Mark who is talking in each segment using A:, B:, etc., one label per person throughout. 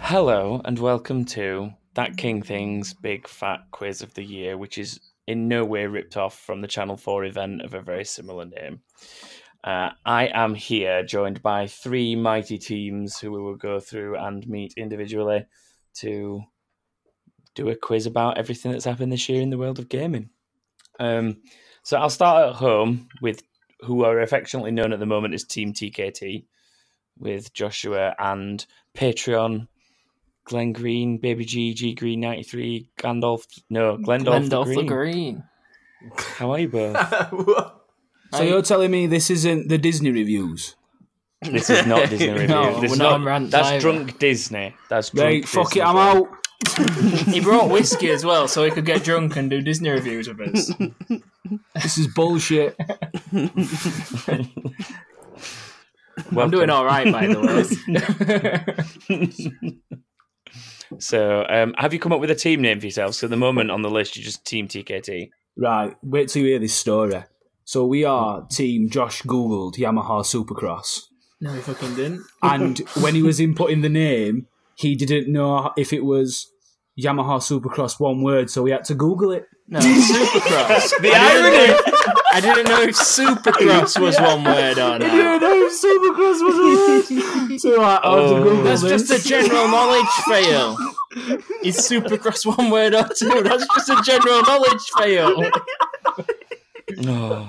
A: Hello and welcome to That King Thing's Big Fat Quiz of the Year, which is in no way ripped off from the Channel 4 event of a very similar name. Uh, I am here joined by three mighty teams who we will go through and meet individually to do a quiz about everything that's happened this year in the world of gaming. Um, so I'll start at home with who are affectionately known at the moment as Team TKT, with Joshua and Patreon, Glenn Green, Baby G, G Green 93, Gandalf, no, Glendolf, the
B: Glendolf the
A: Green.
B: Green.
A: How are you both?
C: So you're telling me this isn't the Disney reviews?
A: This is not Disney review.
B: No,
A: this
B: we're
A: is
B: not on rants
A: That's
B: either.
A: drunk Disney. That's drunk.
C: Right, fuck
A: Disney.
C: it, I'm out.
B: He brought whiskey as well, so he could get drunk and do Disney reviews with us.
C: This is bullshit.
B: I'm
A: Welcome.
B: doing all right, by the way.
A: So, um, have you come up with a team name for yourself? So, at the moment on the list, you're just Team TKT.
C: right, wait till you hear this story. So we are team Josh Googled Yamaha Supercross.
B: no, he fucking didn't.
C: And when he was inputting the name, he didn't know if it was Yamaha Supercross one word, so he had to Google it.
B: No, Supercross. the irony. I didn't know if Supercross was one word or not.
C: know Supercross was a word. so uh, I had
A: Oh.
C: to Google
B: That's
C: this.
B: just a general knowledge fail. Is Supercross one word or two? That's just a general knowledge fail.
A: Oh.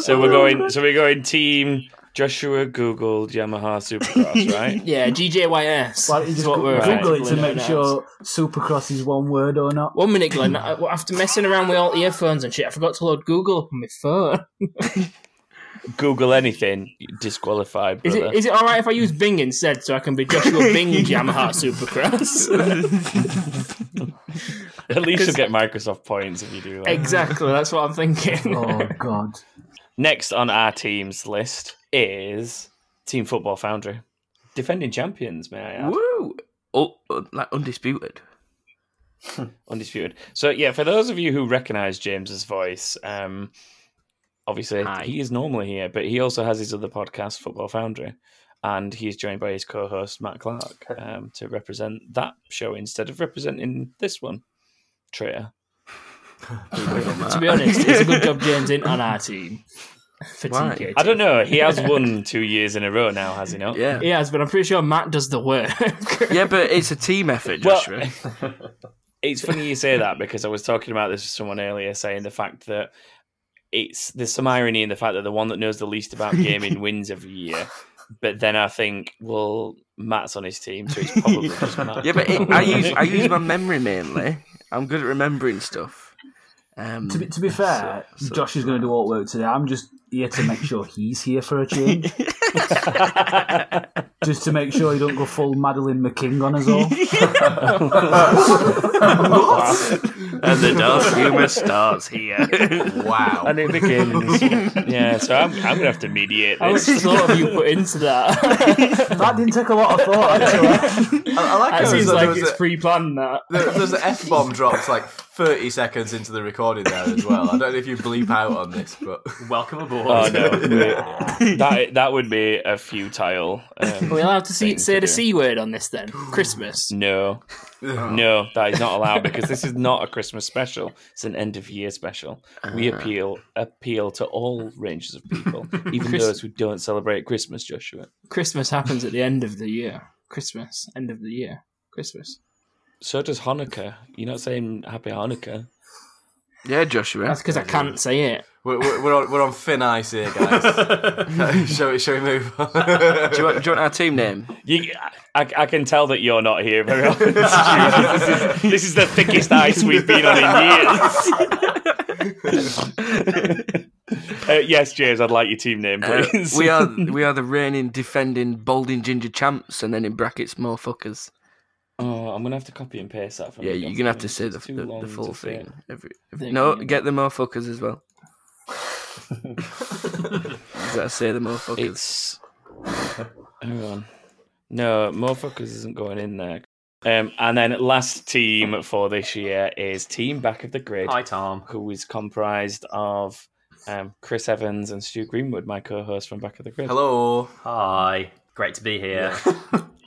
A: so we're going. So we're going Team Joshua Googled Yamaha Supercross, right?
B: Yeah, GJYS.
C: Why don't you
B: is
C: just
B: what we're
C: Google it to make
B: effectively known as.
C: sure Supercross is one word or not?
B: One minute, Glenn. I, well, after messing around with all the earphones and shit, I forgot to load Google up on my phone.
A: Google anything, disqualified,
B: Is
A: brother.
B: it, is it all right if I use Bing instead, so I can be Joshua Bing Yamaha Supercross?
A: At least you'll get Microsoft points if you do that.
B: exactly. That's what I'm thinking.
C: Oh, God.
A: Next on our team's list is Team Football Foundry, defending champions. May I add?
D: Woo! Oh, like undisputed.
A: Undisputed. So yeah, for those of you who recognise James's voice, um, obviously
B: Hi.
A: he is normally here, but he also has his other podcast, Football Foundry, and he's joined by his co-host Matt Clark um, to represent that show instead of representing this one. Traitor.
B: to be honest, it's a good job James isn't on our team for
D: Why?
B: TKT.
A: I don't know. He has won two years in a row now, has he not?
D: Yeah.
B: He has, but I'm pretty sure Matt does the work.
D: Yeah, but it's a team effort,
A: Well-
D: Joshua.
A: it's funny you say that because I was talking about this with someone earlier, saying the fact that it's there's some irony in the fact that the one that knows the least about gaming wins every year. But then I think, well, Matt's on his team, so it's probably just Matt.
D: yeah, but it, I use I use my memory mainly. I'm good at remembering stuff. Um,
A: Mm,
C: To be, to be fair,
D: so-
C: Josh is going to do all work today. I'm just here to make sure he's here for a change. just to make sure you don't go full Madeline McKing on us all.
D: and the dark humour starts here.
E: Wow.
A: and it begins. yeah, so I'm, I'm gonna have to mediate
B: How much
A: this.
B: thought have you put into that?
C: That didn't take a lot of thought, actually.
E: I, I like
B: That
E: how
B: seems
E: there's a-
B: like
E: there was
B: it's
E: a-
B: pre-planned. That
E: there- there's an F bomb drops like 30 seconds into the recording there as well. I don't know if you bleep out on this, but welcome aboard.
A: Oh no, that that would be a futile.
B: are
A: Um,
B: we allowed to see,
A: Thing
B: say
A: to
B: the
A: do.
B: c word on this then? Christmas.
A: no, no, that is not allowed because this is not a Christmas special. It's an end of year special. We
D: Uh.
A: appeal appeal to all ranges of people, even
B: Chris-
A: those who don't celebrate Christmas. Joshua.
B: Christmas happens at the end of the year. Christmas, end of the year. Christmas.
A: So does Hanukkah. You're not saying Happy Hanukkah.
D: yeah, Joshua.
B: That's because I can't say it.
E: We're, we're, we're on, we're on thin ice here, guys. shall, we, shall we move on?
D: Do you, want, do you want our team name?
A: You, I, I can tell that you're not here very often. Stu. this, is, this is the thickest ice we've been on in years. uh, yes, James, I'd like your team name,
D: Uh,
A: please.
D: we are we are the reigning, defending, balding ginger champs, and then in brackets, motherfuckers.
A: Oh, I'm gonna have to copy and paste that. From
D: Yeah,
A: the
D: you're gonna have to
A: document.
D: say the,
A: It's too
D: the,
A: long
D: the full
A: to say.
D: thing. Every,
B: Thank
D: every, no,
B: you.
D: get the motherfuckers as well. you gotta say the motherfuckers.
A: It's. Hang on. No, motherfuckers isn't going in there. Um, and then last team for this year is Team Back of the Grid,
E: Tom.
A: who is comprised of um, Chris Evans and Stu Greenwood, my co-host from Back of the Grid.
E: Hello.
F: Hi, great to be here.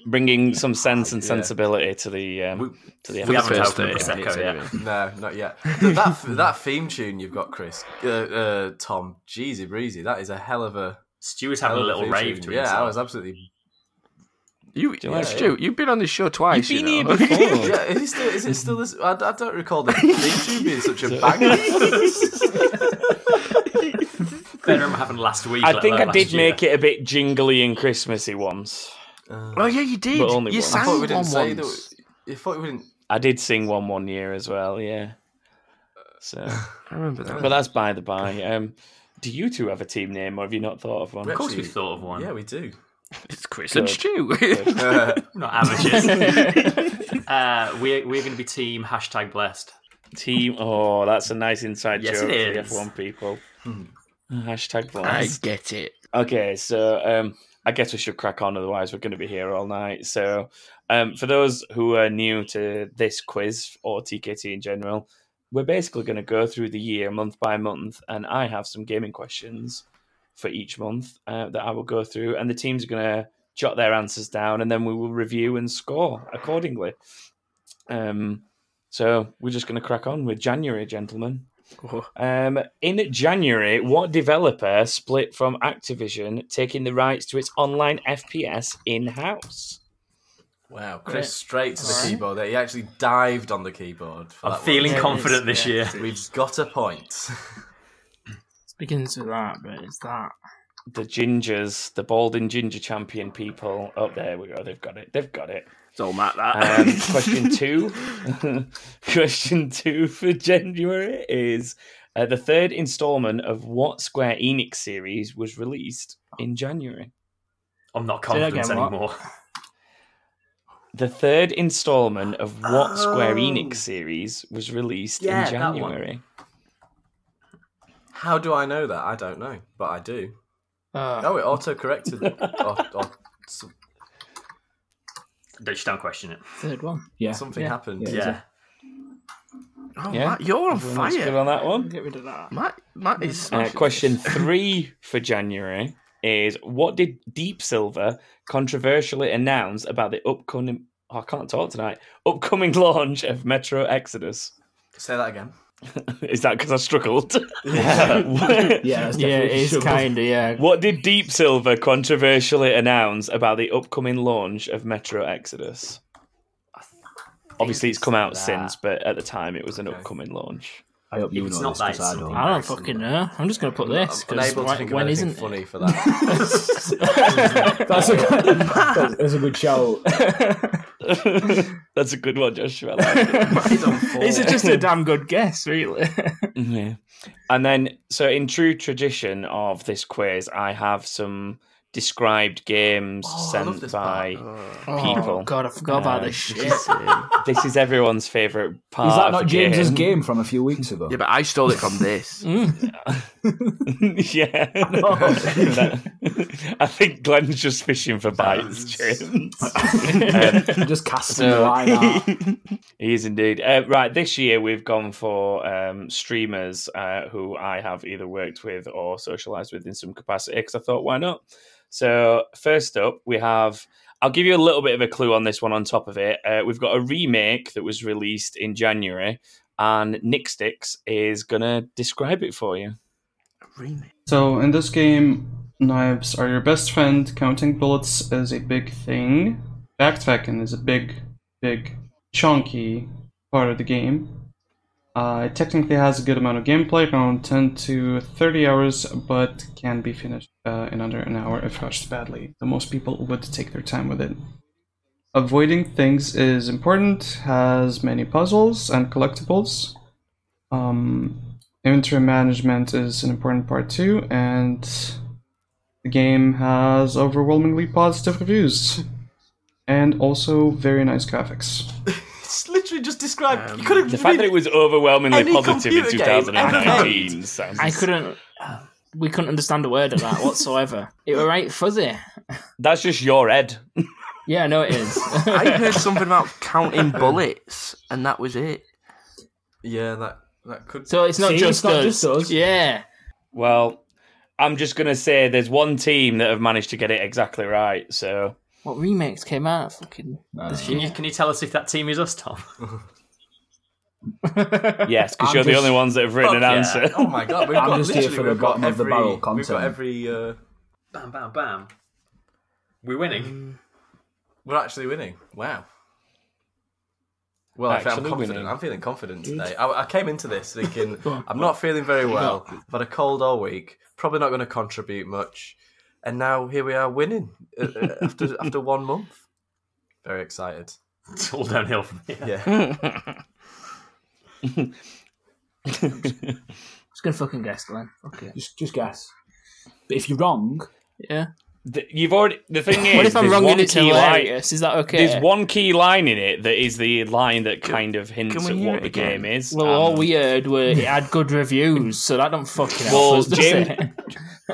A: bringing some sense and sensibility to the um,
E: We-
A: to the episode.
F: We haven't
G: First
F: opened
G: thing,
F: Prosecco
G: it's
F: yet.
G: anyway.
E: No, not yet. But that that theme tune you've got, Chris, uh, uh, Tom, Jeezy breezy, that is a hell of a
F: Stu was
E: hell
F: having a
E: of
F: little
E: theme
F: rave
E: tune.
F: to
E: Yeah, I was
F: himself.
E: absolutely.
D: You,
A: you like
D: Stu, you've been on this show twice.
A: You've been
D: you
A: here
D: know.
A: before.
E: Yeah, is it still? Is it still this? I, I don't recall the theme tune being such a banger.
F: Better than having last week.
A: I
F: let
A: think
F: alone
A: I
F: last
A: did
F: year.
A: make it a bit jingly and Christmassy once.
D: oh yeah, you did.
A: But only
D: you
A: once. I
E: I thought
D: sang
E: we
D: one
E: didn't say
D: once.
E: that. We, I thought we didn't.
A: I did sing one one year as well. Yeah. So,
D: I remember that.
A: but that's by the by. Um, do you two have a team name, or have you not thought of one?
E: Of
F: Of course, we've thought of one.
E: Yeah, we do.
D: It's Chris and
A: Good.
D: Stu.
E: Uh,
F: We're not amateurs. uh, we're we're going to be team hashtag blessed.
A: Team. Oh, that's a nice inside
F: Yes,
A: joke
F: it
A: for the
F: is.
A: F1 people. Hashtag
D: I
A: blast.
D: get it.
A: Okay, so um, I guess we should crack on, otherwise we're going to be here all night. So, um, for those who are new to this quiz or TKT in general, we're basically going to go through the year month by month, and I have some gaming questions for each month uh, that I will go through, and the team's going to jot their answers down, and then we will review and score accordingly. Um, so we're just going to crack on with January, gentlemen. Um, in January, what developer split from Activision, taking the rights to its online FPS in house?
E: wow, Chris straight to the keyboard. There, he actually dived on the keyboard. For
F: I'm
E: that one.
F: feeling confident this year.
E: We've got a point.
B: It begins with that, but it's that.
A: The gingers, the balding ginger champion people. Oh, there we go. They've got it. They've got it.
D: It's all Matt. That.
A: Um, question two. question two for January is uh, the third installment of what Square Enix series was released in January?
F: I'm not
B: that
F: confident
B: again, what?
F: anymore.
A: The third installment of what Square Enix series was released
F: Oh. Yeah,
A: in
F: that one.
A: January?
E: How do I know that? I don't know, but I do.
B: Uh,
E: Oh, it auto corrected. or, or s-
F: Don't, just don't question it.
B: third one.
C: Yeah.
E: something
B: Yeah.
E: happened.
C: Yeah.
F: Yeah,
D: oh,
A: yeah.
D: Matt, you're on
A: Everyone else good
D: fire.
A: on that one.
B: Get rid of that.
D: Matt, Matt is.
A: Uh,
D: smashing
A: question
D: this.
A: three for January is what did Deep Silver controversially announce about the upcoming? oh, I can't talk tonight. Upcoming launch of Metro Exodus.
E: Say that again.
A: Is that because I struggled?
C: Yeah, that's
B: Yeah, it
C: definitely
B: is
C: Stu.
B: kind of, yeah.
A: What did Deep Silver controversially announce about the upcoming launch of Metro Exodus? Obviously, it's come out since, but at the time, it was an upcoming launch.
C: I hope you
F: If it's
C: know
F: not
C: this
F: that,
C: 'cause
F: it's
C: I don't.
F: something.
B: I don't fucking know. I'm just going to put this
E: I'm
B: because
E: unable to think of
B: when
E: anything
B: isn't
E: funny
B: it?
E: for that.
C: That's a good, that's a good shout.
A: That's a good one, Joshua. I like it.
B: This is just a damn good guess, really.
A: Yeah. And then, so in true tradition of this quiz, I have some described games
E: Oh, I love
A: sent
E: this
A: by.
B: Oh,
A: People.
B: God, I forgot about
A: Uh,
B: this shit.
A: This, this is everyone's favourite part.
C: Is that
A: of
C: not
A: the
C: James's
A: game?
C: game from a few weeks ago?
D: Yeah, but I stole it from this.
A: Mm. yeah. That- I think Glenn's just fishing for bites, James.
C: I'm just casting the line out.
A: He is indeed. Uh, right, this year we've gone for um, streamers uh, who I have either worked with or socialized with in some capacity because I thought, why not? So, first up, we have. I'll give you a little bit of a clue on this one on top of it. Uh, we've got a remake that was released in January, and Nick Sticks is going to describe it for you.
H: So in this game, knives are your best friend. Counting bullets is a big thing. Backtracking is a big, big, chunky part of the game. Uh, it technically has a good amount of gameplay, around 10 to 30 hours, but can be finished uh, in under an hour if rushed badly. The most people would take their time with it. Avoiding things is important, has many puzzles and collectibles. Um, inventory management is an important part too, and the game has overwhelmingly positive reviews. And also very nice graphics.
E: It's literally just described. you could have
A: Um, The fact that it was overwhelmingly
E: Any
A: positive in
E: computer game ever
A: 2019 sounds.
B: I couldn't. We couldn't understand a word of that whatsoever. it were right fuzzy.
A: That's just your head.
B: Yeah, I know it is.
D: I heard something about counting bullets, and that was it.
E: Yeah, that that could.
B: so it's not,
C: See,
B: just,
C: it's not
B: us.
C: just us.
B: Yeah.
A: Well, I'm just going to say there's one team that have managed to get it exactly right. So
B: What remakes came out fucking this
F: Can you,
B: year?
F: can you tell us if that team is us, Tom?
A: Yes, because
C: I'm
A: you're the
C: just-
A: only ones that have written an
F: Fuck yeah.
A: answer.
E: Oh my god, we've got
C: just here
E: literally
C: for the
E: we've got
C: bottom of the
E: every-
C: barrel
E: We've
C: content.
E: got every. Uh,
F: Bam, bam, bam. We're
E: Mm.
F: winning.
E: we're actually winning. Wow. Well, I feel- I'm
A: Actually
E: confident.
A: winning.
E: I'm feeling confident today. I, I came into this thinking I'm not feeling very well. I've had a cold all week. Probably not going to contribute much. And now here we are winning uh, uh, after after one month. Very excited.
F: It's all downhill from here.
E: Yeah.
B: Uh, Just gonna fucking guess, Glenn. Fuck it.
C: Just, just guess. But if you're wrong,
B: Yeah.
A: Th- You've already. The thing is,
B: What if I'm
A: there's
B: wrong
A: one
B: and it's
A: key line.
B: hilarious? Is that okay?
A: There's one key line in it that is the line that kind of hints
D: we
A: at
D: hear
A: what
D: it
A: the
D: again?
A: game is. um,
B: Well, all
A: and-
B: we heard were it had good reviews, so that don't fucking help
A: Well,
B: us, does
A: James-
B: it?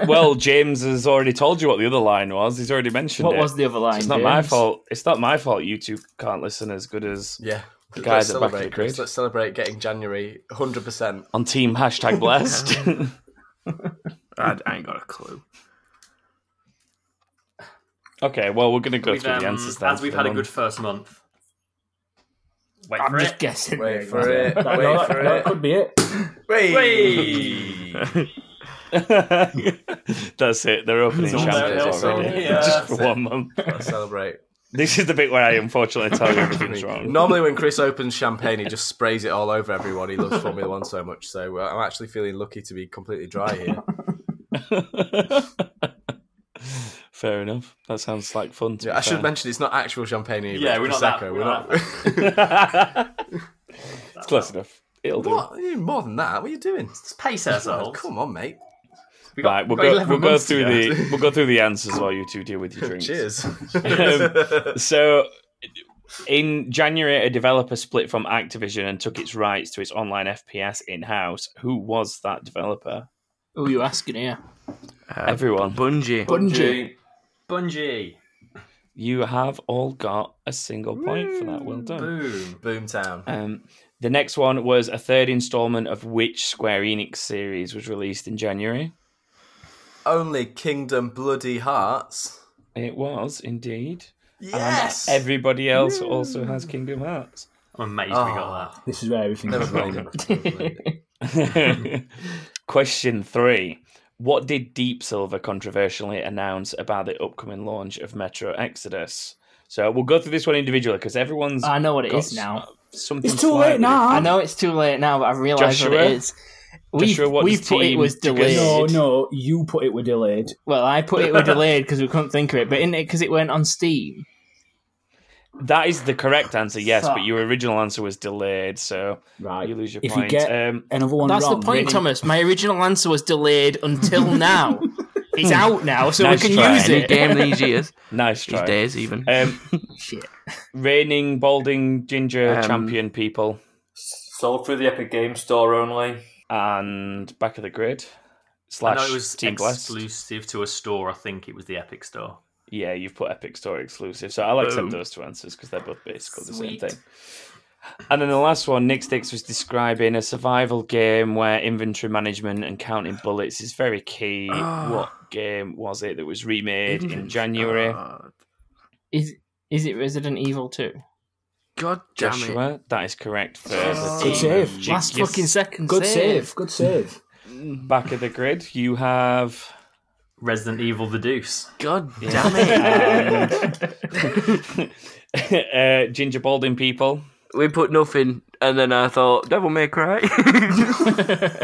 A: well, James has already told you what the other line was. He's already mentioned
B: What
A: it.
B: was the other line?
A: it's not my
B: James?
A: fault. It's not my fault. You two can't listen as good as
E: Yeah.
A: guys
E: Let's
A: at the back of the
E: celebrate,
A: grid.
E: Chris. Let's celebrate getting January 100%.
A: on Team Hashtag Blessed.
D: I, I ain't got a clue.
A: okay, well, we're going to go
F: We've,
A: through
F: um,
A: the answers then.
F: as we've
A: for
F: had a
A: them.
F: good first month. Wait
B: I'm
F: for
B: just
F: it.
B: guessing.
E: Wait for it.
C: that, no,
E: Wait
C: that-
E: for
C: no, that
E: it.
C: could be it.
E: Wait.
A: That's it. They're opening
E: all
A: champagne
E: there, it's all
A: already.
E: here.
A: Just for one month.
E: Let's celebrate.
A: This is the bit where I unfortunately tell you everything's wrong.
E: Normally, when Chris opens champagne, he just sprays it all over everyone. He loves Formula One so much, so uh, I'm actually feeling lucky to be completely dry here.
A: Fair enough. That sounds like fun to
E: Yeah,
A: be
E: I should
A: fair.
E: mention it's not actual champagne. Either.
F: Yeah,
E: it's
F: we're not that-
E: Prosecco.
F: we're not
A: it's close enough. It'll do.
E: What? You need More than that? What are you doing?
F: Let's pace
E: Oh,
F: ourselves.
E: come on, mate.
F: We got-
A: Right, we'll
F: got
A: go.
F: 11
A: We'll go
F: months to
A: through
F: go.
A: the. We'll go through the answers while you two deal with your drinks. Um,
E: Cheers.
I: Um,
A: So, in January, a developer split from Activision and took its rights to its online FPS in house. Who was that developer?
B: Who are you asking here?
A: Everyone.
D: Bungie.
B: Bungie.
F: Bungie.
A: You have all got a single point for that. Well done.
F: Boom.
E: Boomtown.
A: Um, the next one was a third installment of which Square Enix series was released in January?
E: Only Kingdom Bloody Hearts.
A: It was indeed.
E: Yes.
A: And everybody else also has Kingdom Hearts.
F: I'm amazed we got that.
C: This is where everything
E: Never
C: goes
E: played
C: wrong.
E: it. Never played it.
A: Question three. What did Deep Silver controversially announce about the upcoming launch of Metro Exodus? So we'll go through this one individually because everyone's
B: I know what it
A: got
B: is now.
A: s- Something
C: It's too late
A: slightly-
B: I
C: now.
B: know it's too late now, but I realise what
A: Joshua?
B: it is. We
A: Joshua, what
B: we
A: does
B: put it
A: team
B: was
A: together-
B: delayed.
C: No, no, you put it were delayed.
B: Well, I put it were delayed because we couldn't think of it, but in it because it went on Steam.
A: That is the correct answer, yes,
B: Fuck.
A: but your original answer was delayed, so
C: Right.
A: you lose your
C: if
A: point.
C: you get
A: um,
C: another one
B: That's
C: wrong,
B: the point,
C: then-
B: Thomas. My original answer was delayed until now. it's out now, so
A: Nice
B: we can
A: try.
B: use
D: Any
B: it.
D: game these years,
A: nice
D: these
A: try.
D: days even.
A: Um,
B: Shit.
A: reigning, balding, ginger
D: Um,
A: champion people
G: Sold through the Epic Game Store only.
A: and back of the grid
F: I
A: slash
F: know it was
A: team blessed.
F: exclusive to a store. I think it was the Epic Store.
A: Yeah, you've put Epic Store exclusive. So I'll accept
D: Boom.
A: those two answers because they're both basically
F: Sweet.
A: the same thing. And then the last one, Nick Sticks was describing a survival game where inventory management and counting bullets is very key.
D: Ah.
A: What game was it that was remade in
D: Even-
A: January?
D: God,
B: Is is it Resident Evil 2?
D: God damn it.
A: Joshua, that is correct for uh, the
D: Oh.
A: team.
C: Good save.
A: of
B: Last
A: Jigsaw.
B: fucking second
C: Good
B: save.
C: save. Good save.
D: Mm.
A: Back of the grid, you have
F: Resident Evil The Deuce.
D: God damn it.
A: uh, Ginger Balding people.
D: we put nothing, and then I thought, Devil May Cry.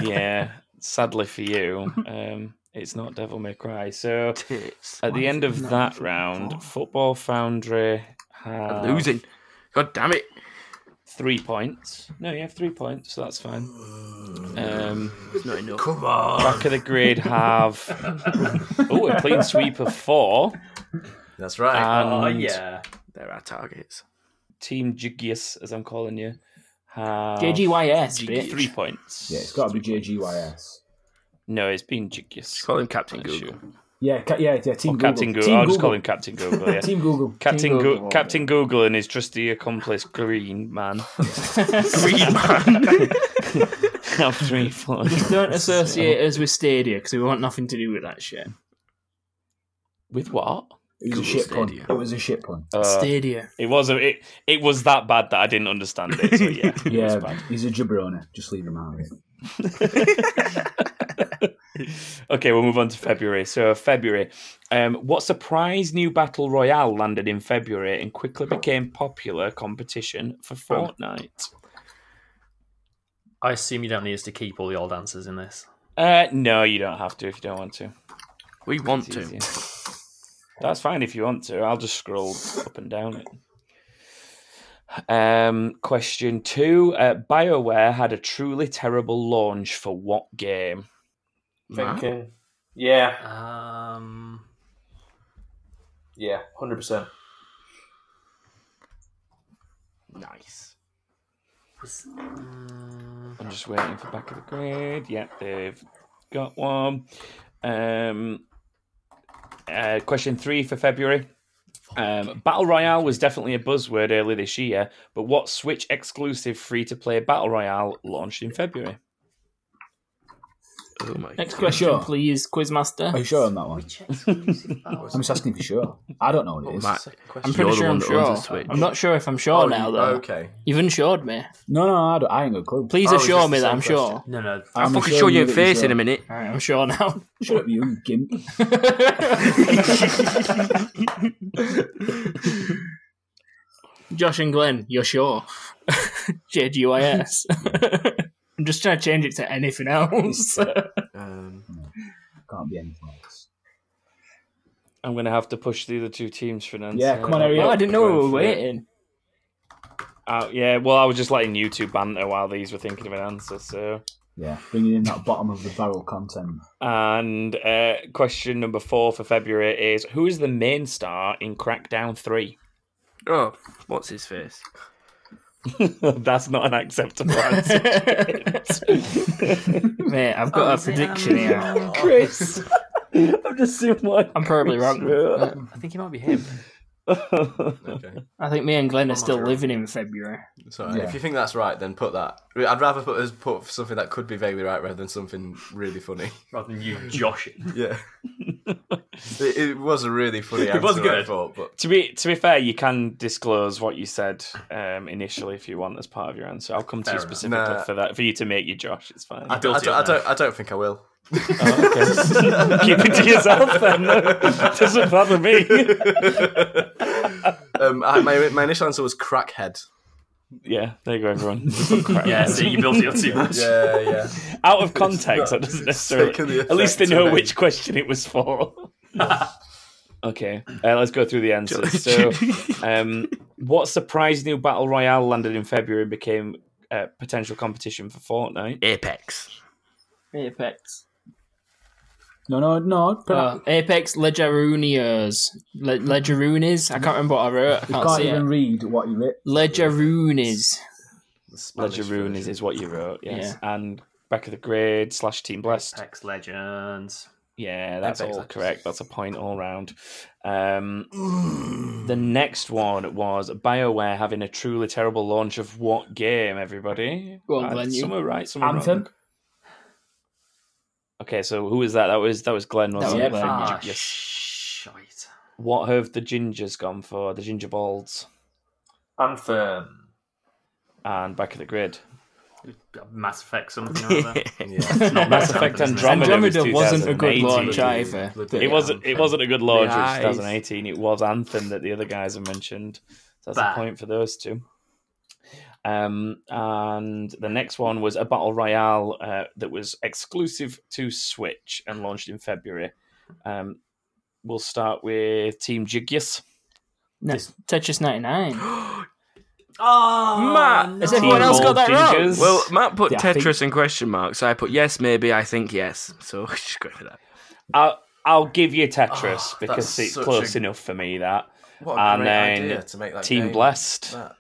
A: Yeah, sadly for you, um, it's not Devil May Cry. So
D: Tits.
A: At the end of that round, Football Foundry have
D: Losing. God damn it.
A: three points. No, you have three points, so that's fine.
D: Mm.
A: Um,
D: It's not enough.
E: Come on.
A: back of the grid have oh a clean sweep of four.
E: That's right.
A: And
F: oh yeah.
D: There are targets.
A: Team Jigius, as I'm calling you, have
B: JGYS, bitch.
A: three points.
C: Yeah, it's got to be JGYS.
A: No, it's been Jigius.
D: Call him Captain
A: That's
D: Google.
C: Yeah, ca- yeah, yeah. Team Google.
A: Or Oh, Captain Google.
C: Team
A: I'll just
C: Google.
A: call him Captain Google. Yeah.
C: Team Google.
A: Captain
B: Google,
A: Go-
B: won't
A: Captain Google and his trusty accomplice Green Man
D: Green man.
A: have three points.
B: Just don't associate us with Stadia because we want nothing to do with that shit.
A: With what?
C: It was a
D: Google
C: shit pun.
D: Stadia.
C: It was a shit pun.
A: Uh,
B: Stadia.
A: it was a, it it was that bad that I didn't understand it. So yeah, it was
C: Yeah,
A: bad.
C: he's a jabroni. Just leave him out of it.
A: okay, we'll move on to February. So February, um, what surprise new battle royale landed in February and quickly became popular competition for Fortnite?
F: Oh. I assume you don't need us to keep all the old answers in this.
A: Uh, no, you don't have to if you don't want to.
D: We want
A: It's
D: to.
A: easier. That's fine if you want to. I'll just scroll up and down it. Um, question two: uh, Bioware had a truly terrible launch for what game?
G: Thinking. Yeah,
F: Um,
G: yeah, 100%.
D: Nice.
F: was- mm,
A: I'm just waiting for back of the grid. Yep, they've got one. Um, uh, question three for February. Um, Battle Royale was definitely a buzzword early this year, but what Switch exclusive free to play Battle Royale launched in February?
D: Oh my
B: Next
D: God.
B: question, please, Quizmaster.
C: Are you sure on that one? I'm just asking for sure. I don't know
B: Oh,
C: what it is.
D: Matt,
B: I'm
D: You're
B: pretty
D: the
B: sure
D: one
B: I'm
D: that owns
B: sure.
D: the
B: Oh,
D: Switch.
B: I'm not sure if I'm sure now, though.
E: Okay.
B: You've insured me.
C: No, no, I, don't, I ain't got a clue.
B: Please
E: Oh, it's
B: assure
E: just
B: me
E: the
B: that
E: same
B: I'm
E: question.
B: sure.
F: no, no.
D: I'll fucking show you a face in a minute.
B: All right, I'm sure now.
C: uh, Shut up, you gimp.
B: Josh and Glenn, you're sure. JGYS. I'm just trying to change it to anything else.
E: Um,
C: Hmm. Can't be anything else.
A: I'm going to have to push the other two teams for now.
C: Yeah, come on, hurry
B: oh, I
C: up.
B: didn't know we were
A: Going for it.
B: waiting.
A: Uh, yeah, well, I was just letting you two banter while these were thinking of an answer. So,
C: Yeah, bringing in that bottom of the barrel content.
A: and uh, question number four for February is: Who is the main star in Crackdown Three?
D: Oh, what's his face?
A: That's not an acceptable answer.
B: Mate, I've got a prediction here.
A: Oh, Chris, I'm just seeing what.
B: I'm probably wrong.
F: I think it might be him.
E: okay.
B: I think me and Glenn are still living in February.
E: So if you think that's right, then put that. I'd rather put us put something that could be vaguely right rather than something really funny.
F: Rather than you, Josh.
E: Yeah. it, it was a really funny answer.
F: was
E: I
F: good.
E: thought, but
A: To be to be fair, you can disclose what you said um, initially if you want as part of your answer. I'll come to you
F: enough.
A: specifically
E: Nah.
A: for that for you to make you Josh. It's fine.
E: I, don't- I
F: Guilty
E: don't,
F: of
E: I
F: that.
E: don't. I don't think I will.
A: Oh, okay. Keep it to yourself then. Doesn't bother me.
E: Um, I, my my initial answer was crackhead.
A: yeah, there you go, everyone. Just put crack
F: Yeah,
A: down.
F: see, you built it up too much.
E: Yeah, yeah.
A: Out of context, that doesn't necessarily.
E: taken the
A: At least they
E: effect
A: know
E: of it.
A: which question it was for. okay, uh, let's go through the answers. So, um, what surprise new battle royale landed in February and became uh, potential competition for Fortnite?
D: Apex.
B: Apex.
C: No, no, no. But
B: Uh, Apex Legerunias. Le-
A: Hmm.
B: Legerunis? I can't remember what I wrote. I
C: I
B: can't,
C: can't
B: see
C: even
B: it.
C: read what you wrote.
B: Legerunis.
E: The Spanish
A: Legeroon is,
E: version.
A: is what you wrote, yes, and back of the grade slash team blessed.
F: Apex Legends.
A: Yeah, that's
E: Apex
A: all
E: Legends.
A: correct. That's a point all round. Um, the next one was BioWare having a truly terrible launch of what game, everybody?
B: Go on,
A: Uh,
B: Glenn, you.
A: Some were right, some were
C: Anthem.
A: wrong. Okay, so who was that? That was that was Glenn, wasn't
B: was
A: it?
B: Glenn.
A: Glenn,
F: Ah,
A: you- yes.
F: shite.
A: What have the gingers gone for? The ginger balls
G: Anthem.
A: and back of the grid.
F: Mass Effect something or other.
E: Yeah.
F: Not
A: Mass
F: Anthem,
A: Effect
F: isn't it?
A: Andromeda, was
B: Andromeda wasn't a good
A: 2018.
B: launch either.
E: Bloody
A: It wasn't. It wasn't a good launch. It was
D: Nice.
A: 2018. It was Anthem that the other guys have mentioned. So that's
F: Bad.
A: a point for those two. Um, and the next one was a battle royale uh, that was exclusive to Switch and launched in February. Um, we'll start with Team Jigyus.
B: No, Tetris 99.
F: Oh,
D: Matt!
F: no.
B: Ah, Has everyone else got that wrong?
D: Well, Matt put
C: Yeah, I think-
D: Tetris in question marks. I put yes, maybe, I think yes. So just go for that.
A: I'll, I'll give you Tetris
E: Oh,
A: because
E: that's
A: it's
E: such
A: close
E: a-
A: enough for me. That
E: What a
A: And
E: great
A: then
E: idea to make that
A: Team
E: game.
A: Blessed.
E: That.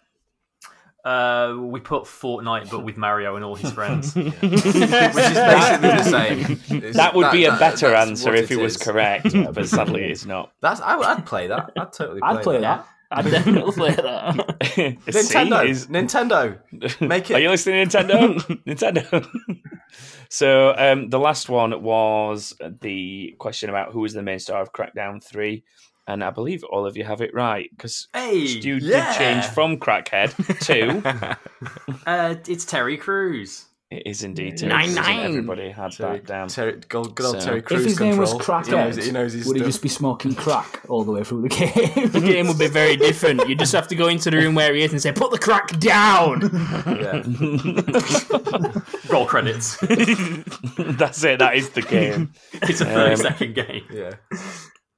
F: Uh, we put Fortnite, but with Mario and all his friends.
E: Which is basically the same. It's-
A: that would be a better
E: that's
A: answer
E: what
A: if it was
E: is.
A: correct, but sadly it's not.
E: That's I, I'd play that. I'd totally. Play
C: I'd play that.
B: I definitely play that.
A: Nintendo
E: Nintendo, Nintendo, make
A: Are you
E: it.
A: listening, Nintendo? Nintendo. So um, the last one was the question about who was the main star of Crackdown Three, and I believe all of you have it right because
F: Hey,
A: Stu
F: yeah.
A: did change from Crackhead to
F: Uh, it's Terry Crews.
A: it is indeed Terry
D: Nine,
A: Crews, and
D: nine.
A: Everybody had
E: Terry,
A: that down.
E: Terry, good, good old
A: So-
E: Terry
A: If
E: Crews
C: if his name was
E: control. He knows, he knows
C: Crackhead,
E: his
C: would he
E: stuff.
C: just be smoking crack all the way through the game?
B: The game would be very different. You just have to go into the room where he is and say, "Put the crack down."
E: Yeah.
F: Roll credits.
A: That's it. That is the game.
F: It's a
A: Um,
F: thirty-second game.
E: yeah.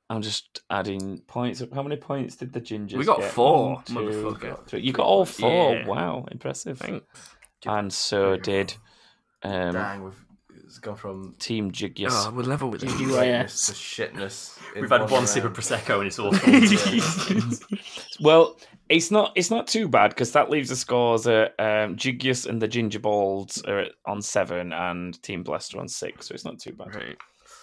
A: I'm just adding points. up. How many points did the Gingers?
D: We got
A: get?
D: four,
A: One, two,
D: motherfucker.
A: three. You got all four.
D: Yeah.
A: Wow, impressive. And so did um,
E: Dang, we've it's gone from
A: Team Jigyas.
D: Oh, we're level with it.
E: greatness to
B: GYS.
E: shitness. in
F: We've had one
E: round.
F: sip of prosecco and it's awful.
A: Well, it's not it's not too bad because that leaves the scores at um, Jigyas and the Gingerballs are at- on seven and Team Blaster on six, so it's not too bad.
D: Right.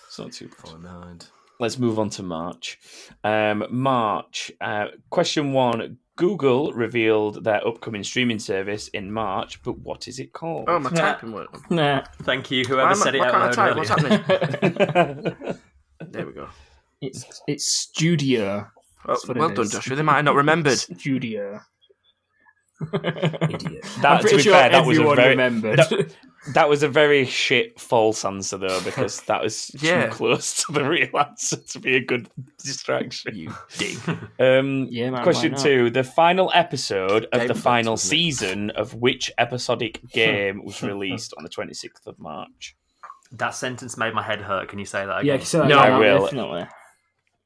A: It's not too bad.
E: Oh, no.
A: Let's move on to March. Um, March uh, question one: Google revealed their upcoming streaming service in March, but what is it called?
D: Oh, my typing went.
B: Nah.
F: Thank you,
D: Why
F: whoever
D: am
F: said
D: I,
F: it
D: why
F: out
D: can't I
F: loud.
D: type? What's
F: earlier.
D: happening? There we go.
B: It's it's studio.
D: Well,
B: That's what it
D: well done,
B: is.
D: Joshua. They might have not remembered.
B: Studio. Idiot.
A: that, to be fair, that was a
B: everyone
A: very
B: remembered.
A: that- that was a very shit false answer though, because that was
D: Yeah.
A: too close to the real answer to be a good distraction.
D: You
A: Um,
B: Yeah, man, why
A: question
B: not?
A: two: The final episode of
E: Game
A: the
E: of
A: final
E: Thrones, wasn't it?
A: season of which episodic game was released on the twenty sixth of March?
F: That sentence made my head hurt. Can you say that
C: yeah,
F: again?
C: so,
A: No, I will.
B: Definitely.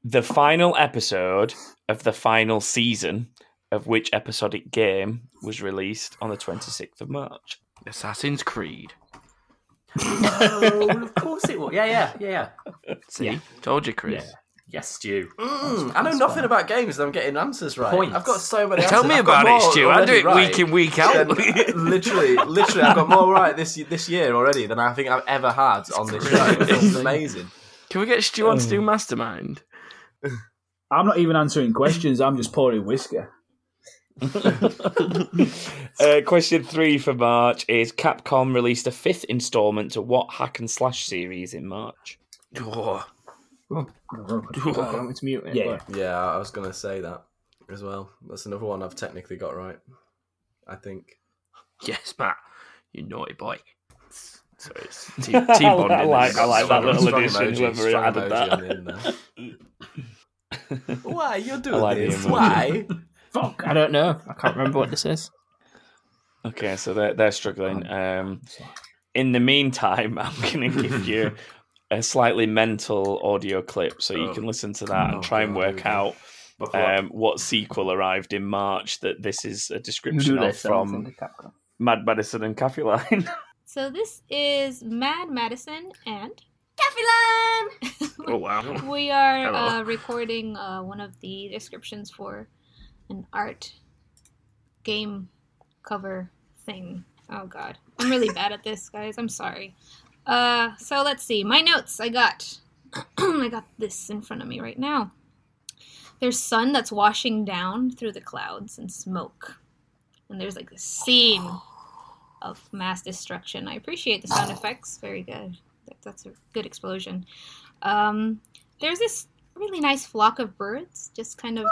A: The final episode of the final season of which episodic game was released on the twenty sixth of March?
D: Assassin's Creed.
F: oh, of course it was. Yeah, yeah, yeah, yeah.
D: See, told you, Chris.
F: Yes, Stu.
B: Oh,
E: Mm, I know nothing about games. and I'm getting answers right.
F: Points.
E: I've got so many.
D: Tell
E: answers.
D: me
E: I've got
D: about it,
E: more
D: Stu. I do
E: already
D: it week in, week
E: Then,
D: out.
E: literally, literally, I've got more right this y- this year already than I think I've ever had on this show. It's amazing.
D: Can we get Stu
F: Um,
D: on to do Mastermind?
C: I'm not even answering questions. I'm just pouring whisker.
A: Uh, question three for March is Capcom released a fifth installment to what hack and slash series in March?
D: Oh,
B: Oh, I want me to mute it.
C: Yeah.
B: but-
E: Yeah, I was gonna say that as well. That's another one I've technically got right. I think.
D: yes, Matt. You naughty boy. Sorry, it's T
A: I
D: Bond.
A: like- I like that
E: Strong-
A: little
E: strong
A: addition,
E: emoji,
A: whoever
E: strong
A: added
E: emoji
A: that.
E: on the end there.
D: uh,
E: Why you're doing
A: like the
E: this?
A: emoji.
E: Why?
B: Fuck, I don't know. I can't remember what this is.
A: Okay, so they're they're struggling. Um, in the meantime, I'm going to give you a slightly mental audio clip so
D: Oh,
A: you can listen to that and try and work out um, what sequel arrived in March that this is a description of from Mad Madison and Caffeine.
J: So this is Mad Madison and Caffeine.
D: Oh, wow.
J: we are
D: Hello.
J: uh, recording uh, one of the descriptions for an art game cover thing. Oh god, I'm really bad at this, guys. I'm sorry. Uh, so let's see. My notes I got. I got this in front of me right now. There's sun that's washing down through the clouds and smoke, and there's like this scene of mass destruction. I appreciate the sound effects. Very good. That, that's a good explosion. Um, there's this really nice flock of birds just kind of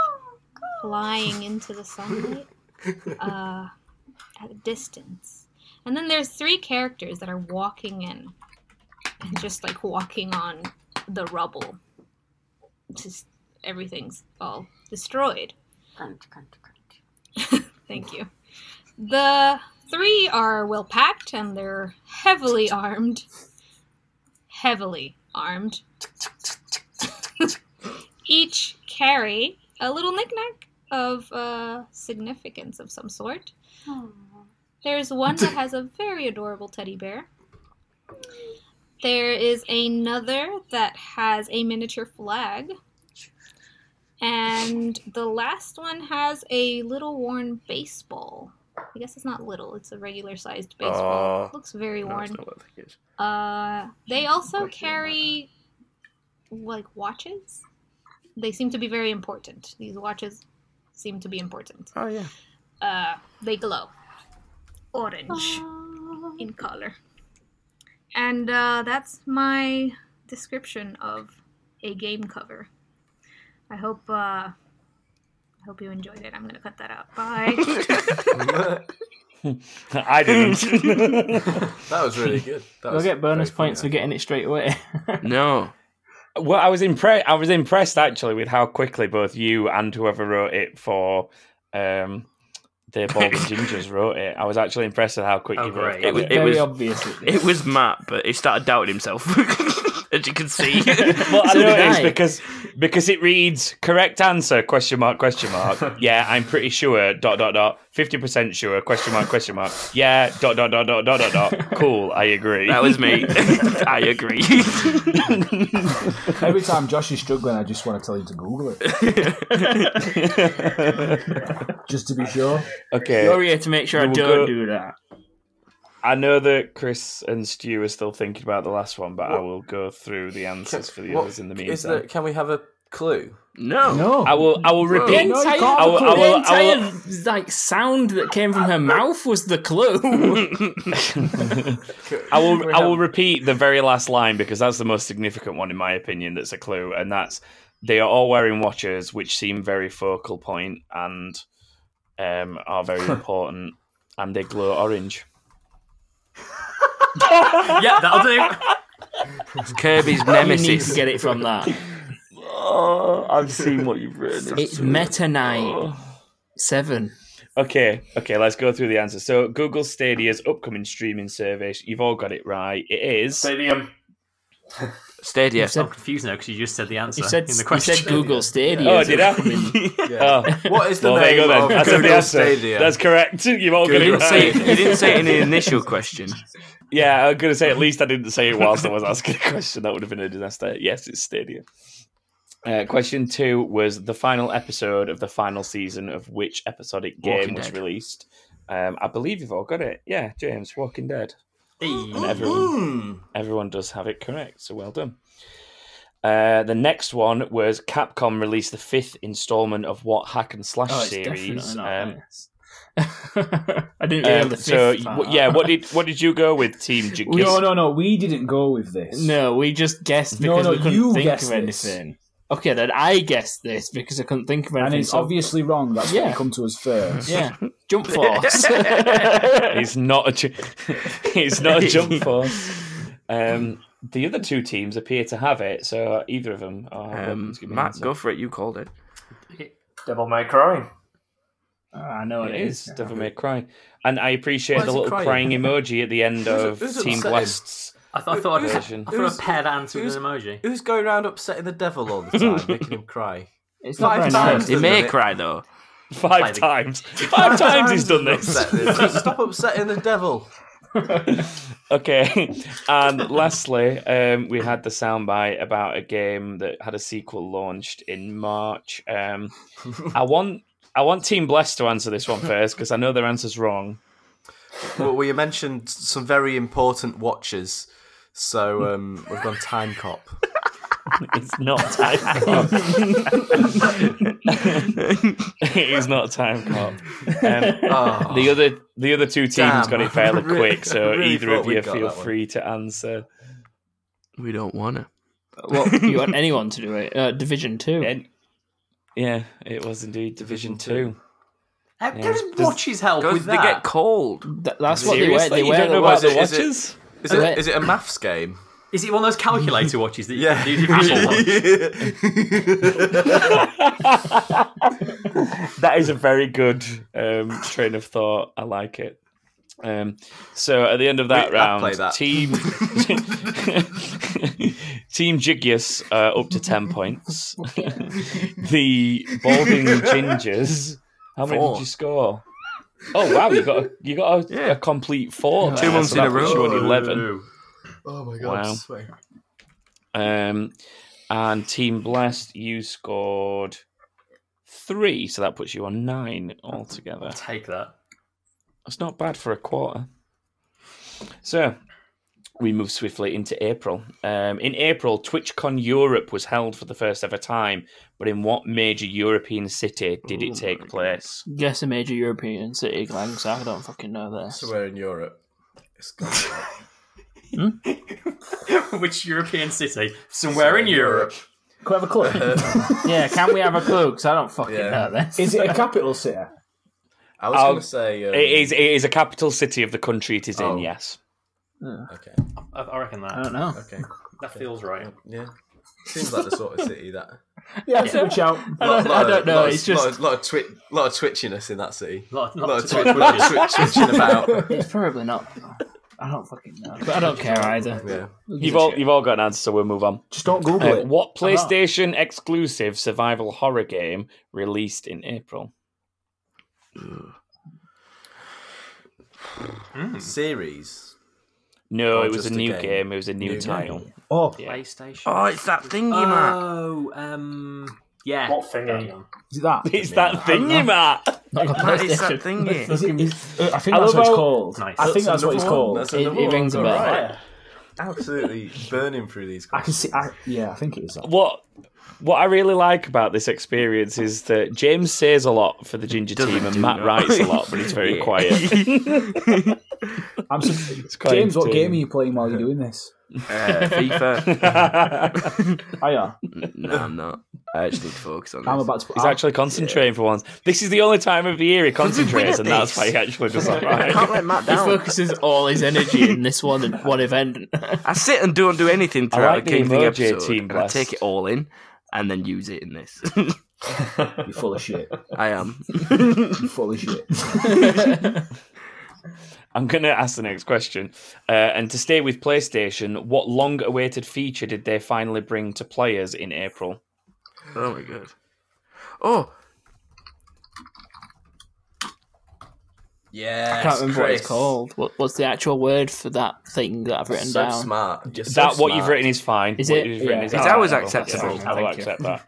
J: flying into the sunlight uh, at a distance. And then there's three characters that are walking in and just like walking on the rubble. Just everything's all destroyed. Thank you. The three are well packed and they're heavily armed. Heavily armed. Each carry a little knickknack of uh, significance of some sort. There's one that has a very adorable teddy bear. There is another that has a miniature flag. And the last one has a little worn baseball. I guess it's not little, it's a regular sized
D: Oh.
J: baseball. Looks very
D: No,
J: worn.
D: it's not what I think it is.
J: Uh, they also carry like watches. They seem to be very important. These watches seem to be important.
D: Oh, yeah. Oh.
J: Uh, they glow orange in color. And uh, that's my description of a game cover. I hope uh, I hope you enjoyed it. I'm gonna cut that out. Bye.
A: I didn't.
E: That was really good. That
B: You'll
E: was
B: get bonus
E: very funny,
B: points for getting it straight away.
D: No.
A: well, I was impressed. I was impressed actually with how quickly both you and whoever wrote it for um, the Bald and Gingers wrote it. I was actually impressed with how quickly
F: Oh,
A: you both
F: great.
A: got
D: It was-
A: it.
B: Very
D: was-
B: obviously.
D: It was Matt, but he started doubting himself, as you can see.
A: Well, I
B: So did
A: noticed
B: I.
A: because because it reads correct answer question mark question mark. yeah, I'm pretty sure dot dot dot fifty percent sure question mark question mark. Yeah dot dot dot dot dot dot dot. Cool, I agree.
D: that was me. I agree.
K: Every time Josh is struggling, I just want to tell him to Google it, just to be sure.
A: okay.
B: You're here to make sure I
A: We'll
B: don't
A: go-
B: do that.
A: I know that Chris and Stu are still thinking about the last one, but I will go through the answers for the
E: What-
A: others in the
E: is
A: meantime.
E: there, can we have a clue?
D: no.
K: No,
A: I will. I will
B: The
A: repeat.
B: entire,
A: I will- I will-
B: the
A: I will-
B: entire like sound that came from her mouth was the clue.
A: I will. I will repeat the very last line because that's the most significant one in my opinion. That's a clue, and that's they are all wearing watches, which seem very focal point and um, are very important, and they glow orange.
F: yeah, that'll do.
D: It's Kirby's
B: you need to
D: nemesis.
B: get it from that.
A: Oh, I've seen what you've written.
B: It's Meta Knight Seven.
A: Oh. Okay, okay, let's go through the answers. So, Google Stadia's upcoming streaming service, you've all got it right. It is.
G: Stadium.
D: Stadia.
F: I'm confused now because you just said the answer
B: You said
F: in the
B: you
F: question.
B: said Google Stadia.
A: Oh, did I? Oh.
E: What is the
A: Well, there
E: name
A: you go
E: of
A: then. I said
E: Google
A: the answer.
E: Stadia?
A: That's correct. You've all
D: You
A: got it
D: didn't,
A: right.
D: say it, you didn't say it in the initial question.
A: Yeah, I'm gonna say at least I didn't say it whilst I was asking a question. That would have been a disaster. Yes, it's Stadia. Uh, question two was the final episode of the final season of which episodic game
D: Walking
A: was
D: Dead.
A: released. Um, I believe you've all got it. Yeah, James, Walking Dead. And Mm, everyone,
E: Hmm.
A: everyone does have it correct. So well done. Uh, the next one was Capcom released the fifth installment of what hack and slash
B: Oh, it's
A: series?
B: definitely
A: Um,
B: not this. I didn't
A: um,
B: realize the
A: so
B: fifth
A: y-
B: part.
A: yeah, what did what did you go with, Team Jiggies?
K: no, no, no. We didn't go with this.
B: No, we just guessed
K: No,
B: because
K: no,
B: we couldn't
K: you
B: think of
K: guessed this.
B: anything. Okay, then I guessed this because I couldn't think of anything.
K: and it's
B: so-
K: obviously wrong. That's yeah.
B: Yeah.
K: come to us first.
B: Yeah, jump force.
A: He's not a ju- he's not a jump force. Um, the other two teams appear to have it, so either of them are welcome
D: Um,
A: to give me an
D: Matt,
A: answer.
D: go for it. You called it.
G: Devil May Cry.
K: Ah,
B: I know
A: It is Devil May Cry, and I appreciate
E: Why
A: the
E: is he
A: little
E: crying?
A: crying emoji at the end
E: Who's-
A: of
E: who's
A: Team
E: upsetting?
A: Blast's.
F: I, th- I thought I'd, I
A: Version.
F: thought I'd pair that answer with an emoji.
E: Who's going around upsetting the devil all the time, making him cry?
B: It's
E: Five
B: not very
E: times.
B: nice.
D: It
E: Doesn't
D: may
E: it?
D: cry though.
A: Five
F: the-
A: times, five times he's done this.
E: Upset him. Just Stop upsetting the devil.
A: Okay, and lastly, um, we had the soundbite about a game that had a sequel launched in March. Um, I want I want Team Blessed to answer this one first because I know their answer's wrong.
E: Well, we mentioned some very important watches, so um, we've gone Time Cop.
A: It's not time cop. it is not time cop. Um,
D: Ah.
E: Oh,
A: the other the other two teams
E: Damn.
A: got it fairly
E: Really-
A: quick, so
E: really
A: either of
E: thought we
A: you
E: got
A: feel
E: that one.
A: free to answer.
D: We don't wanna.
B: Well, you want anyone to do it? Uh, Division two.
A: And- yeah, it was indeed Division Two.
E: Division
F: How
A: Yeah.
F: does
A: Does-
F: watches help
D: Go.
F: with
D: They
F: that?
D: get cold.
B: Th- that's what they
A: Seriously,
B: were. They
A: you
B: were.
A: don't know
B: the
A: about
E: Was
A: the
E: it- is it-
A: watches?
E: is it
B: Right.
E: is it a maths game?
F: Is it one of those calculator watches that you
E: Yeah.
F: can do division on?
A: that is a very good um, train of thought. I like it. Um, so at the end of that
E: We- I
A: round,
E: play that.
A: team team Jigius uh, up to ten points. the Balding Gingers. How many
D: Four.
A: did you score? Oh wow, you got a, you got a, a complete four.
D: Two
A: there,
D: months
A: so
D: in
A: that
D: a row.
A: puts you on Eleven.
E: Oh my
A: God, Wow. Um, and Team Blessed, you scored three, so that puts you on nine altogether.
F: Take that.
A: That's not bad for a quarter. So we move swiftly into April. Um, in April, TwitchCon Europe was held for the first ever time, but in what major European city did
E: Oh
A: it take place?
B: Guess a major European city, Glenn, 'cause I don't fucking know this.
E: So we're in Europe. It's gone.
F: Which European city? Somewhere in Europe.
B: Can we have a clue? yeah, can we have a clue? Because I don't fucking
E: Yeah.
B: know this.
K: Is it a capital city?
E: I was
A: I'll-
E: going to say. Um, Oh.
A: it is it is a capital city of the country it is in. Yes.
E: Okay.
F: I, I reckon that.
B: I don't know.
E: Okay.
F: That feels right.
E: Yeah. Seems like the sort of city that.
B: Yeah, switch out. I
E: Lot-
B: don't,
E: lot
B: I
E: of-
B: don't know.
E: lot of-
B: It's
E: lot
B: just
E: of, lot of, twi- lot of twitchiness in that city.
F: Lot- lot
E: lot
F: of
E: of twitch, lot of twitch, twitching about.
B: it's probably not. I don't fucking know. But I don't care either.
E: Yeah.
A: You've all you've all got an answer, so we'll move on.
K: Just don't Google
A: Uh,
K: it.
A: what PlayStation exclusive survival horror game released in April?
F: Hmm.
E: Series.
A: No,
E: Or
A: it was a
E: just a
A: new
E: game?
A: game. It was a new,
E: New
A: title.
K: Oh,
A: Yeah.
F: PlayStation.
D: Oh, it's that thingy, Matt.
F: Oh, um, yeah.
G: What thingy?
K: is it that?
A: It's that thingy, Matt.
B: Not got
D: Matt, it's that
B: PlayStation.
D: thingy.
K: Is it, is, uh, I think
A: I
K: that's
A: love
K: what it's
A: how-
K: called.
F: Nice.
K: I think that's what it's
E: another one.
K: called.
E: That's
B: It-
E: another
B: Oh, it
E: one.
B: rings a bell.
E: Alright. Absolutely burning through these.
K: I can see. I, yeah, I think it is. That.
A: What what I really like about this experience is that James says a lot for the Ginger
D: Doesn't
A: team, and
D: do
A: Matt
D: not.
A: writes a lot, but he's very
D: Yeah.
A: quiet.
K: I'm su-
A: quite
K: James, what
A: entertaining.
K: game are you playing while you're doing this?
D: Uh, FIFA.
B: Oh,
K: I am.
D: no, I'm not. I actually need to focus on this.
K: I'm about to.
A: He's
K: I'm-
A: actually concentrating for once. This is the only time of the year he concentrates, and that's why he actually does not
D: I
A: write.
D: can't let Matt
B: He
D: down.
B: focuses all his energy in this one one event.
D: I sit and don't do anything
A: I
D: throughout
A: like
D: the
A: the
D: King Thing
A: emoji
D: episode,
A: team
D: and I
A: blast.
D: take it all in and then use it in this.
K: You're full of shit.
D: I am.
K: You're full of shit.
A: I'm going to ask the next question. Uh, and to stay with PlayStation, what long awaited feature did they finally bring to players in April?
D: Oh my god. Oh,
E: Yeah.
B: I can't remember what it's called. What, what's the actual word for that thing that I've written
E: So
B: down?
E: smart. You're so
A: that what you've
E: smart.
A: written is fine.
B: Is
A: What
B: it?
A: you've written
K: Yeah.
A: is
D: It's
A: all
D: always
A: right.
D: acceptable.
A: Uh, Yeah, I will
B: Thank you.
A: accept that.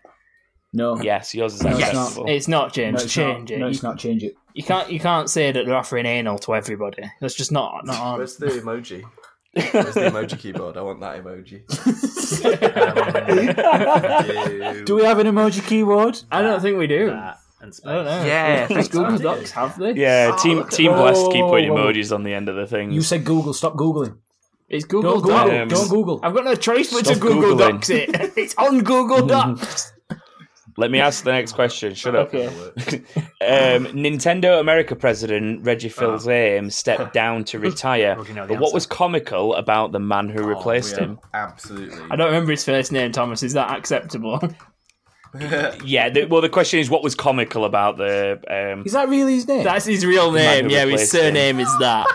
K: No.
A: Yes, yours is
K: it's
A: acceptable.
B: It's not
K: No,
B: James.
K: it's
B: change
K: not.
B: it.
K: No,
B: you,
K: it's not. Change it.
B: you can't. You can't say that they're offering anal to everybody. That's just not not on.
E: Where's the emoji? Where's the emoji keyboard? I want that emoji. Um,
K: Do we have an emoji keyboard?
B: I don't think we do.
F: That and space.
B: I don't know.
D: yeah.
B: Does
D: thanks,
B: Google
D: Matt.
B: Docs have this?
A: yeah, Team Team
K: Whoa,
A: Blessed
K: whoa,
A: keep
K: whoa,
A: putting
K: whoa.
A: emojis on the end of the thing.
K: You said Google. Stop googling.
B: It's
K: Don't
B: Google
K: Google.
B: Docs.
A: Um,
K: Don't Google.
B: I've got no choice but to
A: Stop
B: Google
A: Googling.
B: Docs it. It's on Google Docs.
A: Let me ask the next question. Shut up.
B: okay.
A: Um, Nintendo America president Reggie Fils Aim stepped down to retire.
F: Already know the
A: but what
F: answer.
A: was comical about the man who replaced him?
E: Absolutely.
B: I don't remember his first name, Thomas. Is that acceptable?
A: Yeah, the, well, the question is what was comical about the. Um,
K: Is that really his name?
B: That's his real name.
A: who
B: Yeah, his
A: replaced him.
B: surname is that.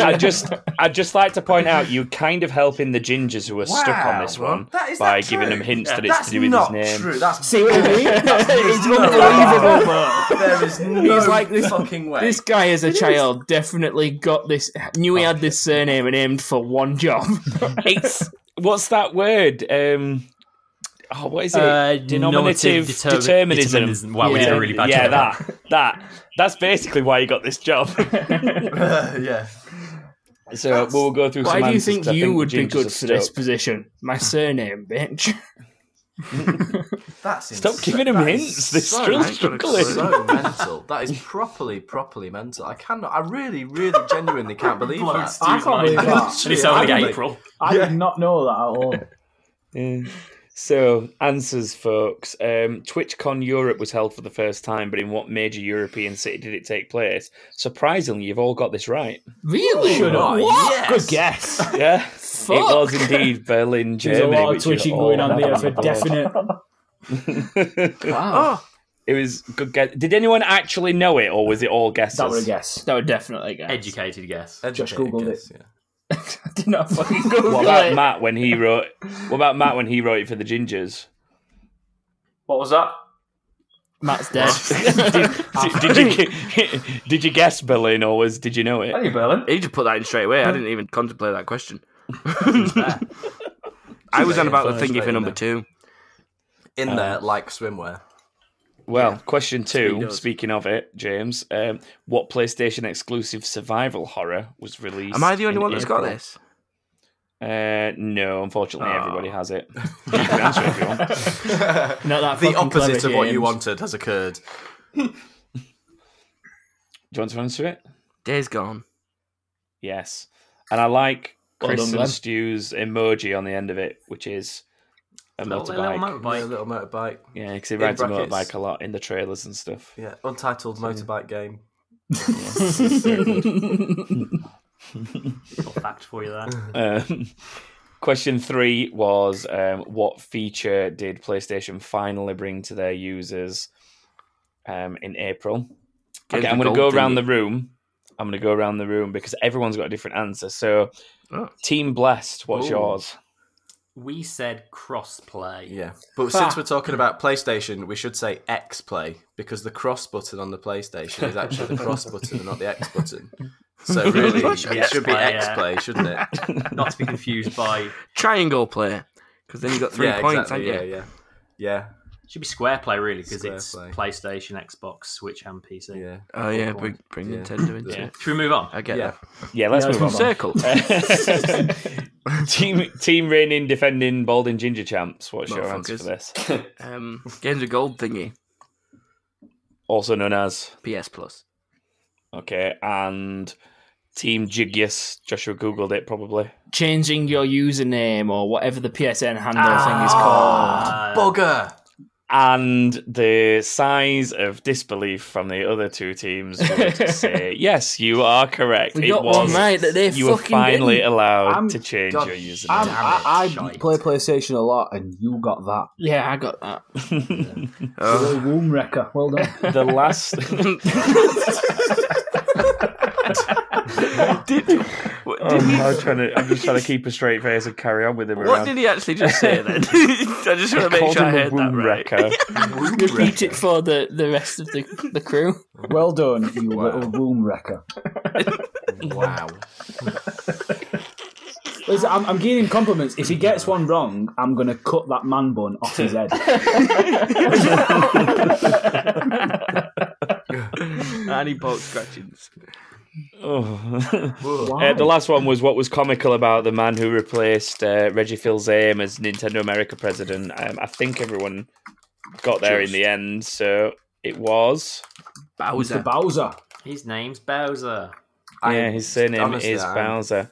A: I just, I'd just like to point out you kind of helping the gingers who are stuck on this
E: Wow,
A: one
E: that- is
A: by
E: that
A: giving
E: true?
A: them hints that it's
E: That's
A: to do with his
E: not
A: name.
E: true. That's
B: See what I mean? it's unbelievable. but
E: there is no
B: He's like this-
E: fucking way.
B: This guy, as a child, definitely got this. Knew he had this surname and aimed for one job.
A: It's what's that word? Um, oh, what is it?
F: Uh,
A: Denominative
F: nominative deter-
A: determinism.
F: determinism. Wow, we
B: Yeah.
F: did a really bad
A: yeah,
F: job.
A: that, that, that's basically why you got this job.
E: yeah.
A: so uh, we'll go through.
B: Why
A: some
B: do you
A: answers,
B: think
A: 'cause I
B: you
A: the
B: would be
A: gingers
B: good
A: are
B: for this
A: stuck.
B: position? My surname, bitch.
E: That's
A: Stop
E: insane.
A: giving him
E: That is
A: hints. They're
E: so
A: still
E: mental.
A: struggling.
E: So mental. That is properly, properly mental. I cannot. I really, really, genuinely can't believe
F: Blows
E: that.
F: Steve's
K: I can't believe
F: mind.
K: that.
F: And it's
E: Yeah,
F: only
E: I believe-
A: Oh.
F: April.
K: I did not know that at all.
A: Yeah. So answers, folks. Um, TwitchCon Europe was held for the first time, but in what major European city did it take place? Surprisingly, you've all got this right.
B: Really?
K: Should I?
B: What?
E: Yes.
B: Good guess.
A: Yeah,
B: Fuck.
A: it was indeed Berlin,
K: There's a
A: Germany.
K: lot
A: which
K: of
A: you
K: twitching
A: all
K: going on
A: had
K: there
A: on
K: for
A: the board.
K: definite.
B: Wow.
D: Oh,
A: It was good guess. Did anyone actually know it, or was it all guesses?
K: That was a guess.
B: That would definitely guess.
F: Educated guess.
K: Just Googled it.
E: Yeah.
B: I did not fucking Google
A: What about
B: it.
A: Matt when he wrote? What about Matt when he wrote it for the Gingers?
G: What was that?
B: Matt's dead.
A: Did, did you did you guess Berlin, or was did you know it?
G: Hey, Berlin.
D: he just put that in straight away. I didn't even contemplate that question. I was on about the thingy for number two.
E: In there, like swimwear.
A: Well, question two.
D: Speedos.
A: Speaking of it, James, um, what PlayStation exclusive survival horror was released?
D: Am I the only
A: in
D: one that's got
A: April?
D: this? Oh.
A: Uh, no, unfortunately,
D: Aw.
A: everybody has it. You can answer if you want.
B: not that
E: The
B: fucking
E: opposite
B: clever,
E: of what you
B: James.
E: wanted has occurred.
A: Do you want to answer it?
D: Days gone.
A: Yes. And I like
B: Well
A: Chris
B: done,
A: and
B: lad.
A: Stu's emoji on the end of it, which is a
E: Little- little
A: motorbike.
E: motorbike. Yeah, little motorbike.
A: Yeah, because he
E: In
A: rides a
E: brackets.
A: motorbike a lot in the trailers and stuff.
E: Yeah, untitled motorbike game.
F: Little fact for you there.
A: Um, question three was um, what feature did PlayStation finally bring to their users um, in April?
F: Gave
A: okay,
F: the
A: I'm going to go
F: gold,
A: around the
F: didn't
A: room. I'm going to go around the room because everyone's got a different answer. So, Team Blessed, what's
F: Oh. Ooh.
A: yours?
F: We said crossplay.
E: Yeah, but since we're talking about PlayStation, we should say X Play because the cross button on the PlayStation is actually the cross button and not the X button. So really, it should be, X Play, shouldn't it?
F: Not to be confused by
D: triangle play, because then you got three
F: Yeah,
D: points,
F: exactly,
D: haven't you?
E: Yeah, yeah,
F: Should be square play really because
D: Square
F: it's
D: play.
F: PlayStation, Xbox, Switch, and PC.
E: Yeah.
D: Oh yeah, bring, bring Nintendo into it.
F: Should we move on?
D: I get
F: Yeah.
D: that.
A: Yeah, let's
D: Yeah,
A: move on.
D: Circle.
A: team Team reigning, defending, bald and ginger champs. What's your answer for this?
D: Motherfuckers. um, games of gold thingy.
A: Also known as
D: PS Plus.
A: Okay, and Team Jigius. Joshua googled it probably.
B: Changing your username or whatever the PSN handle
A: Ah,
B: thing is called.
E: Bugger.
A: And the sighs of disbelief from the other two teams would say, "Yes, you are correct.
K: We
A: it
K: got
A: was
K: one right that they
A: you were
K: fucking
A: finally
K: didn't.
A: allowed
K: I'm-
A: to change
K: God
A: your username."
K: I'm- I, I play PlayStation a lot, and you got that.
B: Yeah, I got that.
K: You're a womb wrecker. Well done.
A: Uh, the last.
D: What,
A: Oh,
D: did he-
A: I'm trying to. I'm just trying to keep a straight face and carry on with him.
D: what did he actually just say then? I just want to make
A: Called
D: sure I
A: him a
D: heard that
A: womb
D: right.
A: wrecker.
B: Repeat it for the, the rest of the, the crew.
K: Well done, you little womb wrecker.
E: wow.
K: Listen, I'm, I'm giving him compliments. If he gets one wrong, I'm going to cut that man bun off his head.
D: and he poked scratchings.
A: Oh.
D: Why?
A: Uh, the last one was what was comical about the man who replaced uh, Reggie Fils-Aime as Nintendo America president. Um, I think everyone got there in the end, so it was
D: Bowser.
K: Bowser.
F: His name's Bowser.
A: yeah, his surname
F: honestly,
A: is
F: I'm
A: Bowser.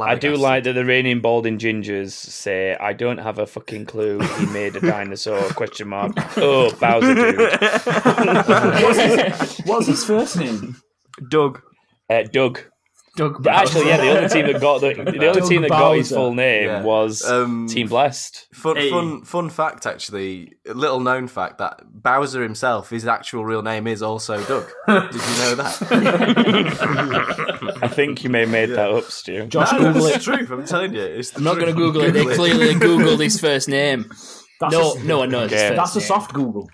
A: I do like that the reigning balding gingers say, "I don't have a fucking clue. He made a dinosaur?" question mark. Oh, Bowser
K: what's,
A: dude.
K: his, what's his first name?
A: Doug. Uh, Doug.
B: Doug
A: But Actually, yeah, the other team that got the, the other
E: Doug
A: team that got his
E: Bowser.
A: full name
E: Yeah. Um,
A: was Team Blessed.
E: Fun,
A: Hey.
E: fun, fun fact. Actually, a little known fact that Bowser himself, his actual real name is also Doug. Did you know that?
A: I think you may have made that up, Stu.
E: Josh, no, Google it's it. the truth. I'm telling you, it's the
B: I'm not going to
E: truth.
B: Google it. They
E: Google it.
B: clearly Googled his first name.
E: That's
B: no,
E: a-
B: no one knows. his
E: Okay.
B: first
K: That's a
B: name.
K: soft Google.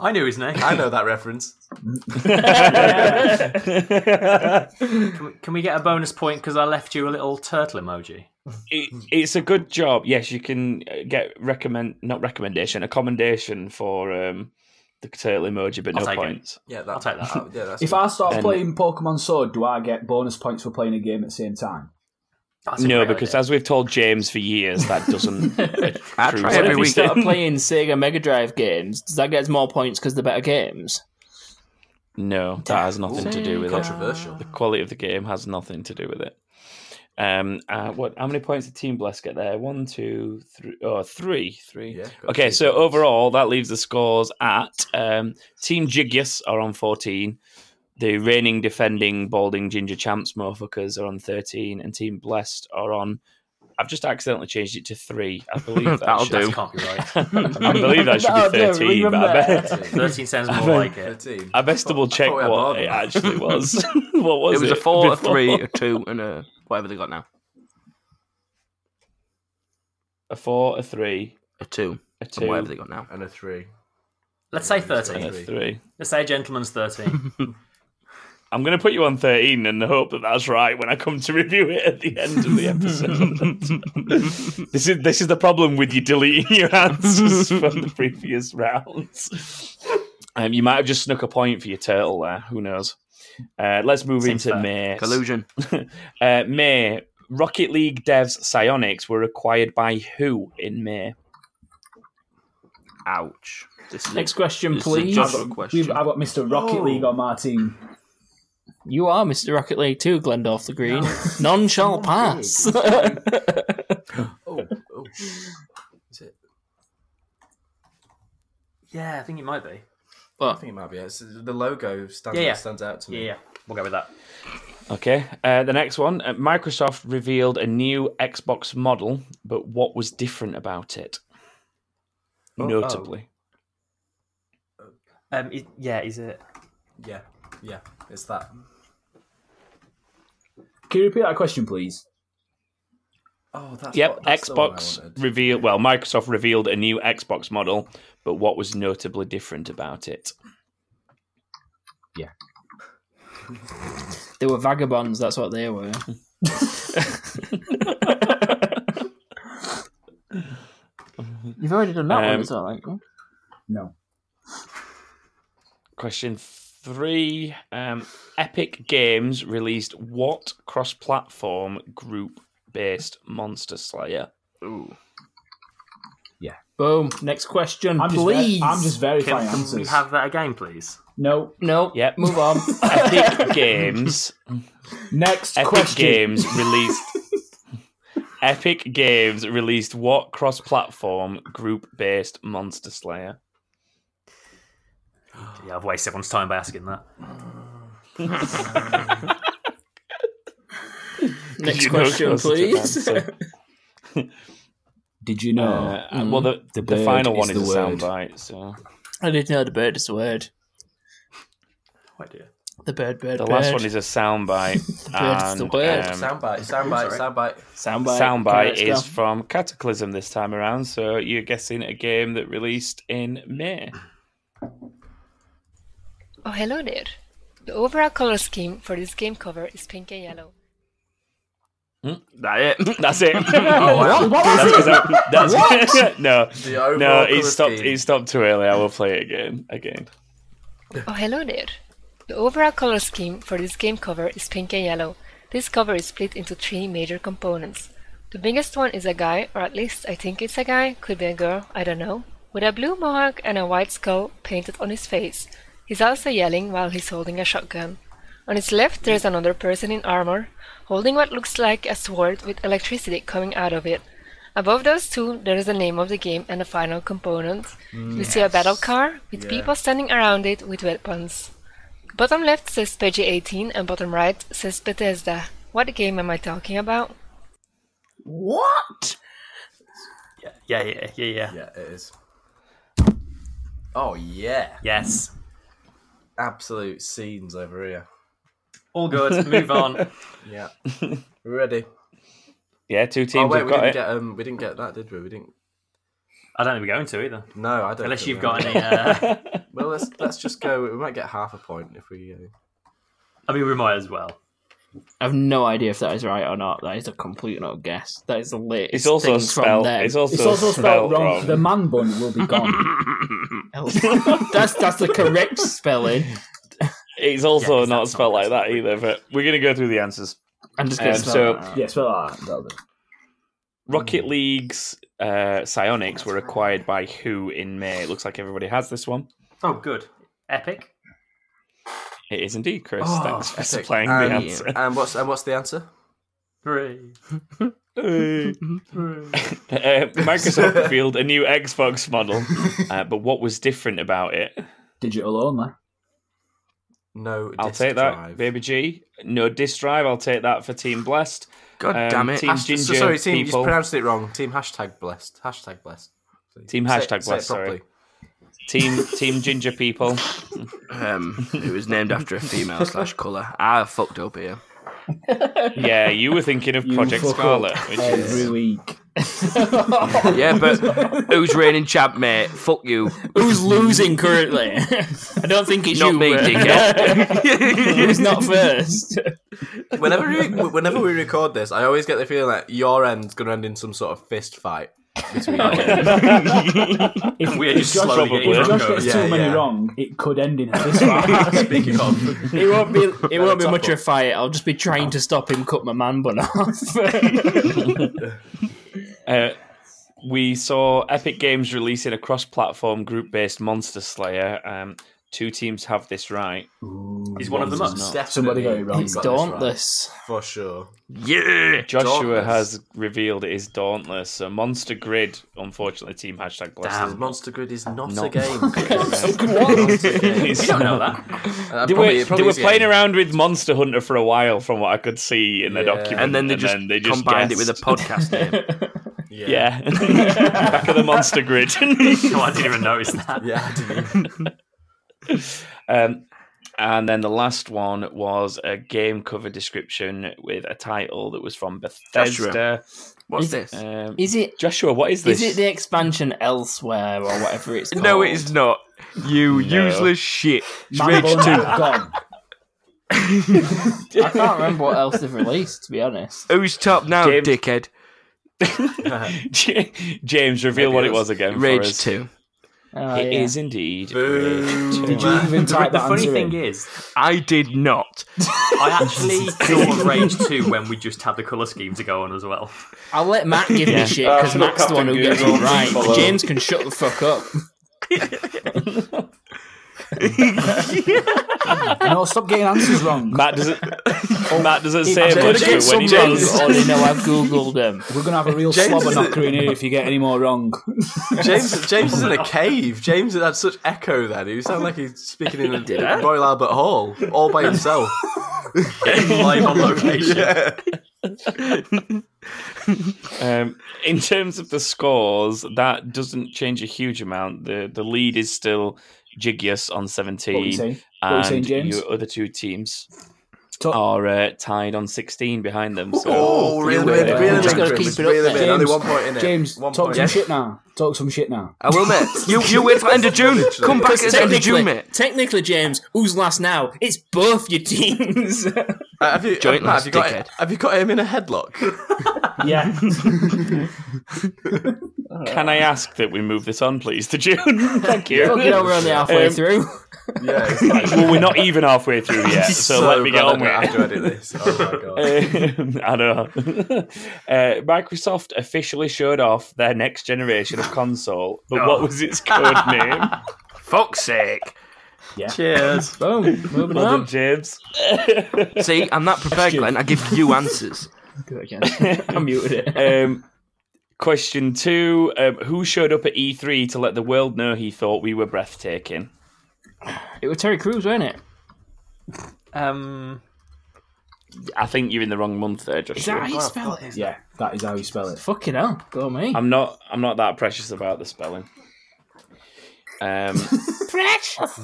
E: I
F: knew his name.
E: I know that reference.
F: Can we, can we get a bonus point because I left you a little turtle emoji?
A: It, it's a good job. Yes, you can uh, get recommend not recommendation, a commendation for um, the turtle emoji, but
F: I'll
A: no
F: take it.
A: points.
E: Yeah,
F: I'll take that.
E: yeah, that's
K: If I start
A: Then-
K: playing Pokemon Sword, do I get bonus points for playing a game at the same time?
A: no, because as we've told James for years, that doesn't. I
B: What if you start playing Sega Mega Drive games? Does that get us more points because they're better games?
A: No, that has nothing to do with
E: Controversial.
A: it. The quality of the game has nothing to do with it. Um, uh, what? How many points did Team Bless get there? One, two, three. Oh, three, three.
E: Yeah, got
A: okay,
E: three
A: so overall, that leaves the scores at um, Team Jigius are on fourteen. The reigning, defending, balding ginger champs motherfuckers are on thirteen, and Team Blessed are on. I've just accidentally changed it to three. I believe that
F: That'll
A: should-
F: do. That's copyright.
A: I believe that should
F: That'll
A: be
F: do,
A: thirteen.
F: leave them
A: But I
F: there.
A: bet
F: 13 sounds
A: I
F: more
A: bet-
F: like it.
E: 13.
A: I best double check
D: we had more
A: what
D: than
A: it
D: that.
A: actually was. what was
D: was
A: it?
D: a four, a three,
A: before?
D: a two, and a whatever they got now.
A: A four, a three,
D: a two,
A: a
D: and whatever
A: two.
D: they got now.
E: And a three.
F: Let's say
A: And
F: 13.
A: a three.
F: Let's say a gentleman's 13.
A: I'm going to put you on 13 and hope that that's right when I come to review it at the end of the episode. this is this is the problem with you deleting your answers from the previous rounds. Um, you might have just snuck a point for your turtle there. Who knows? Uh, let's move
D: Seems
A: into
D: fair.
A: May.
D: Collusion.
A: uh, May. Rocket League devs Psyonix were acquired by who in May?
D: Ouch. This is
B: Next question,
D: this is a
B: please.
D: Joshua
B: I've got-
D: question.
K: We've, I've got Mr. Rocket
B: Oh.
K: League on my team.
B: You are Mr. Rocket League 2, Glendorf the Green. None shall pass.
E: oh, oh. Is it?
F: Yeah, I think it might be.
E: I think it might be. It's, the logo stands,
F: Yeah, yeah.
E: stands out to me.
F: Yeah, yeah. We'll go with that.
A: Okay. Uh, the next one uh, Microsoft revealed a new Xbox model, but what was different about it?
E: Oh, oh.
A: Notably.
F: Um, is- yeah, is it?
E: Yeah, yeah, it's that.
K: Can you repeat that question, please?
E: Oh, that's
A: Yep,
E: what- that's the one I wanted.
A: Xbox revealed. Well, Microsoft revealed a new Xbox model, but what was notably different about it?
B: they were vagabonds, that's what they were. You've already done that
A: Um,
B: one, it's all right.
K: No.
A: Question three: um, Epic Games released what cross-platform group-based Monster Slayer?
B: Boom. Next question,
K: I'm just, ver-
B: please.
K: I'm just verifying
F: Can, can we
K: answers.
F: have that again, please?
K: No.
B: No.
A: Yep.
B: Move on.
A: Epic Games.
K: Next
A: Epic
K: question.
A: Games released. Epic Games released what cross-platform group-based Monster Slayer?
F: Yeah, I've wasted everyone's time by asking that.
B: Next
A: You know
B: question,
A: closer to
B: please.
A: that, so-
K: Did you know?
A: Uh, Well, the, the,
K: The bird
A: final
K: is
A: one is,
K: the
A: a
K: word.
A: soundbite, so
B: I didn't know the bird is a word.
E: Oh,
F: Wait, dear.
B: The bird, bird,
A: the
B: bird.
A: last one is a soundbite.
B: Bird is the
A: and,
B: word.
A: um,
E: soundbite, soundbite, soundbite.
B: soundbite.
A: soundbite
B: Correct,
A: is
B: go.
A: from Cataclysm this time around, so you're guessing a game that released in May.
L: Oh, hello there. The overall color scheme for this game cover is pink and yellow.
A: Hmm? That it. That's it.
B: Oh,
E: wow.
A: That's 'cause I- that's- no,
E: The overall
A: no. He
E: colour
A: stopped.
E: scheme.
A: He stopped too early. I will play it again. Again.
L: Oh, hello there. The overall color scheme for this game cover is pink and yellow. This cover is split into three major components. The biggest one is a guy, or at least I think it's a guy, could be a girl, I don't know, with a blue mohawk and a white skull painted on his face. He's also yelling while he's holding a shotgun. On his left, there's another person in armor, holding what looks like a sword with electricity coming out of it. Above those two, there is the name of the game and the final component. We see a battle car with
E: Yeah.
L: people standing around it with weapons. Bottom left says PG 18 and bottom right says Bethesda. What game am I talking about?
B: What?
F: Yeah, yeah, yeah, yeah.
E: Yeah, it is. Oh yeah,
F: Yes.
E: absolute scenes over here.
F: All good. Move on.
E: Yeah, we're ready.
A: Yeah, two teams
E: Oh wait,
A: have
E: we
A: got
E: didn't
A: it.
E: get um, we didn't get that, did we? We didn't.
F: I don't think we're going to either.
E: No, I don't.
F: Unless
E: think
F: you've
E: we
F: got
E: are.
F: any. Uh...
E: Well, let's let's just go. We might get half a point if we. Uh...
F: I mean, we might as well.
B: I have no idea if that is right or not. That is a complete and utter guess. That is the latest.
A: It's also
B: thing From
A: spelled.
B: them.
A: It's also,
K: It's also spelled wrong. The man bun will be gone.
B: that's that's the correct spelling.
A: It's also
F: 'cause
A: not
F: that's not
A: spelled like that
F: possible.
A: either. But we're gonna go through the answers.
B: I'm just gonna
A: Um,
B: spell
A: so-
B: that out.
K: yeah, spell that. That'll do.
A: Rocket League's uh, psionics were acquired by who in May? It looks like everybody has this one.
F: Oh, good. Epic.
A: It is indeed, Chris.
E: Oh,
A: Thanks for
E: epic.
A: supplying
E: And-
A: the answer.
E: And what's and what's the answer?
F: Hooray.
A: Uh, Microsoft revealed a new Xbox model, uh, but what was different about it?
K: Digital only.
E: No,
A: I'll
E: disk
A: take that,
E: drive.
A: Baby G. No disk drive. I'll take that for Team Blessed.
D: God
A: Um,
D: damn it.
A: Team
E: Hasht-
A: Ginger
E: so- sorry, team,
A: people.
E: you pronounced it wrong. Team hashtag blessed. Hashtag blessed. Please.
A: Team
E: Say-
A: hashtag
E: say it
A: blessed, sorry.
E: properly.
A: Team Team Ginger people.
D: Um, it was named after a female slash colour. I fucked up here.
A: Yeah, you were thinking of Project
K: fuck up.
A: Scarlet, which is
K: Every week.
D: Yeah, but who's reigning champ, mate? Fuck you.
B: Who's losing currently? I don't think it's
D: Not
B: you.
D: me,
B: Bert.
D: dickhead.
B: Who's not first?
E: Whenever we, whenever we record this, I always get the feeling that your end's going to end in some sort of fist fight. Between our ends.
F: We're just
K: Oh,
F: slowly
K: Josh-
A: Probably.
F: getting
K: If
A: Josh
K: Josh
F: drunk
K: gets
E: yeah,
K: too many
E: yeah.
K: wrong, it could end in a fist fight.
E: Speaking of,
B: It won't be. It won't be
E: top
B: much
E: one.
B: of a fight. I'll just be trying to stop him cut my man bun off.
A: Uh, we saw Epic Games releasing a cross-platform group-based Monster Slayer. Um, Two teams have this right.
F: He's one of the
A: One's
F: most.
A: not.
B: Somebody got it wrong. It's
A: Got this right.
B: dauntless.
E: For sure.
A: Yeah, Joshua
E: Dauntless.
A: has revealed it is dauntless. So Monster Grid, unfortunately, team hashtag blessed.
E: Damn, Monster Grid is not,
A: Not-
E: a game.
A: It's
E: you don't know
A: not.
E: that. Uh, probably-
A: They were,
E: it probably
A: they were
E: is a
A: playing
E: game.
A: around with Monster Hunter for a while, from what I could see in the
E: Yeah.
A: document,
E: And then they just
D: combined it with a podcast
A: name. yeah, back of the Monster Grid.
F: No, I didn't even notice that.
E: Yeah, I didn't.
A: Um, and then the last one was a game cover description with a title that was from Bethesda.
B: Joshua,
D: what's
B: Is- this?
A: Um,
B: Is it
A: Joshua? What is this?
B: Is it the expansion elsewhere or whatever it's called?
D: No, it is not. You useless shit.
B: Man
D: Rage
B: bun
D: two.
B: gone. I can't remember what else they've released. To be honest,
D: Who's top now, dickhead?
A: James, reveal
D: Maybe
A: what
D: it
A: it
D: was
A: was again.
D: Rage
A: for us.
D: two.
B: Oh,
A: It is
B: yeah.
A: indeed.
B: Did you even
F: the,
B: type
F: the
B: that
F: funny
B: answer in?
F: thing is,
D: I did not.
F: I actually thought of Rage 2 when we just had the colour scheme to go on as well.
B: I'll let Matt give
F: Yeah.
B: me shit
F: Uh,
B: because
F: look
B: Matt's the
F: up
B: one who
F: in
B: gets
F: Google.
B: it right.
F: Follow.
B: James can shut the fuck up.
K: no, stop getting answers wrong.
A: Matt doesn't. Matt doesn't
K: He-
A: say
K: I'm gonna
A: much,
K: get
A: but when he
K: some
A: does,
K: wrongs. Already know
B: I've googled them.
K: We're gonna have a real
E: James
K: slobber
E: is-
K: knocker in here if you get any more wrong.
E: James, James is in a cave. James had such echo then. He sounded like he's speaking in a
K: I?
E: Royal Albert Hall, all by himself.
F: Live on location.
A: um, in terms of the scores, that doesn't change a huge amount. the The lead is still Jigius on seventeen,
C: What were you saying? What were you
A: and
C: saying, James?
A: your other two teams are uh, tied on sixteen behind them. So
E: Oh, really, really, really, Just gotta keep it up really, there. really, only one point in it.
K: James,
E: One
K: talk
E: point.
K: some
E: Yes.
K: shit now. Talk some shit now.
D: I will, mate. You you wait for end of June. Come back at
B: Because
D: the end of June,
B: technically,
D: mate.
B: technically, James, who's last now? It's both your teams.
E: Uh, have you,
D: Jointless
E: Matt, have, you got,
D: dickhead.
E: have you got him in a headlock?
B: yeah.
A: Can I ask that we move this on, please, to June? Thank you.
B: Fucking hell, we're only halfway
A: Um,
B: through.
E: Yeah, it's
A: well, we're not even halfway through yet, so,
E: So
A: let me get
E: glad
A: on
E: I
A: with
E: don't
A: it.
E: have to edit this. Oh my
D: Oh
E: God.
A: Um, I know. Uh, Microsoft officially showed off their next generation of console, but what was its code name?
D: Oh. Fuck's sake.
A: Yeah.
D: Cheers.
K: Boom. Moving
A: Well done,
K: on.
A: James.
D: See, I'm not prepared, Glenn. I give you answers.
B: I muted
A: it. Um, question two: um, Who showed up at E3 to let the world know he thought we were breathtaking?
B: It was Terry Crews, wasn't it?
F: Um,
A: I think you're in the wrong month there, Joshua.
B: Is that how you spell it?
K: Yeah, that is how you spell it.
B: Fucking hell, Oh, go me.
A: I'm not. I'm not that precious about the spelling. Um,
B: precious.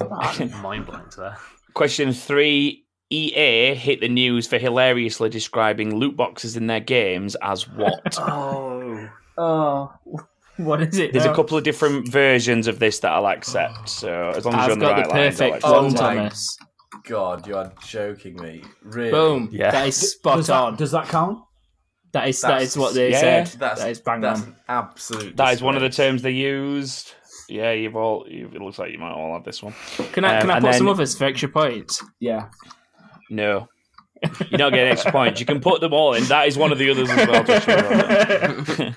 F: mind blank there.
A: question three: EA hit the news for hilariously describing loot boxes in their games as what?
B: Oh. Oh. What is it?
A: There's
B: now?
A: a couple of different versions of this that I'll accept. So as long as
B: I've
A: you're on the right
B: got the
A: lines, I'll
B: perfect
A: accept.
B: one,
E: Oh my
B: Thomas.
E: God, you are joking me. Really?
B: Boom.
A: Yeah.
B: That is spot
K: does
B: on.
K: That, does that count?
B: that is that
E: That's-
B: is what they
A: yeah,
B: said.
E: That's,
B: that is bang
E: that's
B: on.
E: an absolute.
A: um, That is one of the
E: disgrace.
A: terms they used. Yeah, you've all. You've, it looks like you might all have this one.
B: Can I
A: Um,
B: can I
A: and
B: put some
A: then-
B: others for extra points?
K: Yeah.
A: No, you're not getting extra points. You can put them all in. That is one of the others as well. Joshua.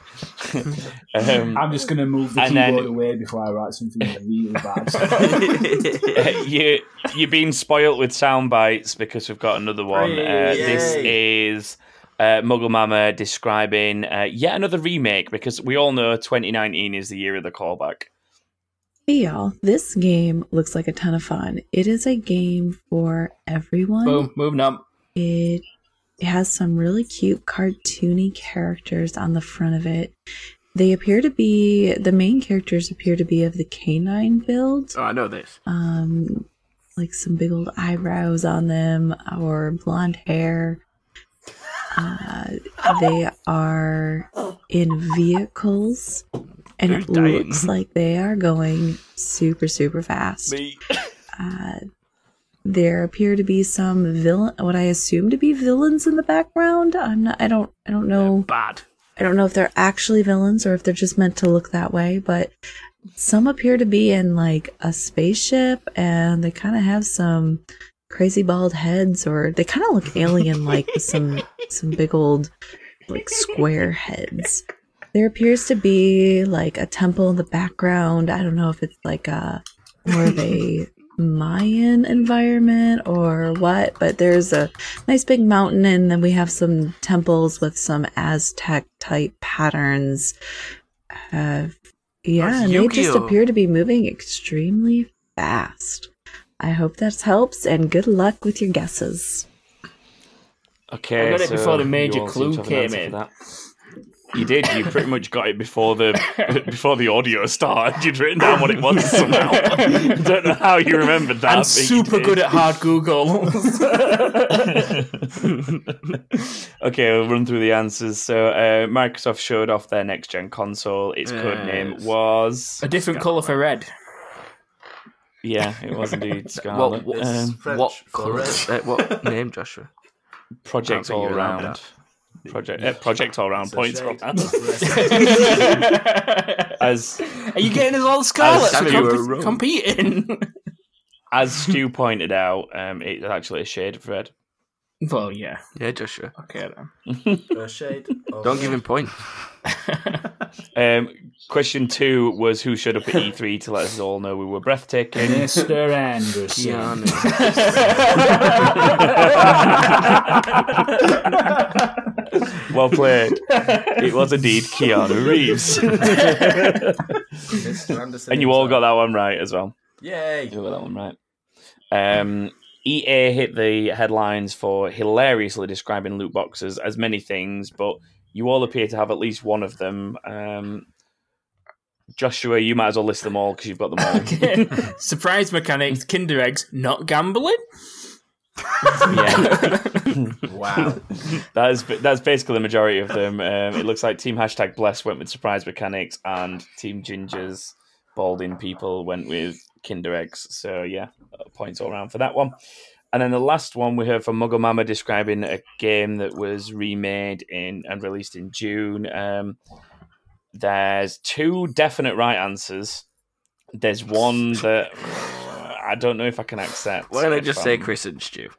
A: um,
K: I'm just gonna move the
A: And
K: keyboard
A: then-
K: away before I write something really bad.
A: Um, you you've been spoilt with sound bites because we've got another one. Uh, this is uh, Muggle Mama describing uh, yet another remake because we all know 2019 is the year of the callback.
M: Hey y'all, this game looks like a ton of fun. It is a game for everyone.
B: Boom, moving on.
M: It has some really cute cartoony characters on the front of it. They appear to be the main characters appear to be of the canine build.
D: Oh, I know this.
M: Um like some big old eyebrows on them or blonde hair. Uh, they are in vehicles and it
D: They're dying.
M: looks like they are going super super fast uh, there appear to be some villain what i assume to be villains in the background i'm not i don't i don't know
D: bad
M: i don't know if they're actually villains or if they're just meant to look that way but some appear to be in like a spaceship and they kind of have some crazy bald heads or they kind of look alien like with some some big old like square heads there appears to be like a temple in the background i don't know if it's like a more of a Mayan environment or what, but there's a nice big mountain, and then we have some temples with some Aztec type patterns. Uh, yeah,
D: That's
M: and they just
D: Yu-Gi-Oh!
M: appear to be moving extremely fast. I hope that helps, and good luck with your guesses.
A: Okay,
B: I got it
A: so
B: before the
A: you
B: major
A: all seem
B: clue
A: to have an
B: came
A: answer for
B: in.
A: that. You did. You pretty much got it before the before the audio started. You'd written down what it was somehow. I don't know how you remembered that.
B: I'm
A: but you
B: super
A: did.
B: good at hard Google.
A: Okay, we'll run through the answers. So uh, Microsoft showed off their next gen console. Its code name
B: Yes.
A: was
B: a different colour for red.
A: Yeah, it was indeed
D: Well,
A: Scarlet.
D: what,
A: Um,
D: what colour? Uh, what name, Joshua?
A: Project
D: I don't
A: All
D: think you remember
A: Round.
D: that.
A: Project uh, Project All Round points for
B: Are
A: as
B: you getting us all
A: Scarlet for
B: scarlet for
A: Sammy, you compe- were wrong.
B: competing?
A: as Stu pointed out, um, it's actually a shade of red.
B: Well, yeah.
D: Yeah, Joshua.
B: Okay, then.
E: A shade. of
D: Don't give
E: red.
D: him points.
A: Um, question two was who showed up at E3 to let us all know we were breathtaking.
K: Mr. Anderson.
A: well played. It was indeed Keanu Reeves.
E: Mr. Anderson
A: and you all got that one right as well.
E: Yay.
A: You got that one right. Um, EA hit the headlines for hilariously describing loot boxes as many things, but you all appear to have at least one of them. Um, Joshua, you might as well list them all because you've got them all.
B: Surprise mechanics, Kinder eggs, not gambling.
E: Wow.
A: that is that's basically the majority of them. Um, it looks like Team Hashtag Bless went with surprise mechanics, and Team Ginger's balding people went with Kinder eggs. So yeah, points all around for that one. And then the last one we heard from Muggle Mama describing a game that was remade in and released in June. Um, there's two definite right answers. There's one that I don't know if I can accept.
D: Why don't I
A: if
D: just say
A: I'm-
D: Chris and Stu?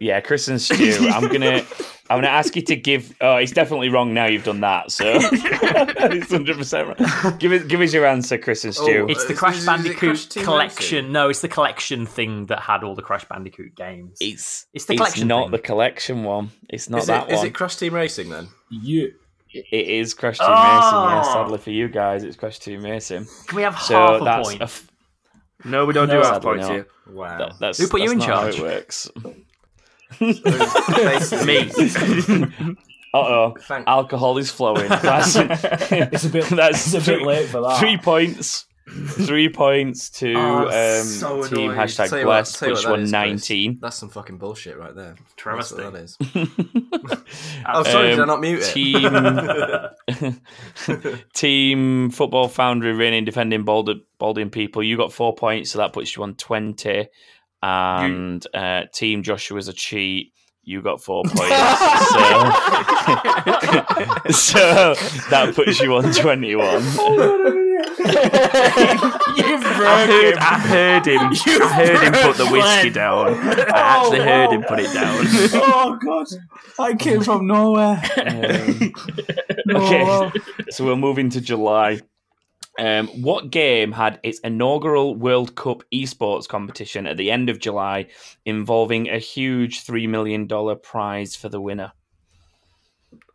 A: yeah, Chris and Stu. I'm gonna I'm gonna ask you to give oh it's definitely wrong now you've done that, so it's hundred percent right. Give it give us your answer, Chris
D: Oh,
A: and Stu.
F: It's the
E: is-
F: Crash
E: is it
F: Bandicoot
E: Crash Team
F: collection. No, it's the collection thing that had all the Crash Bandicoot games.
A: It's
F: it's the collection
A: not
F: thing.
A: the collection one. It's not
E: is
A: that
E: it, is
A: one.
E: it Crash Team Racing then?
K: You.
A: it is Crash Team Racing, yeah.
F: Oh.
A: Sadly for you guys, it's Crash Team Racing.
F: Can we have
A: so
F: half a
A: that's
F: point?
A: f-
D: No, we don't
A: No,
D: do half
A: sadly
D: points
A: not.
D: here.
E: Wow.
A: that- that's,
F: Who put you
A: that's not
F: in
A: how
F: charge?
A: it works.
E: Me.
A: Uh oh.
E: Thank-
A: Alcohol is flowing. That's,
K: It's a bit.
A: that's
K: It's a bit
A: three-
K: late for that.
A: Three points. Three points to
E: Oh,
A: um,
E: so
A: team
E: annoying.
A: hashtag
E: Tell you what-
A: blessed,
E: tell you
A: which
E: what that
A: won
E: is, Chris.
A: 19.
E: That's some fucking bullshit right there.
F: Travesty.
E: That's what that is. oh, sorry,
A: Um,
E: did I not mute it?
A: Team, team Football Foundry reigning defending Bald- Balding People. You got four points, so that puts you on 20. And uh, Team Joshua's a cheat. You got four points. so, so that puts you on
E: Oh,
A: 21.
B: You've
D: I
B: broken.
D: heard, I heard him. I heard him put the whiskey
B: Glenn.
D: down. I actually heard him put it down.
K: oh god, I came from nowhere.
A: Um, okay, so we're moving to July. Um, what game had its inaugural World Cup esports competition at the end of July, involving a huge three million dollar prize for the winner?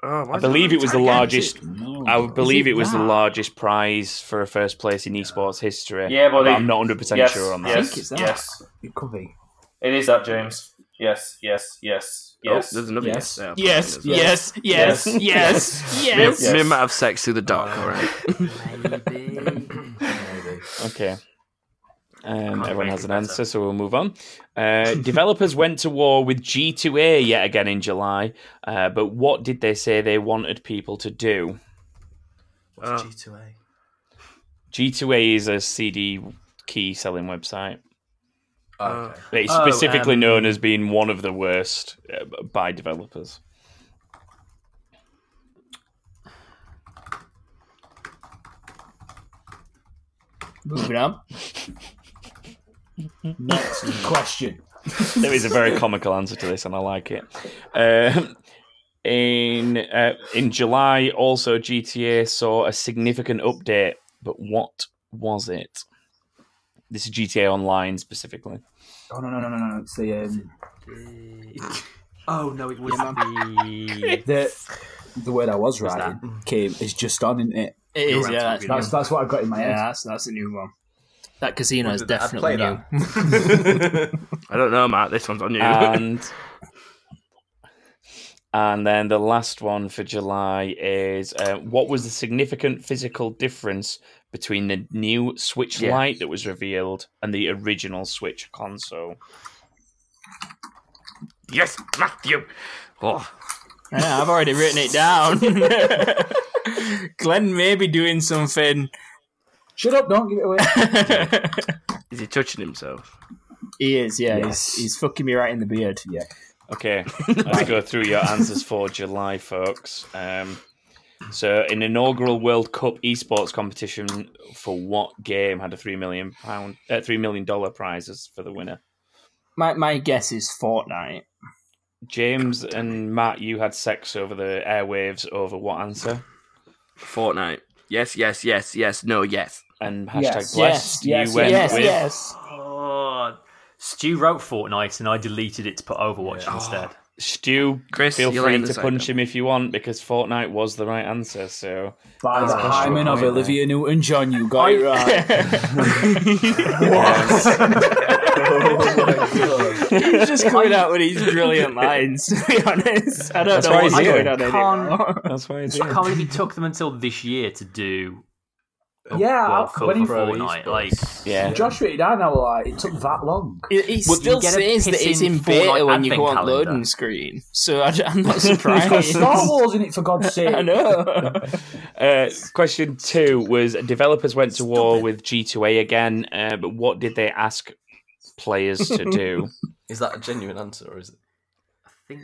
D: Oh, why
A: I
D: is that
A: believe
D: on
A: it was the
D: time?
A: largest.
K: No.
A: I believe it was the
K: that?
A: largest prize for a first place in esports history.
G: Yeah, but they-
A: I'm not 100 percent
G: yes,
A: sure on that.
G: yes,
K: think it's that.
G: Yes,
K: It could be.
G: it is that, James. Yes, yes, yes,
D: Oh,
G: yes.
D: there's another
K: Yes.
D: yes. Yeah,
B: Yes,
D: probably there's
B: yes, yes, yes,
D: another.
B: yes.
D: Me, me might have sex through the dark.
G: Uh,
D: All right.
E: Maybe. Maybe.
A: Okay. Um,
F: Can't
A: everyone
F: make
A: has
F: it
A: an
F: better.
A: answer, so we'll move on. Uh, developers went to war with G2A yet again in July, uh, but what did they say they wanted people to do?
E: What's G2A?
A: G2A is a CD key selling website.
E: Oh, okay.
A: uh, It's
F: Oh,
A: specifically
F: um,
A: known as being one of the worst uh, by developers.
B: Moving on.
K: Next question.
A: Mm. there is a very comical answer to this, and I like it. Um, in uh, in July, also GTA saw a significant update, but what was it? This is GTA Online specifically.
K: Oh no no no no no! It's the um,
F: Oh no, it was the
K: the the word I was writing came is just on, isn't it?
B: It is, yeah,
K: That's,
B: that's-
K: that's what I've got in my
B: Yeah,
K: head.
B: that's that's a new one. That casino
K: Well,
B: is
K: did I
B: definitely
K: play
B: new.
D: I don't know, Matt. This one's on you.
A: And and then the last one for July is uh, what was the significant physical difference between the new Switch
D: Yeah.
A: Lite that was revealed and the original Switch console?
D: yes, Matthew. Oh.
B: Yeah, I've already written it down. Glenn may be doing something.
K: Shut up! Don't give it away.
D: Is he touching himself?
B: He is, yeah.
A: Yes.
B: He's, he's fucking me right in the beard.
K: Yeah.
A: Okay, let's go through your answers for July, folks. Um, so, an inaugural World Cup esports competition for what game had a three million pound, uh, three million dollar prizes for the winner?
B: My my guess is Fortnite.
A: James and Matt, you had sex over the airwaves over what answer?
D: Fortnite. Yes, yes, yes, yes. No, yes.
A: And hashtag
F: Yes,
A: blessed.
F: yes,
A: you
F: yes,
A: went
F: yes,
A: with
F: yes. Oh, Stu wrote Fortnite and I deleted it to put Overwatch instead.
A: Oh, Stu.
D: Chris,
A: Feel
D: you're
A: free
D: in the
A: to punch him if you want because Fortnite was the right answer. So
K: By the
A: That's a
K: hymen of
A: point there.
K: Olivia Newton John, you got it right. what?
B: He's just coming out with these brilliant lines, to be honest. I don't
A: That's
B: know
A: why
B: what's
A: he's here.
B: going on anymore.
A: That's why he's
F: I can't believe it took them until this year to do a
K: Yeah,
F: World
K: I-
F: Cup
K: when he-
F: for Fortnite. Like,
A: yeah.
K: Josh wrote it down. I was like, it took that long.
B: It, it
F: Well, you
B: still
F: get a
B: says that it's
F: pissing
B: in
F: Fortnite
B: beta when you
F: advent
B: go on
F: calendar.
B: loading screen, so I, am not
K: It's got
B: surprised.
K: Star Wars in it for God's sake.
B: I know.
A: Uh, question two was developers went to war with G2A again, uh, but what did they ask players to do?
E: Is that a genuine answer or is it?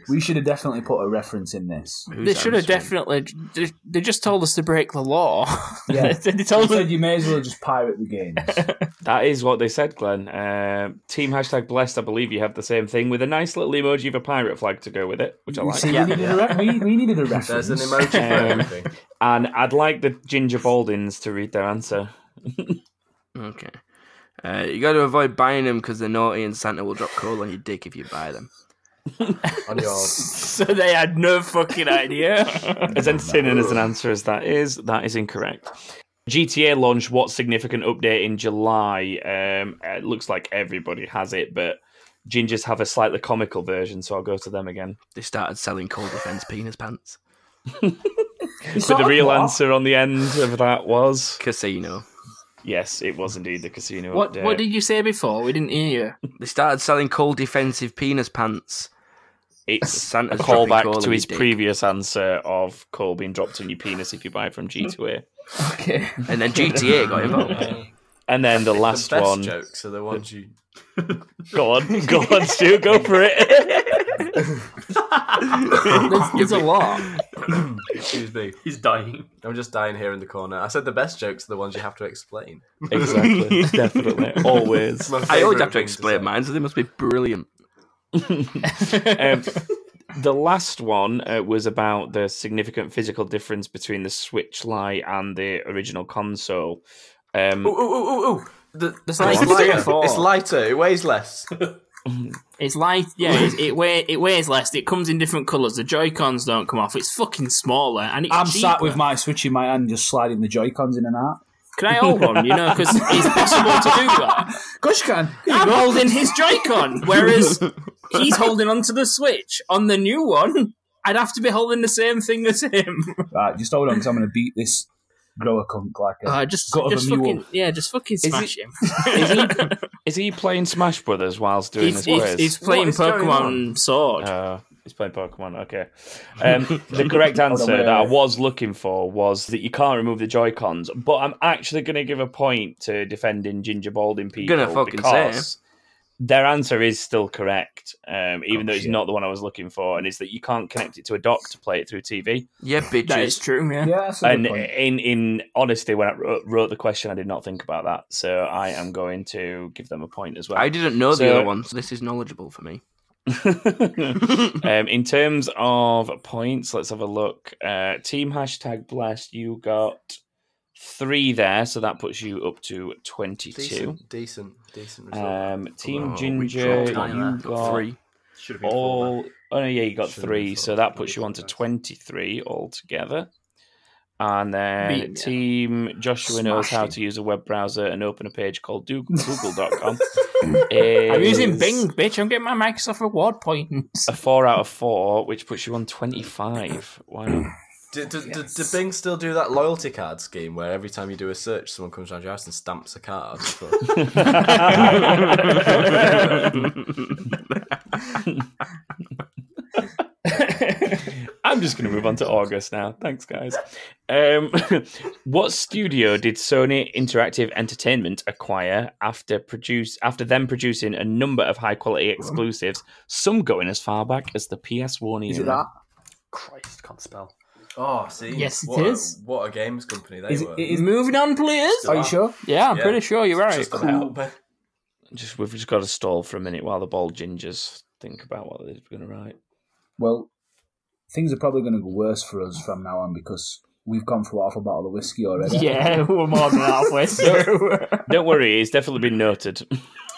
K: We should have definitely put a reference in this.
B: They should have definitely. They, they just told us to break the law.
K: Yeah.
B: they told us.
K: said you may as well just pirate the games.
A: That is what they said, Glenn. Uh, team hashtag blessed. I believe you have the same thing with a nice little emoji of a pirate flag to go with it, which I
K: You
A: like.
K: see, we, needed a re- we, we needed a reference.
E: There's an emoji for
A: Um,
E: everything.
A: and I'd like the ginger baldins to read their answer.
D: Okay. Uh, you got to avoid buying them because they're naughty and Santa will drop coal on your dick if you buy them.
E: On your
B: So they had no fucking
D: Oh,
B: idea.
A: As entertaining as an answer as that is, that is incorrect. GTA launched what significant update in July? Um, it looks like everybody has it, but Gingers have a slightly comical version, so I'll go to them again.
D: They started selling coal defense penis pants.
A: But the real answer on the end of that was
D: Casino.
A: yes, it was indeed the casino
B: What
A: update.
B: What did you say before? We didn't hear you.
D: They started selling coal defensive penis pants.
A: it's a
D: Santa's dropping coal
A: callback
D: on
A: to
D: your
A: his
D: dick.
A: previous answer of coal being dropped on your penis if you buy from G2A.
B: Okay.
D: And then GTA got involved.
A: And then the last
E: the best
A: one.
E: jokes are the ones you.
A: Go on, go on, Stu, go for it.
B: There's, there's a lot.
E: Excuse me.
F: He's dying.
E: I'm just dying here in the corner. I said the best jokes are the ones you have to explain.
A: exactly, definitely, always.
E: My
D: I always
E: favourite
D: have to
E: thing
D: explain
E: say.
D: mine, so they must be brilliant.
A: um, the last one uh, was about the significant physical difference between the Switch Lite and the original console. Um,
E: Ooh, ooh, ooh, ooh, ooh. The, it's,
B: There's like three or
E: lighter.
B: four.
E: it's lighter. It weighs less.
B: It's light, yeah. It, it weighs it weighs less. It comes in different colours. The Joy Cons don't come off. It's fucking smaller, and it's
K: I'm
B: cheaper.
K: sat with my Switch in my hand, just sliding the Joy Cons in and out.
B: Can I hold one? You know, because it's possible to do that.
K: Of course you can.
B: I'm holding his Joy-Con, whereas he's holding onto the Switch. On the new one, I'd have to be holding the same thing as him.
K: Right, just hold on, because I'm going to beat this grower cunt like a
B: Uh, just,
K: gut of
B: just
K: a mule.
B: fucking, yeah, just fucking smash him.
A: is, he, is he playing Smash Brothers whilst doing this
B: He's, he's,
A: quiz?
B: he's playing
E: What is going
B: Pokemon Sword.
A: Uh, he's playing Pokemon. Okay. Um, the correct answer
K: wait,
A: that I
K: wait.
A: was looking for was that you can't remove the Joy Cons, but I'm actually going to give a point to defending Ginger Balding people
D: Gonna fucking say.
A: because their answer is still correct, um, even
K: Oh,
A: though it's
K: shit.
A: not the one I was looking for, and it's that you can't connect it to a dock to play it through TV.
D: Yeah, bitches.
B: That is true, yeah.
K: Yeah, that's a
A: And
K: good point.
A: in in honesty, when I wrote, wrote the question, I did not think about that, so I am going to give them a point as well.
D: I didn't know the
A: So-
D: other one, so this is knowledgeable for me.
A: um, in terms of points, let's have a look. Uh, team hashtag blessed. You got three there, so that puts you up to 22.
E: Decent, decent, decent result.
A: Um, Team
E: Oh, we
A: Ginger,
E: dropped
A: you
E: down
A: got,
E: there. Got
A: three.
E: three.
A: Should
E: Should've
A: have
E: been four
A: all. oh no, yeah, you got
E: Should've been
A: three,
E: four.
A: so that puts you on to twenty-three altogether. And then
B: Beat me.
A: Team Joshua knows how
B: Smashing.
A: to use a web browser and open a page called Doo- Google.com.
B: I'm using
A: is
B: Bing, bitch. I'm getting my Microsoft reward points.
A: A four out of four, which puts you on twenty-five. Wow.
E: Did, did, did, did Bing still do that loyalty card scheme where every time you do a search, someone comes around your house and stamps a card?
A: I'm just going to move on to August now. Thanks, guys. Um, what studio did Sony Interactive Entertainment acquire after produce after them producing a number of high quality exclusives? Some going as far back as the PS1
B: Is
A: era.
B: it that?
E: Christ, can't spell. Oh, see,
B: Yes, it
E: what
B: is.
E: A, what a games company they
B: Is it-
E: were.
B: it is- Moving on, please.
E: Still
B: Are you sure? Yeah, I'm pretty sure you're right.
E: Just about, but-
A: Just we've just got to stall for a minute while the bald gingers think about what they're going to write.
K: Well, things are probably going to go worse for us from now on because we've gone through half a bottle of whiskey already.
B: Yeah, we're more than halfway through.
A: Don't worry, it's definitely been noted.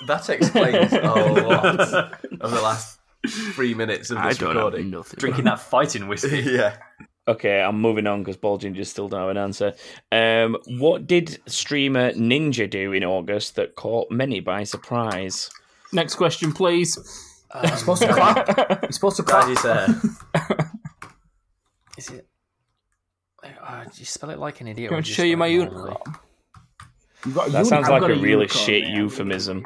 E: That explains a lot of the last three minutes of
A: I
E: this
A: don't have
E: recording.
A: nothing.
F: Drinking that fighting whiskey.
E: yeah.
A: Okay, I'm moving on because Bald Ginger's still don't have an answer. Um, what did streamer Ninja do in August that caught many by surprise?
B: Next question, please.
K: Uh, You're supposed to clap. You're supposed to clap.
E: As you said.
D: uh,
F: Is it? Uh, do you spell it like an idiot?
B: Can I
F: or do
B: show you
F: spell
B: my
F: it
B: unicorn?
F: normally?
K: You've got
A: That
K: uni-
A: sounds
K: I've
A: like
K: got
A: a really
K: unicorn
A: shit
K: now.
A: euphemism.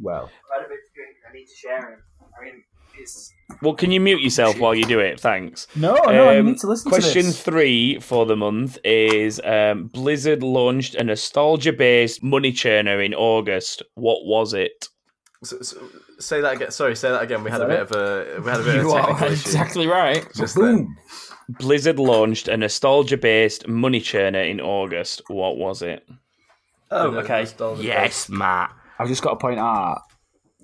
K: Well,
N: I need to share him. I mean, it's
A: Well, can you mute yourself while you do it? Thanks. Um,
K: No, no, I need to listen to
A: Question
K: this.
A: three for the month is um, Blizzard launched a nostalgia based money churner in August. What was it?
E: So, so, say that again. Sorry, say that again. We had a
A: Is
E: bit
A: that
E: of a we had a bit of
A: You
E: a
A: are
E: technical issue.
A: exactly
B: right.
E: Just
A: Boom. Blizzard launched a nostalgia based money churner in August. What was it?
E: Oh, okay. Yes,
A: Matt.
K: I've just got to point out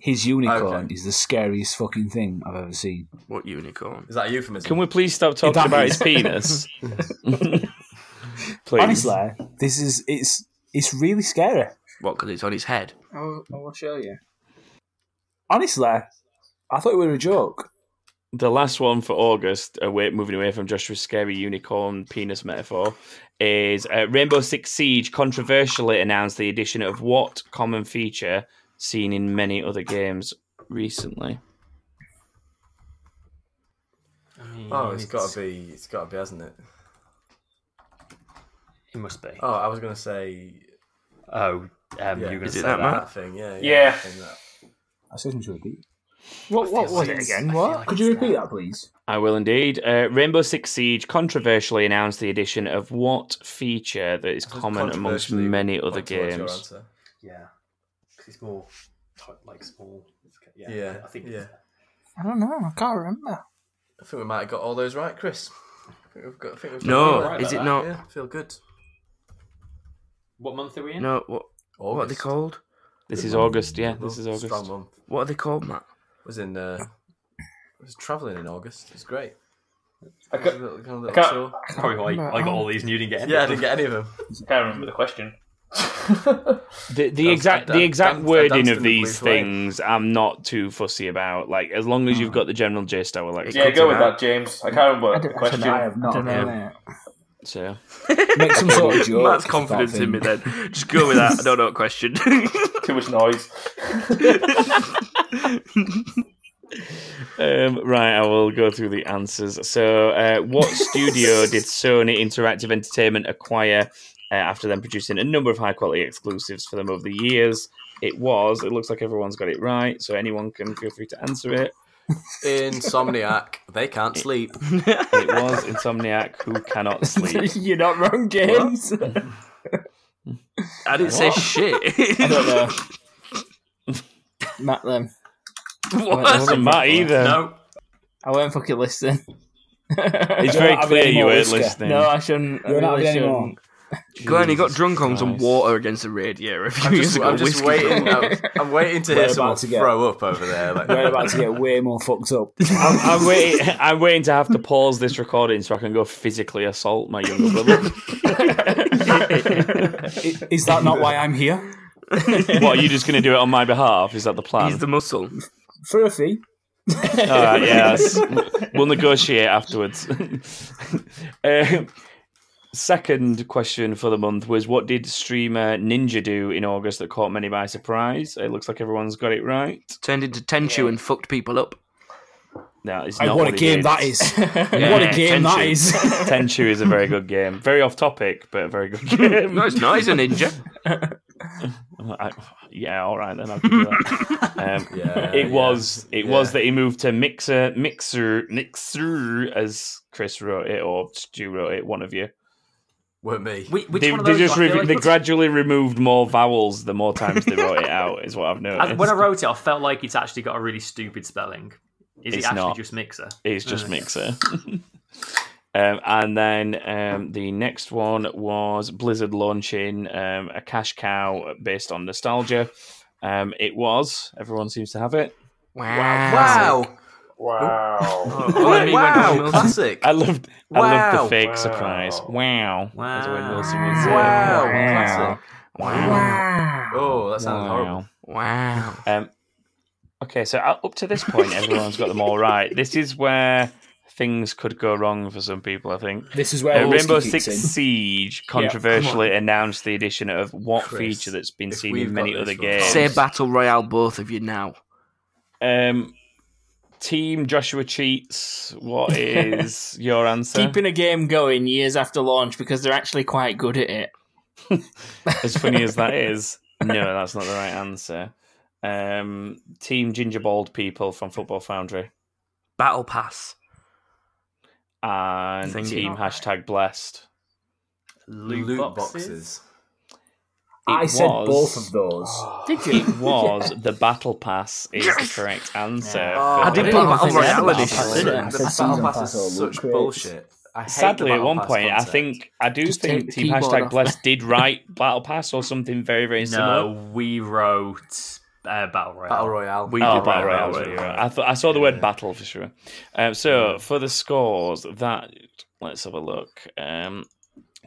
K: his unicorn is the scariest fucking thing I've ever seen.
D: What unicorn?
E: Is that a euphemism?
A: Can we please stop talking
K: That
A: about
K: is-
A: his penis? please.
K: Honestly, this is it's it's really scary.
D: What? Because it's on his head.
B: I'll, I'll show you.
K: Honestly, I thought it were a joke.
A: The last one for August, away, moving away from Joshua's scary unicorn penis metaphor, is uh, Rainbow Six Siege controversially announced the addition of what common feature seen in many other games recently?
E: Oh, it's got to be. It's got to be, hasn't it?
F: It must be.
E: Oh, I was gonna say.
F: Oh, um, you were gonna
E: Is
F: say
E: it
F: that,
E: thing? Yeah, yeah.
F: Yeah.
E: that thing, that.
K: I said to repeat.
B: What, what was it
K: it's-
B: again? What?
K: Could you repeat that, please?
A: I will indeed. Uh, Rainbow Six Siege controversially announced the addition of what feature that is common amongst
E: controversially
A: many other
E: point towards your
A: games?
E: answer.
F: Yeah, because it's more type, like small. Yeah,
E: Yeah,
F: I think.
E: yeah.
B: I don't know. I can't remember.
E: I think we might have got all those right, Chris. I think we've got, I think we've got
D: No,
E: all right
D: is
E: about
D: it
E: that.
D: not-
E: Yeah, feel good.
F: What month are we in?
D: No. What? What are they
E: August.
D: called?
A: This is August, yeah. This is August.
E: Strong month.
D: What are they called, Matt?
E: Was in. Uh, I was travelling in August. It's great.
G: I
E: It was a
G: can't-
E: little- kind of
G: I
E: little
G: can't-
E: tour.
G: I can't Probably why I got all these and you didn't get any
E: Yeah,
G: of
E: I didn't
G: them.
E: get any of them.
G: can't remember the question.
A: The, the exact
G: dan-
A: the exact
G: danced- I
A: wording
G: danced
A: of
G: in the
A: these
G: blue flame.
A: things, I'm not too fussy about. Like as long as
G: Hmm.
A: you've got the general gist, I will like.
G: Yeah, go with that, James. I can't remember
A: I
G: the
A: don't- I
G: question.
A: don't- I have not. I don't know, So
K: make some sort of joke.
D: Matt's confidence in me then. Just go with that. I don't know what question.
G: Too much noise.
A: Um, right, I will go through the answers. So, uh, what studio did Sony Interactive Entertainment acquire uh, after them producing a number of high quality exclusives for them over the years? It was. It looks like everyone's got it right, so anyone can feel free to answer it.
E: Insomniac. They can't sleep.
A: It was Insomniac who cannot sleep.
B: You're not wrong, James.
D: I didn't say shit.
B: I don't know. Matt, then.
D: What? It wasn't Matt either.
B: No. I won't fucking listen.
A: It's very clear you weren't listening.
B: No, I shouldn't. I
A: You're not
B: really
A: having any
B: shouldn't.
A: more.
D: Glenn, he got
A: Jesus
D: drunk on some
A: Christ.
D: water against the radiator a few
E: I'm
D: years
E: just,
D: ago.
E: I'm just
D: Whiskey
E: waiting.
D: bottle.
E: I'm, I'm waiting to
A: We're
E: hear
A: about
E: someone
A: to get-
E: throw up over there. Like,
A: We're about to
K: get way more fucked up.
A: I'm, I'm waiting. I'm waiting to have to pause this recording so I can go physically assault my younger brother.
C: I- Is that not why I'm here?
A: what are you just going to do it on my behalf? Is that the plan?
D: He's the muscle.
C: For a fee.
A: All right, yeah, that's- Uh, we'll negotiate afterwards. um, second question for the month was: What did streamer Ninja do in August that caught many by surprise? It looks like everyone's got it right.
D: Turned into Tenchu and fucked people up.
A: No, it's
D: Hey,
A: not
D: what a
A: he
D: game
A: did.
D: that is. What a game that is.
A: Tenchu is a very good game. Very off topic, but a very good game.
D: No, it's not, he's a ninja.
A: I- yeah, all right then. I'll give you that. Um,
D: Yeah,
A: it
D: yeah,
A: was it was
D: yeah.
A: that he moved to mixer mixer mixer as Chris wrote it or Stu wrote it. One of you.
E: Were me.
A: they,
F: one of
A: they
F: those
A: just
F: do I
A: rev-
F: feel like
A: they
F: was-
A: gradually removed more vowels the more times they wrote it out. Is what I've noticed.
F: I, when I wrote it, I felt like it's actually got a really stupid spelling. Is
A: It's
F: it actually
A: not.
F: just mixer?
A: It's just
F: Oh, okay.
A: Mixer. um, and then um, the next one was Blizzard launching um, a cash cow based on nostalgia. Um, it was. Everyone seems to have it.
E: Wow. Wow.
K: Oh,
D: Oh,
E: Wow. Classic.
A: I loved. I loved
E: Wow.
A: the fake surprise. Wow. That's what Wilson would say.
E: Wow.
A: Wow.
E: Classic. Wow. Oh, that sounds horrible.
D: Wow.
A: Um, okay, so up up to this point, everyone's got them all right. This is where things could go wrong for some people, I think. Uh,
C: This is where
A: Rainbow
C: Wolski
A: Six
C: kicks in.
A: Siege
C: Yeah, come on.
A: controversially announced the addition of what
D: Chris,
A: feature that's been
D: if
A: seen
D: we've got
A: in many
D: this
A: other
D: for
A: games.
D: Say battle royale, both of you now.
A: Um, team Joshua cheats. What is your answer?
B: Keeping a game going years after launch because they're actually quite good at it.
A: As funny as that is, no, that's not the right answer. Um, team Gingerbald people from Football Foundry.
D: Battle Pass.
A: and
D: Thank
A: team
D: you.
A: hashtag blessed.
F: Loot, boxes.
K: I
A: It
K: said
A: was-
K: both of those.
B: Did
A: It was the battle pass is the correct answer. for
E: Oh, I did
A: this.
E: put Battle Royale edition.
A: Yeah.
E: The Battle Pass is such bullshit. I hate
A: Sadly,
E: the
A: at
E: Battle
A: one
E: Pass
A: point, I
E: concept.
A: think I do
E: Just take
A: think
E: the
A: Team
E: keyboard
A: hashtag
E: off.
A: blessed did write battle pass or something very very similar.
F: No, we wrote uh, Battle Royale.
E: Battle Royale.
A: We did Oh, battle royale. I thought I saw the word battle for sure. Um, so for the scores, that let's have a look. Um,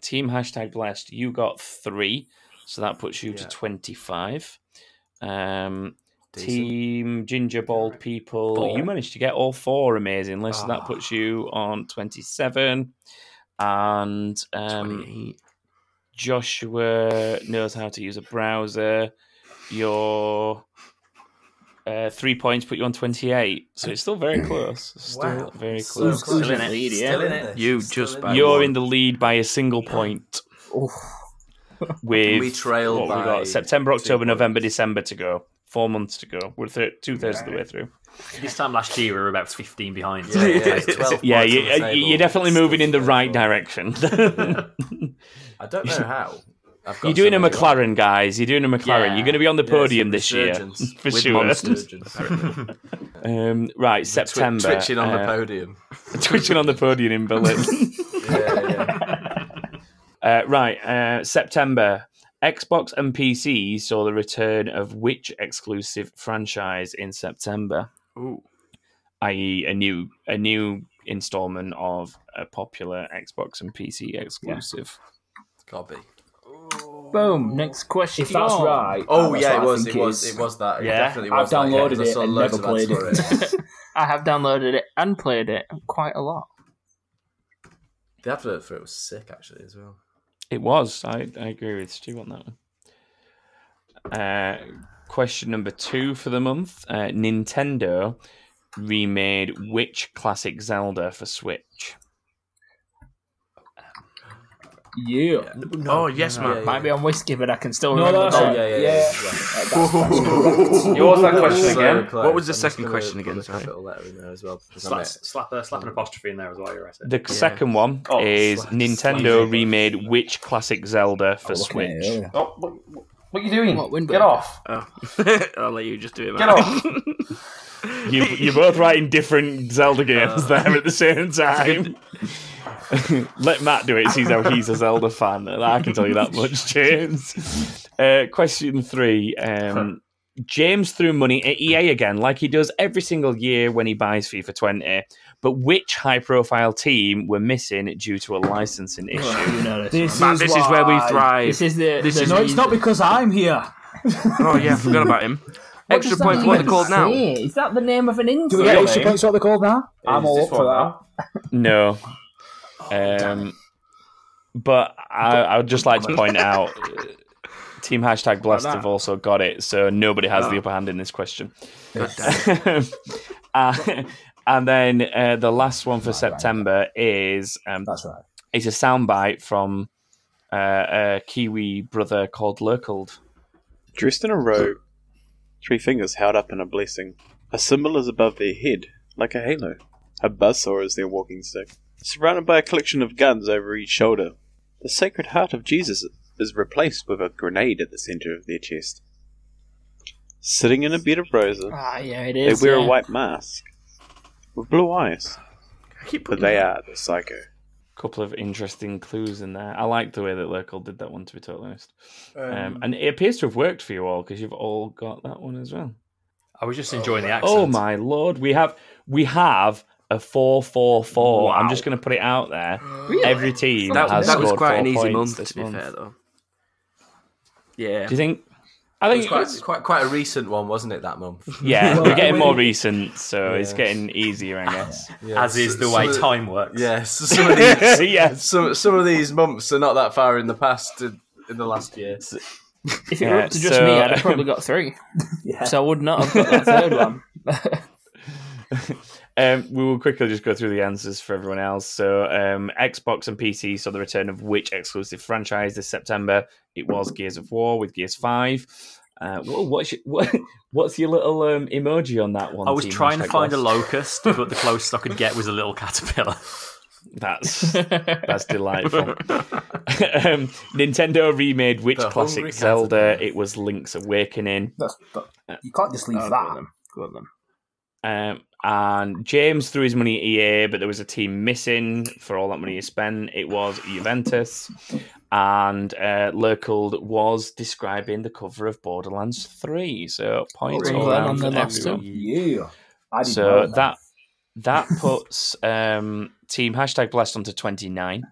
A: team hashtag blessed. You got three, so that puts you to twenty five. Um, team ginger bald people.
D: Four.
A: You managed to get all four amazingly, so that puts you on twenty seven. And um, Joshua knows how to use a browser. Your uh, three points put you on 28. So it's still very close. It's Still
E: Wow.
A: very
E: So
A: close.
E: close. Still in it. Lead, yeah. Still in it.
A: You
E: Still
A: just
E: in it.
A: You're
E: one.
A: in the lead by a single point. With
E: We trailed
A: what we
E: by
A: got September, October, November, December to go. Four months to go. We're th- two thirds of the way through.
F: This time last year, we were about 15 behind.
A: Yeah, yeah, you, you're definitely moving in the right direction.
E: I don't know how. I've got
A: You're doing a
E: so many
A: McLaren, guys. You're doing a McLaren.
E: Yeah.
A: You're going to be on
E: Yeah,
A: the
E: it's a
A: podium this year
E: resurgence
A: for
E: with
A: sure.
E: monsters, apparently.
A: um, right, September. uh,
E: twitching on the podium.
A: twitching on the podium in Berlin. Uh, right, uh, September. Xbox and PC saw the return of which exclusive franchise in September?
D: Ooh.
A: i.e., a new a new installment of a popular Xbox and PC exclusive.
E: Gotta be.
B: Boom. Next question.
K: If that's
B: Oh.
K: right.
E: Oh,
K: that's
E: yeah,
K: what
E: it
K: I
E: was.
K: think
E: It was.
K: is.
E: It was that. It
B: Yeah.
E: definitely
B: I've
E: was that, yeah, 'cause
B: downloaded
E: I
B: it
E: saw
B: and
E: loads
B: never
E: of ads
B: played
E: for
B: it. I have downloaded it and played it quite a lot.
E: The advert for it was sick, actually, as well.
A: It was. I, I agree with Stu on that one. Uh, question number two for the month uh, Nintendo remade which classic Zelda for Switch?
C: Yeah.
D: oh, yes, man.
B: Might be on whiskey, but I can still
C: No,
B: remember.
C: that's
B: that.
E: Oh,
C: right. Yeah, yeah, yeah, yeah.
D: What was that question
E: So
D: again?
E: close.
D: What was the
E: I'm just
D: second
E: gonna
D: question
E: put
D: again?
E: a
D: Sorry.
E: Capital letter in there as well. because I'm
F: Slap,
E: it.
F: slap, uh, slap an apostrophe in there as well, you're at it.
A: The second one
F: Oh,
A: is
F: slap-
A: Nintendo
F: slap.
A: remade which classic Zelda for
F: looking at it
A: Switch?
G: Oh, what, what are you doing?
B: What
G: Get off.
D: Oh. I'll let you just do it, man.
G: Get off.
A: You, you're both writing different Zelda games there at the same time. Let Matt do it. Sees how he's a Zelda fan, and I can tell you that much, James. Uh, question three. Um, James threw money at EA again, like he does every single year when he buys FIFA 20. But which high-profile team were missing due to a licensing issue?
B: you know this
A: this,
B: one.
A: is, where we
B: why-
A: thrive.
B: this is the- the-
C: no, it's not because I'm here.
D: Oh yeah, I forgot about him.
C: What
D: Extra
C: does that
D: point for what they're
C: even
D: called now.
B: Hey, Is that the name of an insult?
C: Do we get extra points? What they're called now? I'm
A: Is
C: all
A: this
C: up for that.
A: No.
C: Oh,
A: Um, but I, I would just like to point out uh, Team Hashtag Blast have also got it, so nobody has
D: Ah.
A: the upper hand in this question. Uh, and then uh, the last one for September is um,
K: That's right.
A: It's a soundbite from uh, a Kiwi brother called Lurkald.
I: Dressed in a robe, three fingers held up in a blessing. A symbol is above their head, like a halo. A buzzsaw is their walking stick. Surrounded by a collection of guns over each shoulder, the Sacred Heart of Jesus is replaced with a grenade at the center of their chest. Sitting in a bed of roses,
B: Ah, yeah, it
I: they
B: is.
I: wear
B: yeah.
I: a white mask with blue eyes. But they are the psycho.
A: Couple of interesting clues in there. I like the way that Lurkald did that one, to be totally honest. um,
F: Um,
A: and it appears to have worked for you all because you've all got that one as well.
F: I was just enjoying the accent.
A: Oh my lord, we have we have a four four four. I'm
F: Wow.
A: just going to put it out there.
F: Really?
A: Every team
D: That,
A: has
D: that was
A: scored
D: quite
A: four
D: an easy
A: points
D: month,
A: this
D: to be
A: month.
D: fair, though. Yeah.
A: Do you think? I think
E: it was quite, quite quite a recent one, wasn't it? That month.
A: Yeah,
E: Well,
A: we're getting
E: we-
A: more recent, so it's
E: Yeah.
A: getting easier,
D: Ah.
A: I guess.
E: Yeah, so- some of- Yes, some of these,
A: yes.
E: Some some of these months are not that far in the past in, in the last year.
B: If it were up to just me, I'd have probably
A: uh,
B: got three. So I would not have got that third one.
A: Um, we will quickly just go through the answers for everyone else. So, um, Xbox and PC saw the return of which exclusive franchise this September? It was Gears of War with Gears Five. Uh, whoa, what's your, what, what's your little um, emoji on that one?
F: I was
A: team?
F: trying to
A: Hashtag
F: find a
A: lost.
F: locust, but the closest I could get was a little caterpillar.
A: That's that's delightful. um, Nintendo remade which
F: The
A: classic
F: Hungry
A: Zelda? It was Link's Awakening.
B: You can't just leave that.
A: Um, and James threw his money at EA, but there was a team missing for all that money you spent. It was Juventus. And uh, Lurkald was describing the cover of Borderlands 3. So points
K: Oh,
A: all
K: well,
A: round
K: on
A: for
K: the last
A: everyone.
K: two. Yeah. I didn't
A: So
K: know that.
A: that that puts um, team hashtag blessed onto 29.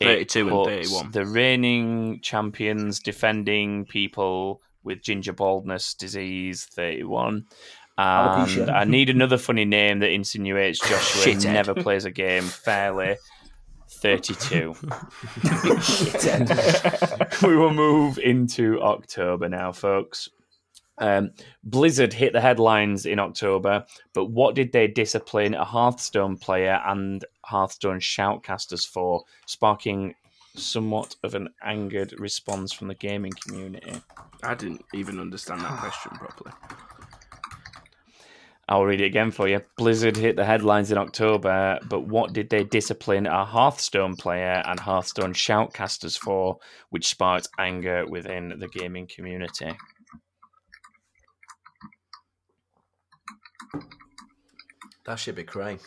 A: It
D: 32 and
A: puts
D: 31.
A: The reigning champions defending people with ginger baldness disease 31. And
D: Alopecia.
A: I need another funny name that insinuates Joshua
D: Shithead.
A: never plays a game fairly. 32. we will move into October now, folks. Um, Blizzard hit the headlines in October, but what did they discipline a Hearthstone player and Hearthstone shoutcasters for, sparking somewhat of an angered response from the gaming community?
D: I didn't even understand that question properly.
A: I'll read it again for you. Blizzard hit the headlines in October, but what did they discipline a Hearthstone player and Hearthstone shoutcasters for, which sparked anger within the gaming community?
E: That should be crying.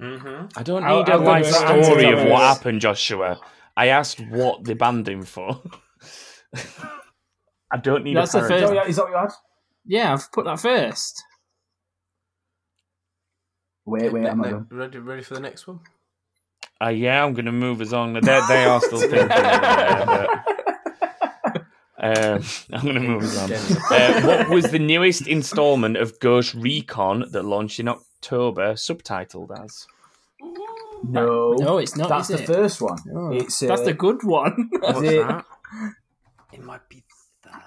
F: Mm-hmm.
A: I don't
E: I'll-
A: need a
E: I'll go
A: life
E: with that.
A: story of
E: Yes.
A: what happened, Joshua. I asked what they banned him for. I don't need
B: That's
A: a
B: the
A: parody.
B: first.
A: Oh, Is
B: that what you had? Yeah, I've put that first.
K: Wait, wait, I'm not
E: Ne-
K: done.
E: ready, ready for the next one?
A: Uh, yeah, I'm going to move us on. They, they are still thinking. over there, but- Um, I'm going to move us on. Uh, what was the newest installment of Ghost Recon that launched in October, subtitled as?
K: No,
B: No, it's not,
K: That's
B: is
K: the
B: it?
K: first one.
B: No.
K: It's
B: That's
K: uh,
B: the good one.
K: What's Is it- that?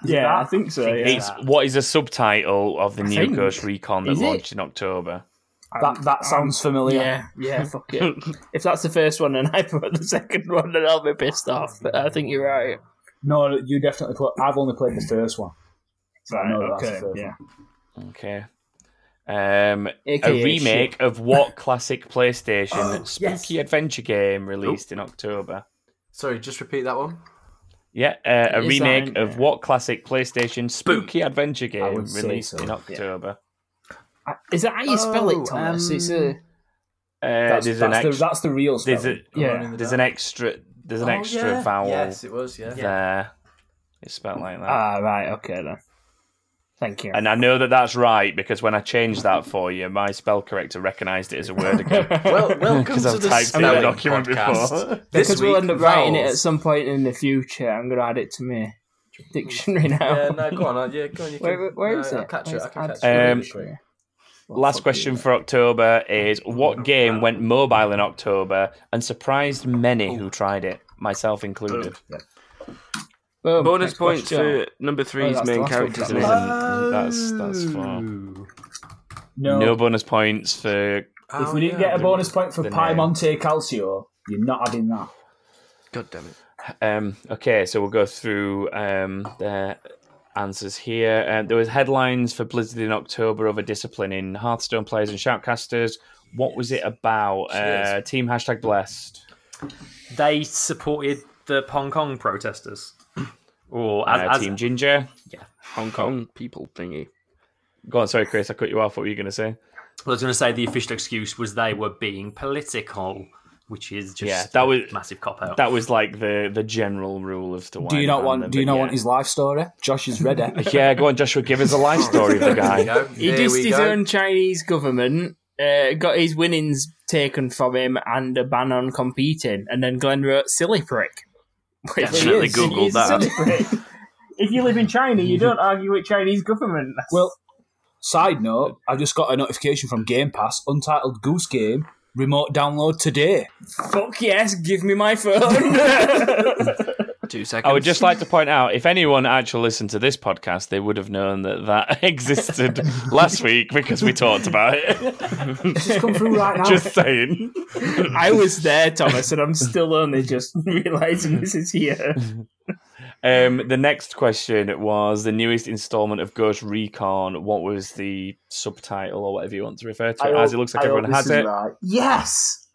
B: Yeah, I think so. Yeah.
A: It's what is a subtitle of the
B: I
A: new
B: think.
A: Ghost Recon that
B: Is it?
A: launched in October?
K: That that sounds familiar.
B: Um, Yeah, yeah, fuck it. if that's the first one and I put the second one, then I'll be pissed off. But I think you're right.
K: No, you definitely put. I've only played the first one. So I know that's the first
B: yeah.
A: Okay. Um, a
K: AKA
A: remake
K: shit.
A: of what classic PlayStation
E: Oh,
A: spooky adventure game released in October?
E: Sorry, just repeat that one.
A: Yeah, uh, a
E: Yes, I'm-
A: remake of what classic PlayStation spooky adventure game
K: would say
A: released
K: so,
A: in
K: yeah.
A: October?
B: Is that how you spell
K: Oh,
B: it, Thomas? it's a
A: that's, Uh, there's an
K: that's the-
A: ex-
K: that's the real
A: There's, a,
K: spelling. Yeah.
A: there's an extra. There's an
K: Oh,
A: extra
K: yeah.
A: vowel.
K: Yes, it was, yeah.
A: There, it's spelled like that.
B: Ah, right. Okay then. Thank you.
A: And I know that that's right because when I changed that for you, my spell corrector recognised it as a word again.
E: well, welcome
A: because
E: to
A: I've
E: the
A: typed in the
E: spelling
A: document
E: podcast.
A: before.
E: This
B: because we'll
E: week,
B: end up writing it
E: vowels.
B: at some point in the future. I'm gonna add it to my dictionary now.
E: Yeah, no, go on. uh, Yeah, go on. You can,
B: Where- where is
E: uh, I'll
B: it?
E: catch it.
B: Where's
E: I can catch it.
B: Adam?
A: Um,
E: really quick.
A: last question for October is: What game went mobile in October and surprised many who tried it, myself included?
B: Boom,
D: Bonus
B: next
D: points
B: question. Oh,
D: for number three's
B: that's the
D: main
B: last one.
D: characters.
A: That's that's that's four. No. bonus points for.
E: Oh,
K: if we didn't get a bonus point for
A: The
K: Piemonte Calcio, you're not having that.
D: God damn it.
A: Um, okay, so we'll go through um, the answers here. Um, there was headlines for Blizzard in October over discipline in Hearthstone players and shoutcasters. What was it about? Uh,
F: Cheers.
A: team hashtag blessed.
F: They supported the Hong Kong protesters. Or
A: Uh,
F: as,
A: Team
F: as
A: Ginger.
F: Yeah.
A: Hong Kong people thingy. Go on, sorry, Chris. I cut you off. What were you going to say?
F: I was going to say, the official excuse was they were being political, which is just
A: Yeah, that
F: a
A: was-
F: massive cop out.
A: That was like the the general rule of the.
K: Do you not want? Do you not want his life story? Josh is ready.
A: Yeah, go on, Joshua. Give us a life story of the guy.
B: He dissed his own Chinese government, uh, got his winnings taken from him, and a ban on competing. And then Glenn wrote "silly prick." Which
D: Definitely
B: he is.
D: Googled
B: He's a
D: that.
B: silly prick. if you live in China, you don't argue with Chinese government.
K: Well, side note, I just got a notification from Game Pass: Untitled Goose Game remote download today.
B: Fuck yes, give me my phone.
D: Two seconds.
A: I would just like to point out if anyone actually listened to this podcast, they would have known that that existed last week because we talked about it.
K: Just come through right now.
A: Just saying.
B: I was there, Thomas, and I'm still only just realizing this is here.
A: Um, the next question was the newest installment of Ghost Recon. What was the subtitle or whatever you want to refer to it as? It looks like everyone has it.
B: Yes.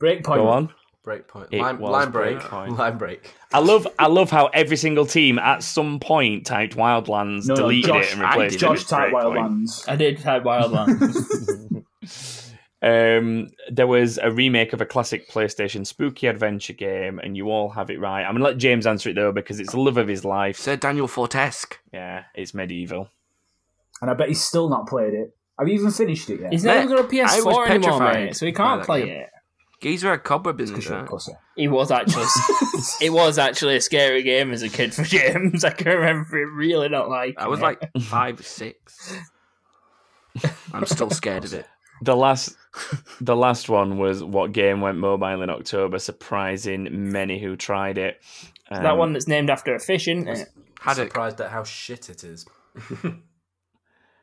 K: Breakpoint.
A: Go on.
E: Breakpoint.
A: It
E: Line,
A: was
E: line break.
A: Breakpoint.
E: Line break.
A: I love, I love how every single team at some point typed Wildlands,
K: No, no,
A: deleted
K: Josh-
A: it, and replaced it.
K: Josh
A: with
K: type
A: Breakpoint.
K: Wildlands.
B: I did type Wildlands.
A: Um, there was a remake of a classic PlayStation spooky adventure game, and you all have it right. I'm gonna let James answer it though because it's the love of his life.
D: Sir Daniel Fortesque.
A: Yeah, it's medieval.
K: And I bet he's still not played it. Have you even finished it yet?
B: He's not
D: Mate,
B: even got a
D: I was
B: PS4 anymore,
D: petrified
B: mate, so he
D: by
B: can't
D: that
B: play
D: game.
B: it.
D: Geezer had cobwebs in his eye.
B: It was actually, it was actually a scary game as a kid for James. I can remember it really not like.
D: I was like five, six. I'm still scared of it.
A: The last, the last one was what game went mobile in October, surprising many who tried it.
B: that
A: Um,
B: one that's named after a fish, isn't it?
E: Surprised at how shit it is.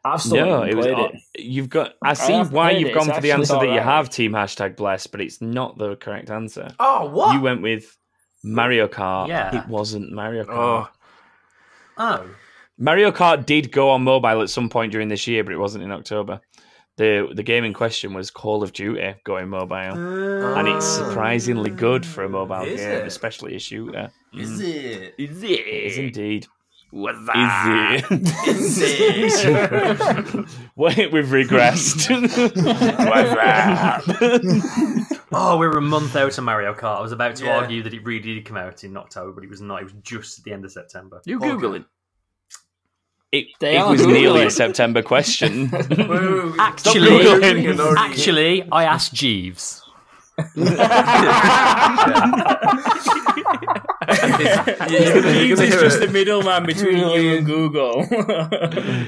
K: I've still
A: No,
K: not
A: it
K: even
A: was.
K: played
A: uh,
K: it.
A: You've got. I
K: I
A: see
K: have
A: why
K: played
A: you've
K: it,
A: gone
K: it's
A: for the
K: actually
A: answer that you
K: alright.
A: have. Team hashtag bless, but it's not the correct answer.
E: Oh, what?
A: You went with Mario Kart.
F: Yeah.
A: it wasn't Mario Kart.
D: Oh.
F: Oh.
A: Mario Kart did go on mobile at some point during this year, but it wasn't in October. The the game in question was Call of Duty going mobile. and it's surprisingly good for a mobile
F: Is
A: game,
F: it?
A: especially a shooter.
F: Is it?
A: Is it? It is indeed.
D: What's
A: that? Is
F: it? Is
A: it? Wait, we've regressed. What's that?
F: oh, we were a month out of Mario Kart. I was about to argue that it really did come out in October, but it was not. It was just at the end of September.
D: You Googling.
A: It,
F: They
A: it
F: are
A: was
F: Googling.
A: nearly a September question.
F: Actually,
A: Googling.
F: actually, I asked Jeeves.
B: Jeeves is
D: hear
B: just
D: it.
B: the middleman between you and Google.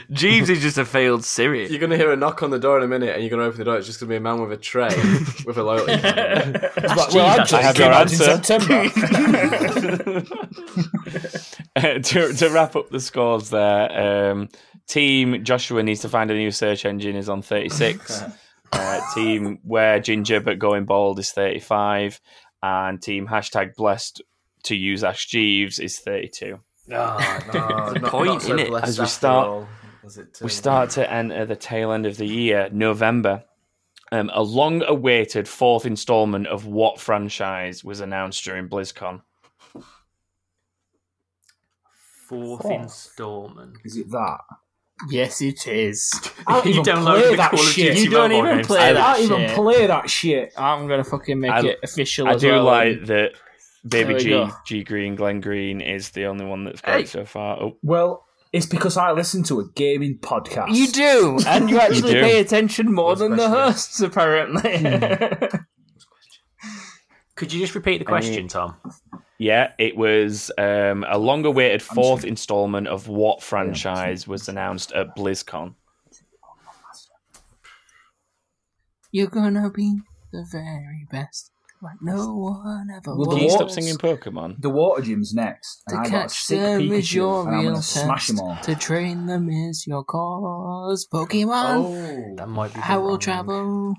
D: Jeeves is just a failed Siri.
E: You're gonna hear a knock on the door in a minute, and you're gonna open the door. It's just gonna be a man with a tray with a loyalty. card.
K: But, well, I just
A: I have
K: came
A: your
K: out in
A: answer.
K: September.
A: Uh, to, to wrap up the scores there, um, team Joshua needs to find a new search engine is on 36. uh, team where ginger but going bald is 35. And team hashtag blessed to use Ash Jeeves is 32.
E: Ah, no, not- not
D: point,
E: so
D: innit?
E: blessed
A: As we
E: after
A: start-
E: all, as it uh,
A: We
E: turned
A: start to enter the tail end of the year, November. Um, a long awaited fourth installment of what franchise was announced during BlizzCon?
F: Fourth
K: Fourth.
F: instalment.
K: Is it that?
B: Yes, it is. Oh,
C: I don't even play that shit.
B: You don't even play that
C: I
B: shit.
C: don't even play that shit.
B: I'm gonna fucking make
A: I-
B: it official.
A: I
B: as
A: do
B: well.
A: like that. Baby
B: There we
A: G,
B: go.
A: G Green, Glenn Green is the only one that's got it so far. Oh,
C: Well, it's because I listen to a gaming podcast.
B: You do, and you actually
A: do.
B: pay attention more than the hosts, apparently.
F: Could you just repeat the question, Tom?
A: Yeah, it was um, a long-awaited fourth installment of what franchise was announced at BlizzCon?
B: You're gonna be the very best, like no one ever
C: Well,
B: was.
A: Can you stop singing Pokemon?
C: The water gym's next.
B: To
C: and I got a
B: catch
C: sick
B: them is
C: Pikachu,
B: your
C: and I'm
B: real
C: gonna smash
B: test.
C: them all.
B: To train them is your cause. Pokemon,
C: Oh.
F: That might be.
B: I will travel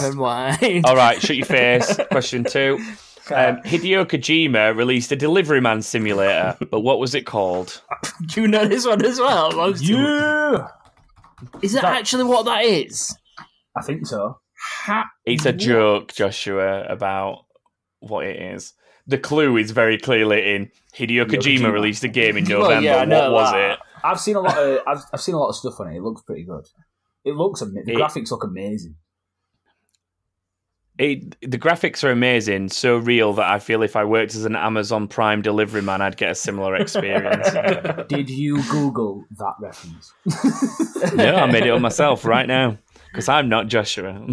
B: and wide.
A: All right, shut your face. Question two. Um, Hideo Kojima released a delivery man simulator, but what was it called?
B: Do you know this one as well? Most
C: yeah.
B: Is that, actually what that is?
C: I think so.
B: Ha-
A: It's a joke, Joshua, about what it is. The clue is very clearly in Hideo Kojima,
C: Kojima.
A: released a game in
C: Well,
A: November.
C: yeah, I know
A: what was
C: that.
A: it?
C: I've seen a lot of I've, I've seen a lot of stuff on it. It looks pretty good. It looks amazing. The
A: It-
C: graphics look amazing.
A: it, the graphics are amazing, so real that I feel if I worked as an Amazon Prime delivery man, I'd get a similar experience.
C: Did you Google that reference?
A: no, I made it up myself right now because I'm not Joshua.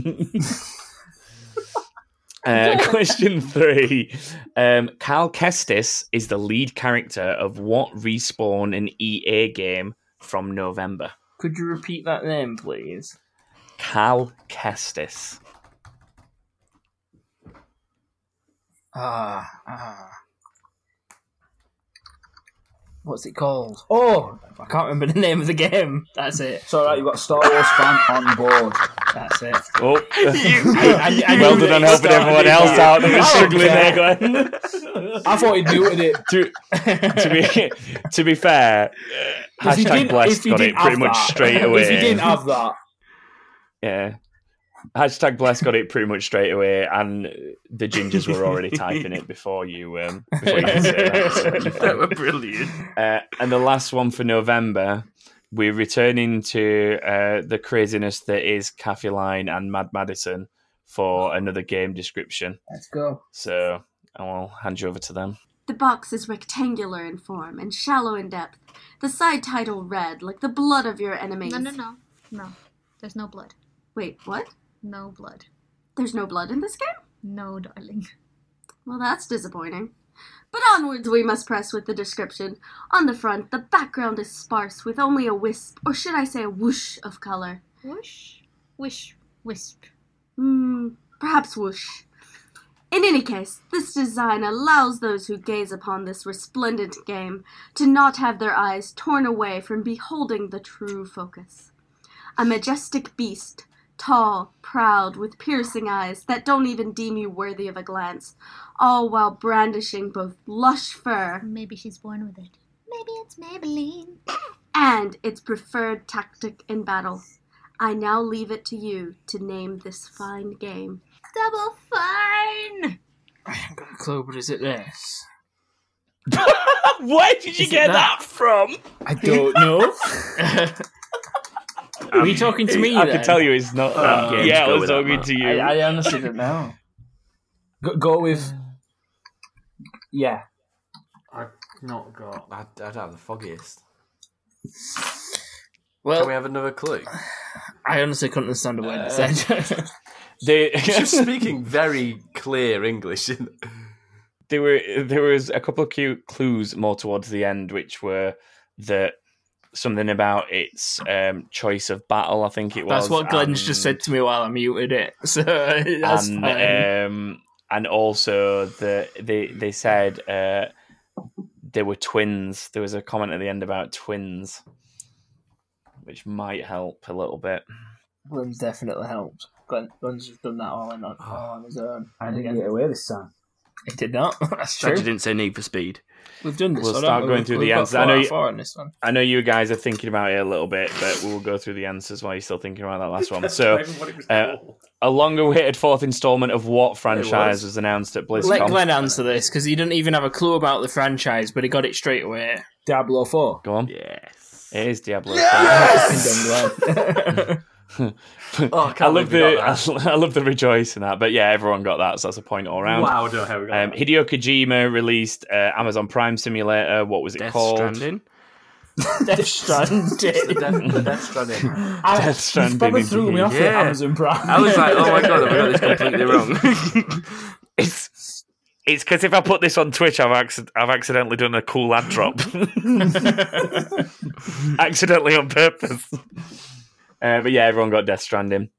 A: uh, question three: um, Cal Kestis is the lead character of what respawn an EA game from November?
B: Could you repeat that name, please?
A: Cal Kestis.
B: Ah, ah. What's it called?
C: Oh,
B: I can't remember the name of the game. That's it.
C: It's all right. You got a Star Wars fan on board.
B: That's it.
A: Oh,
B: I- I- I
A: well
B: knew
A: done on
B: that it
A: helping everyone
B: started
A: else
B: with-
A: out. They
B: I
A: were struggling there,
B: don't care.
A: Glenn.
C: I thought he knew it.
A: to, to be to be fair, uh,
C: If he
A: hashtag
C: didn't- if
A: blessed
C: he
A: got it
C: didn't
A: pretty
C: have
A: much
C: that-
A: straight away.
C: If he didn't have that,
A: yeah. Hashtag blessed got it pretty much straight away, and the gingers were already typing it before you. Um, before you could say that, so you're fine.
D: that were brilliant.
A: Uh, and the last one for November, we're returning to uh, the craziness that is Cafe Line and Mad Madison for another game description.
B: Let's go.
A: So I will hand you over to them.
O: The box is rectangular in form and shallow in depth. The side title red, like the blood of your enemies.
J: No, no, no, no. There's no blood.
O: Wait, what?
J: No blood.
O: There's no blood in this game?
J: No, darling.
O: Well, that's disappointing. But onwards we must press with the description. On the front, the background is sparse with only a wisp, or should I say a whoosh of color.
J: Whoosh, wish, wisp.
O: Hmm, perhaps whoosh. In any case, this design allows those who gaze upon this resplendent game to not have their eyes torn away from beholding the true focus. A majestic beast, tall, proud, with piercing eyes that don't even deem you worthy of a glance, all while brandishing both lush fur.
J: Maybe she's born with it. Maybe it's Maybelline.
O: and its preferred tactic in battle. I now leave it to you to name this fine game.
J: Double fine.
B: Clue, but is it this?
A: Where did you
B: get that?
A: from?
B: I don't know. Are you talking to me?
A: Um, I
B: then?
A: can tell you it's
K: Oh,
A: not that
B: Uh,
A: game. Yeah, I was talking to you.
B: I, I honestly don't know.
C: go, go with. Yeah,
F: I've not got.
E: I, I don't have the foggiest.
B: Well,
E: Can we have another clue?
B: I honestly couldn't understand a word it said.
A: They-
E: She's speaking very clear English.
A: there were there was a couple of cute clues more towards the end, which were that something about its um, choice of battle. I think it was.
B: That's what Glenn's just said to me while I muted it. So that's
A: and,
B: fine.
A: Um, and also the they they said uh, they were twins. There was a comment at the end about twins, which might help a little bit.
B: Glenn's definitely helped. Glenn, Glenn's just done that all on, all on his own.
C: I didn't get away this time.
B: It did not. That's
D: Glad
B: true.
D: you didn't say Need for Speed.
B: We've done this.
A: We'll
B: haven't
A: start
B: we?
A: going
B: We've-
A: through
B: we've
A: the answers.
B: got Four
A: I know
B: out of
A: you-
B: four on this one.
A: I know you guys are thinking about it a little bit, but we'll go through the answers while you're still thinking about that last one.
F: That's
A: So,
F: not even what it was
A: uh, a long-awaited fourth installment of what franchise
B: was.
A: was. announced at BlizzCon?
B: Let Glenn answer this because he didn't even have a clue about the franchise, but he got it straight away.
C: Diablo Four.
A: Go on.
D: Yes.
A: It is Diablo.
E: Yes!
A: oh,
E: I,
A: I love
E: believe we
A: the I,
E: got
A: I love the rejoice in that, but yeah, everyone got that, so that's a point all round.
F: Wow, I don't know how we got
A: um, Hideo Kojima released uh, Amazon Prime Simulator. What was it
F: Death
A: called?
F: Stranding?
B: Death Stranding.
E: the Death, the Death Stranding.
B: I-
A: Death
B: You
A: Stranding.
B: probably threw
A: indeed.
B: me off with Amazon Prime.
D: I was like, oh my god, I got this completely wrong.
A: it's it's because if I put this on Twitch, I've acc- I've accidentally done a cool ad drop, accidentally on purpose. Uh, but yeah, everyone got Death Stranding.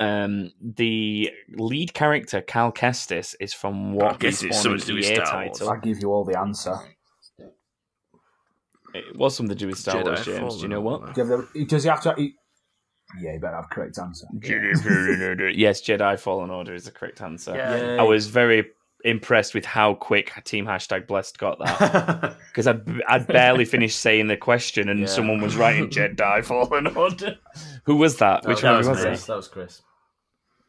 A: Um, the lead character Cal Kestis is from what
K: guess it's
A: Respawn
K: something to do with
A: EA
K: Star Wars.
A: title.
K: I give you all the answer.
A: It was something to do with Star
K: Jedi
A: Wars, James. Do you know what?
K: Do you have the- Does he have to? He, yeah, you better have correct answer.
A: yes, Jedi Fallen Order is the correct answer.
K: Yay.
A: I was very impressed with how quick Team Hashtag Blessed got that because I I barely finished saying the question and someone was writing Jedi Fallen Order. Who was that? Which one was,
E: Chris.
A: it?
E: That was Chris.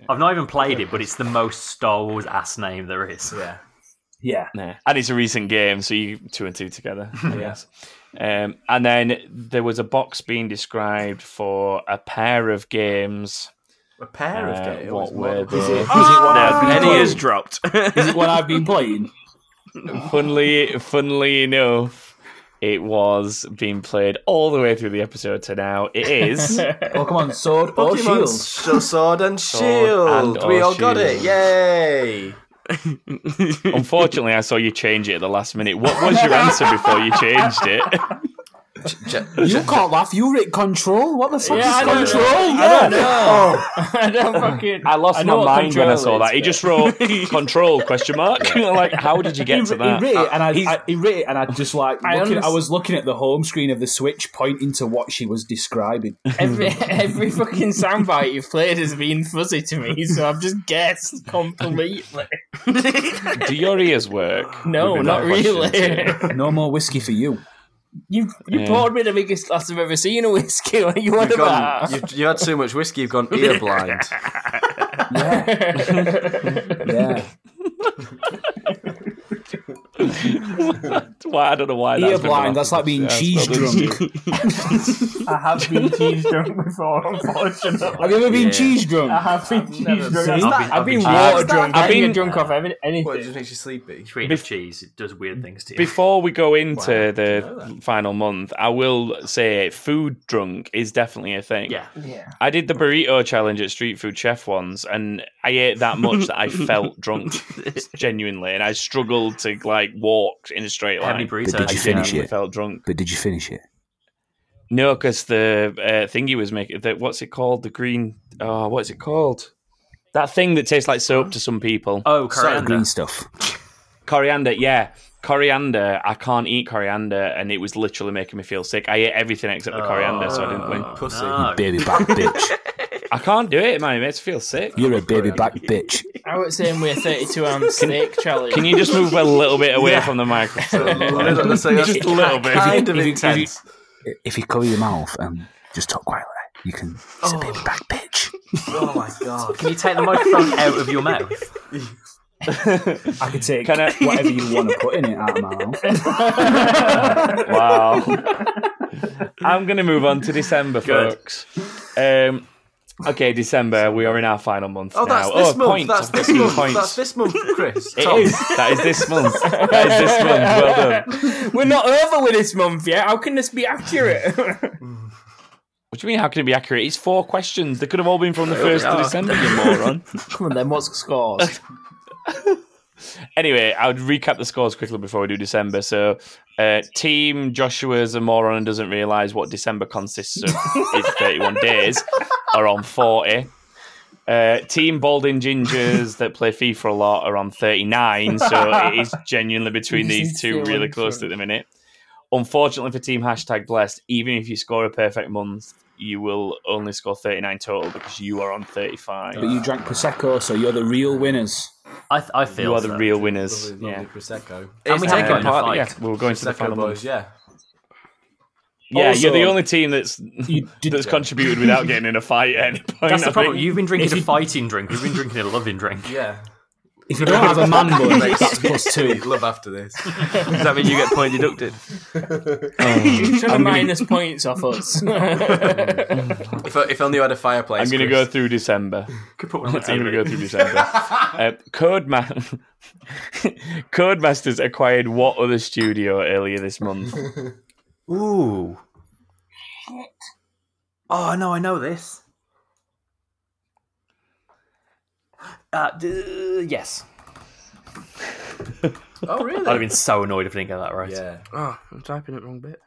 F: I've not even played it, but it's the most Star Wars ass name there is.
E: Yeah.
K: Yeah.
A: Nah. And it's a recent game, so you two and two together. I
F: Yeah.
A: guess. Um, and then there was a box being described for a pair of games. Uh,
E: A pair of games?
A: What were they?
E: Is it- is it
K: one I've been
A: penny
K: playing?
A: is dropped.
K: Is it one I've been playing?
A: funnily, funnily enough, it was being played all the way through the episode to now. It is
K: Pokemon Sword or
E: Pokemon
K: Shield?
E: Sh- Sword and
A: Sword
E: Shield.
A: and
E: we
A: or
E: all got it.
A: Shield.
E: Yay!
A: Unfortunately, I saw you change it at the last minute. What was your answer before you changed it?
K: You can't laugh. You writ control. What the fuck
B: Yeah, I
K: is
B: don't
K: control?
B: know. I
K: Yeah.
B: don't know.
A: Oh.
B: I don't fucking.
A: I lost
B: I
A: my
B: know what
A: mind when I
B: control
A: saw
B: is,
A: that. He just wrote "control?" question mark. like, how did you get
K: he,
A: to that?
K: He read it, and I, I, he read it, and I just like
B: I
K: looking, I
B: understand-
K: was looking at the home screen of the Switch, pointing to what she was describing.
B: Every every fucking soundbite you've played has been fuzzy to me, so I've just guessed completely.
A: Do your ears work?
B: No,
A: Would be
B: not
A: my question
B: really.
A: to
K: no more whiskey for you.
B: You you
A: Yeah.
B: poured me the biggest glass I've ever seen of whiskey. What are you on
E: You've gone,
B: about?
E: you've, you had too much whiskey. You've gone ear blind.
K: Yeah.
A: That's Uh, why I don't know why.
K: Ear
A: that's been one
K: blind.
A: of
K: That's like being
A: the-
K: cheese
A: that's not the-
K: drunk.
B: I have been cheese drunk before, unfortunately.
K: Have you ever been cheese drunk?
B: I have been cheese drunk.
K: See?
B: I've,
K: I've
B: I've
K: been
B: been
K: cheese
B: water
K: drunk.
B: drunk.
A: I've
B: I've been
A: been-
B: drunk off every-
E: What, it
B: anything.
E: just makes you sleepy?
F: If you eat enough cheese, it does weird things to you.
A: Before we go into the final month, I will say food drunk is definitely a thing.
F: Yeah.
B: Yeah.
A: I did the burrito challenge at Street Food Chef once, and I ate that much that I felt drunk, genuinely, and I struggled to like walk in a straight line.
F: How many burritos But did you did you finish
A: I
F: it?
A: felt drunk.
K: But did you finish it?
A: No, because the uh, thing he was making, the, what's it called? The green, oh, what's it called? That thing that tastes like soap to some people.
F: Oh, coriander.
K: Green stuff.
A: Coriander, yeah. Coriander, I can't eat coriander, and it was literally making me feel sick. I ate everything except the coriander, so I didn't win.
F: Oh,
E: Pussy.
K: Baby back bitch.
A: I can't do it, man. It makes me feel sick.
K: You're a baby back bitch.
B: I was saying we're 32 ounce steak challenge.
A: Can you just move a little bit away
B: Yeah.
A: from the microphone?
E: Let's say that's
A: just a little bit.
E: Kind of
K: If you- if you-
E: intense.
K: If you cover your mouth and just talk quietly, you can. It's a baby back bitch.
E: Oh my god.
F: Can you take the microphone out of your mouth?
K: I could take
A: Can I-
K: whatever you want to put in it out of my mouth.
A: wow. I'm going to move on to December,
F: Good.
A: folks. Um, okay, December. We are in our final month
E: Oh,
A: now.
E: that's this month.
A: points.
E: That's
A: I've
E: this
A: got two
E: month.
A: points.
E: That's this month, Chris.
A: It
E: Tom.
A: is. That is this month. That is this month. Well done.
B: We're not over with this month yet. How can this be accurate?
A: What do you mean? How can it be accurate? It's four questions. They could have all been from the first of
F: are.
A: December, you moron.
B: Come on then, what's the scores?
A: Anyway, I'll recap the scores quickly before we do December. So, uh, team Joshua's a moron and doesn't realise what December consists of. it's 31 days, are on 40. Uh, team Balding Gingers that play FIFA a lot are on 39. So, it is genuinely between these two really close at the minute. Unfortunately for Team Hashtag Blessed, even if you score a perfect month, you will only score 39 total because you are on 35.
K: But you drank prosecco, so you're the real winners.
F: I, th- I feel
A: you are the
F: so.
A: real winners.
E: Lovely,
A: yeah.
E: lovely Prosecco.
F: And we
A: Uh,
F: did go in a
A: part-
F: fight.
A: yeah, we were going to the
E: Prosecco
A: final
E: boys,
A: boys.
E: yeah.
A: Yeah,
K: Also-
A: you're the only team that's that's contributed without getting in a fight at any point.
F: That's the
A: I
F: problem.
A: think.
F: You've been drinking a fighting drink. We've been drinking a loving drink.
E: Yeah.
C: If you don't have a man bun,
E: Makes
C: that's plus two.
E: Love after this.
D: Does that mean you get point deducted? Um,
B: you should have minus points off us.
E: if, if only you had a fireplace.
A: I'm going to go through December.
E: Could put
A: I'm
E: one on the
A: going to
E: TV.
A: go through December. uh, Codema- Codemasters acquired what other studio earlier this month?
F: Ooh. Oh no, I know this. Uh, d- yes.
E: Oh really?
F: I'd have been so annoyed if I didn't get that right.
E: Yeah.
D: Oh, I'm typing it wrong bit.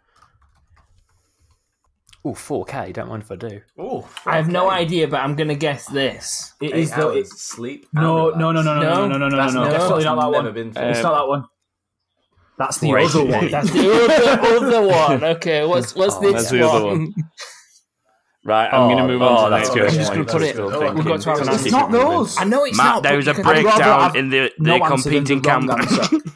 F: Ooh, 4K. Don't mind if I do.
E: Oh,
B: I have no idea, but I'm gonna guess this. It
F: Eight
B: is though.
F: hours
E: sleep.
C: No, no, no, no, no, no, no, no, no, no,
B: That's
C: no.
B: not-
C: Definitely not that
B: never
C: one.
B: been
C: it's not
B: found.
C: that one. That's the
B: Right.
C: other one.
B: That's the other, other one. Okay, what's what's
A: Oh,
B: this
A: that's
B: one?
A: the other one. Right, I'm going to move on to the next
B: I'm
A: question.
B: just gonna put it.
A: Still
B: We've got to have an
A: thinking.
B: answer. I know it's
D: Matt,
B: not.
D: there
B: but
D: was
B: you
D: a
B: can- I'd rather
D: breakdown
B: have
D: in the,
B: no
D: the
B: answer than
D: competing
B: the wrong
D: camp.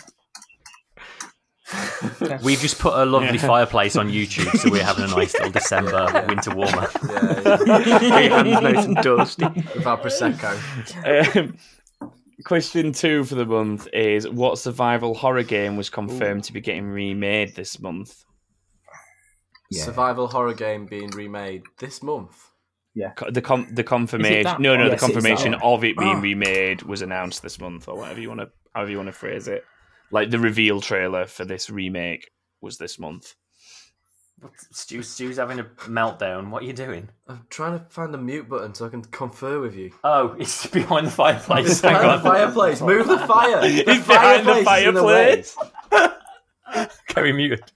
B: answer.
F: We've just put a lovely
D: Yeah.
F: fireplace on YouTube, so we're having a nice little December winter warmer.
D: Your hands nice and dusty.
E: Without prosecco.
A: Um, question two for the month is what survival horror game was confirmed to be getting remade this month?
E: Survival horror game being remade this month.
A: Yeah. The com- the
E: Is it
A: confirmation
E: that
A: no no
E: one? Yes,
A: the
E: it's that
A: confirmation
E: one.
A: of it being
E: Ah.
A: remade was announced this month or whatever you want to however you want to phrase it. Like the reveal trailer for this remake was this month.
F: Stu, Stu's having a meltdown. What are you doing?
E: I'm trying to find the mute button so I can confer with you.
F: Oh, it's behind the fireplace.
E: It's
F: Hang
E: behind the
F: on.
E: fireplace. Move the fire. The
F: It's behind the
E: fireplace is in the way.
F: fireplace. Can we mute it?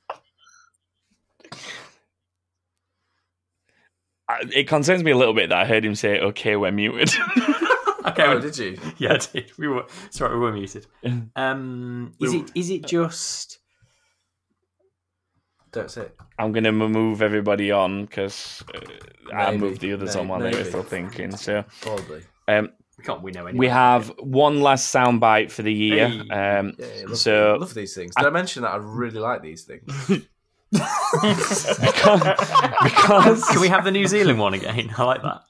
A: I, it concerns me a little bit that I heard him say okay we're muted.
F: Okay.
E: Oh,
F: we-
E: did you?
F: Yeah, I did. We were sorry, we were muted. Um, is it is it just?
E: That's it.
A: I'm gonna m- move everybody on because I
E: Maybe.
A: moved the others
E: May-
A: on while they were
E: maybe.
A: still thinking. So
E: Probably.
A: um,
F: we can't win now. Anyway.
A: We have one last soundbite for the year.
E: Hey.
A: Um,
E: Yeah, yeah, love,
A: so
E: love these things. Did I, mention that I really like these things?
A: because
F: Can we have the New Zealand one again? I like that.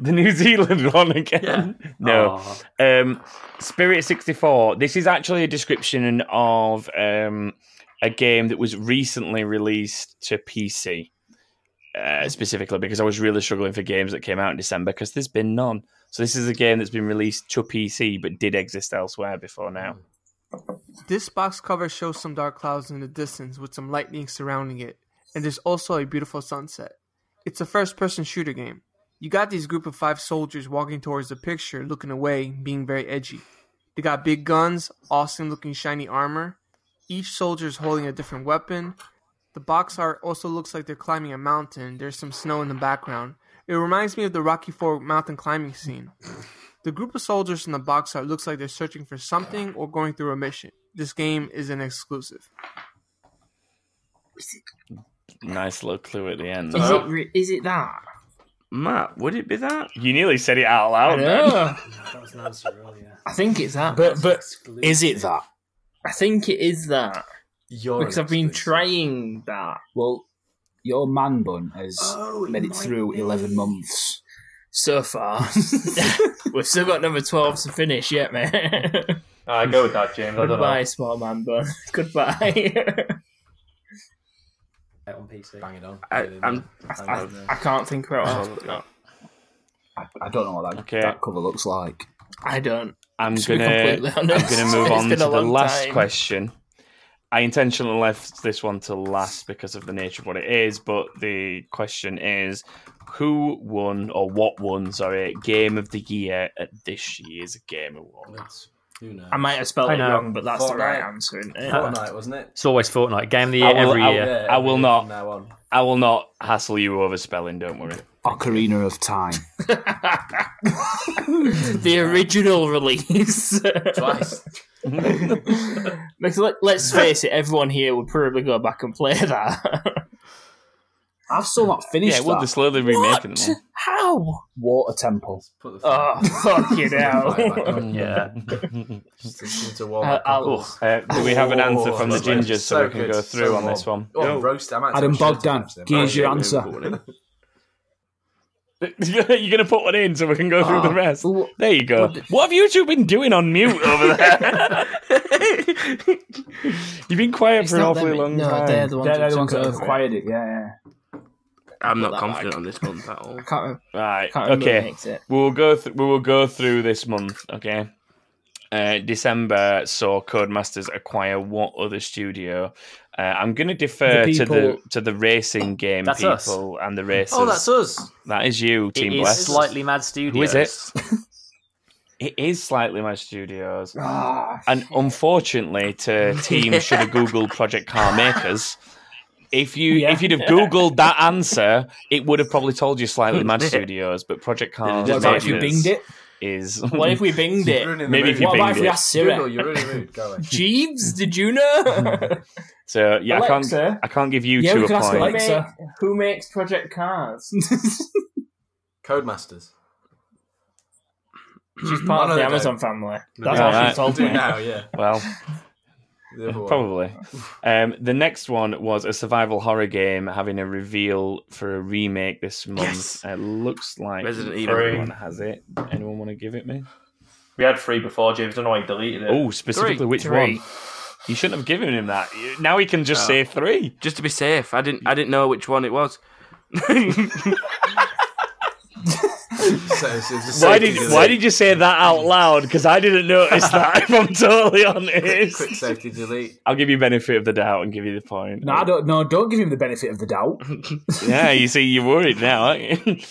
A: the New Zealand one again. No. Um, Spirit 64. This is actually a description of um, a game that was recently released to PC uh, specifically because I was really struggling for games that came out in December because there's been none. So this is a game that's been released to PC but did exist elsewhere before now.
P: This box cover shows some dark clouds in the distance with some lightning surrounding it, and there's also a beautiful sunset. It's a first person shooter game. You got these group of five soldiers walking towards the picture, looking away, being very edgy. They got big guns, awesome looking shiny armor. Each soldier is holding a different weapon. The box art also looks like they're climbing a mountain. There's some snow in the background. It reminds me of the Rocky Ford mountain climbing scene. The group of soldiers in the box art looks like they're searching for something or going through a mission. This game is an exclusive.
D: Hmm.
A: Nice little clue at the end.
B: Is it, re- is it that?
D: Matt, would it be that?
A: You nearly said it out loud.
B: I
A: man.
B: know.
F: That was an answer earlier.
B: I think it's that. But but is it that? I think it is that.
E: You're
B: because I've been trying that.
K: Well, your man bun has
B: Oh, it
K: made it
B: might
K: through eleven months.
B: So far, we've still got number twelve to finish yet, man.
G: I go with that, James. I don't
B: Goodbye,
G: know.
B: small man bun. Goodbye.
F: Out on PC.
E: Bang it on.
D: I, I'm.
B: I, I can't think about it.
K: I, I don't know what that,
A: Okay.
K: that cover looks like.
B: I don't.
A: I'm
B: To be
A: gonna,
B: completely
A: I'm
B: honest,
A: gonna move
B: it's
A: on to
B: been a
A: the
B: long
A: last
B: time.
A: question. I intentionally left this one to last because of the nature of what it is, but the question is who won or what won, sorry, game of the year at this year's game awards?
E: Who knows?
B: I might have spelled
F: I
B: it
F: know.
B: wrong, but that's the right
E: Fortnite.
B: answer, isn't it?
E: Fortnite, wasn't it?
F: It's always Fortnite. Game of the year
A: I will-
F: every
A: I will-
F: year.
A: I will
E: From
A: not
E: now on.
A: I will not hassle you over spelling, don't worry.
K: Ocarina of Time.
B: the original release.
E: Twice.
B: Because let, let's face it, everyone here would probably go back and play that.
K: I've still not finished.
A: Yeah, we'll
K: that.
A: just slowly remaking them.
B: How?
K: Water Temple.
B: Oh, fucking hell.
F: Yeah.
E: Just to warm
B: Uh,
E: up.
B: I'll-
A: all. Uh, do we have an answer
E: Oh,
A: from the
E: that's good.
A: ginger so, we can
E: good.
A: go through
E: So
A: on this
E: warm.
A: one?
E: Oh, roast. I might
K: Adam
E: take a shot
K: Bogdan,
E: after this.
K: give us your
E: Oh, yeah,
K: answer.
E: we'll go on it.
A: You're going to put one in so we can go through the rest. There you go. What have you two been doing on mute over there? You've been quiet for an awfully long time.
K: They're the ones that have quieted it. Yeah, yeah.
D: I'm not confident on this month at all.
B: Can't,
A: right.
D: can't remember who
A: okay.
D: makes it.
A: We will go. Th- we will go through this month. Okay. Uh, December saw Codemasters acquire what other studio? Uh, I'm going to defer
E: The
A: to the
E: people-
A: to the racing game
F: That's us.
A: people and the racers.
F: Oh, that's us.
A: That is you,
F: It
A: Team
F: is
A: Bless.
F: Slightly Mad Studios.
A: Who is it? it is slightly my studios,
F: Ah,
A: and unfortunately, to Team should have googled Project Car Makers. If you
F: Yeah.
A: if you'd have googled that answer, it would have probably told you slightly Mad Studios, but Project Car
B: What about if you
A: Makers
B: binged it?
A: is
B: What if we binged it?
A: Maybe if you
B: what
A: binged
B: about if
A: it.
B: we asked Sarah?
E: Google, you're in a mood. Go away.
B: Jeeves, did you know?
A: So yeah, I can't
B: Alexa?
A: I can't give you
B: yeah,
A: two
B: we
A: a
B: can ask
A: point.
B: Alexa. Who makes Project Cars?
E: Codemasters.
B: She's
E: Oh, no,
B: part of the
E: they
B: Amazon
E: don't.
B: family.
E: No,
B: That's
E: they
B: what
E: don't.
B: she told
E: Do
B: me.
E: now, yeah.
A: Well,
E: The other one.
A: probably. Um, the next one was a survival horror game having a reveal for a remake this month. It looks like
G: Resident Evil.
A: everyone has it. Anyone want to give it me?
G: We had three before, James. don't know why he deleted it.
A: Oh, specifically which
G: Three.
A: one? You shouldn't have given him that. You- Now he can just
D: Oh.
A: say three.
D: Just to be safe, I didn't. I didn't know which one it was.
E: So it's- it's just
A: Why
E: safety
A: did
E: delete.
A: Why did you say that out loud? Because I didn't notice that. if I'm totally honest,
E: Quick safety delete.
A: I'll give you benefit of the doubt and give you the point.
K: No, I don't. No, don't give him the benefit of the doubt.
A: yeah, you see, you're worried now, aren't you?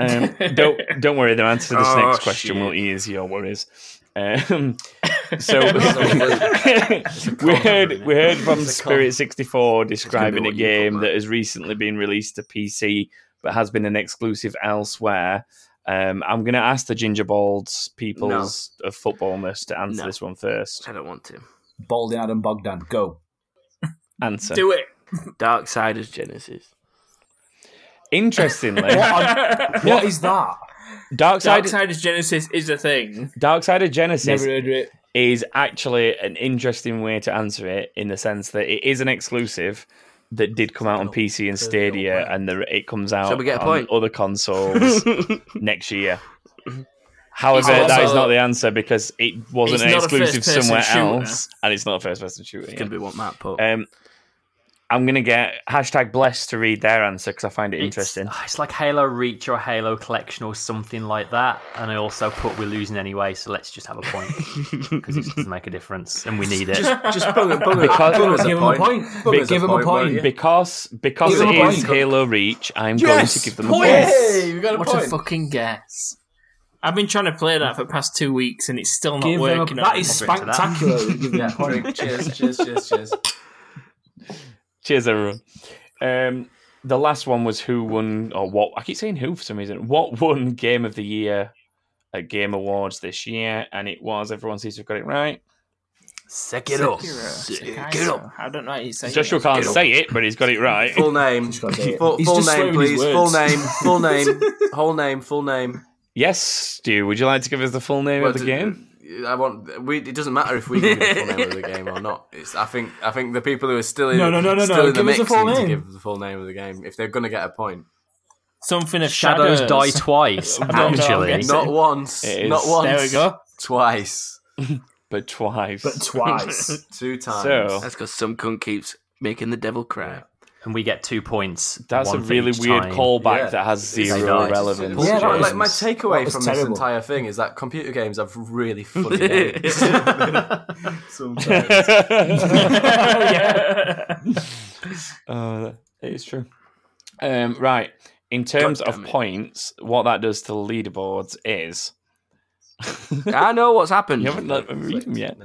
A: Um, don't don't worry. The answer to this
D: Oh,
A: next question will ease your worries. Um, so we heard we heard from
D: It's a con.
A: Spirit sixty four describing a
D: what you put,
A: game that has recently been released to PC but has been an exclusive elsewhere. Um, I'm going to ask the Gingerbalds peoples of footballness to answer this one first.
D: I don't want to.
K: Balding Adam Bogdan, go.
A: Answer.
K: Do it.
D: Dark Siders Genesis.
A: Interestingly,
B: what is that?
A: Darksiders-
B: Darksiders Genesis is a thing.
A: Dark Side of Genesis
B: Never heard of it.
A: is actually an interesting way to answer it in the sense that it is an exclusive that did come out on PC and Stadia, and the, it comes out
D: Shall we get a
A: on
D: point?
A: other consoles next year. However,
D: It's
A: that is
D: also-
A: not the answer because it
D: It's
A: wasn't an
D: not a
A: exclusive
D: first-person
A: somewhere
D: shooter.
A: else, and it's not a first-person shooter. It's
D: gonna be what Matt put.
A: Um, I'm gonna get hashtag blessed to read their answer because I find it interesting.
F: Ah, It's like Halo Reach or Halo Collection or something like that. And I also put we're losing anyway, so let's just have a point because it doesn't make a difference and we need it.
E: Just, just bung, bung, bung us
F: Give 'em a point. Bung
A: Be-
F: us a point, won't you?
A: Because because
F: Give 'em
A: it
F: a
A: is
F: point.
A: Halo Reach, I'm going to
B: Yes,
A: give them
B: points!
A: a point.
B: we got a what a fucking guess. I've been trying to play that for the past two weeks and it's still not
C: Give them a-
B: working.
C: that is spectacular. Give them a
B: yeah,
E: Drink. Cheers, cheers, cheers, cheers.
A: Cheers, everyone. Um, the last one was who won or what? I keep saying who for some reason. What won Game of the Year at Game Awards this year? And it was everyone seems to have got it right.
D: Sekiro.
B: I don't know how you say
A: Joshua
B: it.
A: can't say it, but he's got it right.
E: Full name. Full,
A: He's
E: full
A: just
E: name,
A: slurring his
E: please. Full
A: words.
E: name. Full name. Whole name. Full name.
A: Yes, Stu. Would you like to give us the full name
E: Well,
A: of
E: d-
A: the game?
E: I want. We, it doesn't matter if we give him the full name of the game or not. It's, I think. I think the people who are still in.
A: No, no, no, no,
E: still
A: no.
E: In the
A: Give us
E: mix
A: the full
E: need to
A: name.
E: give the full name of the game if they're going to get a point.
B: Something of
F: Shadows,
B: shadows,
F: die twice.
B: I don't know, I'm
F: actually,
B: guessing.
E: Not once.
A: It is-
E: Not once.
A: There we go.
E: Twice.
A: but twice.
E: But twice. Two times.
A: So-
D: That's because some cunt keeps making the devil cry.
F: And we get two points.
A: That's
F: one
A: a
F: for
A: really
F: each
A: weird
F: time.
A: callback that has zero relevance.
E: Yeah,
A: James.
E: like my
A: That
E: takeaway
A: was
E: from this
A: terrible.
E: entire thing is that computer games have really funny names. Sometimes. Oh,
A: Uh, it is true. Um, right. In terms of points, what that does to leaderboards is.
D: I know what's happened.
A: You haven't let me read them yet.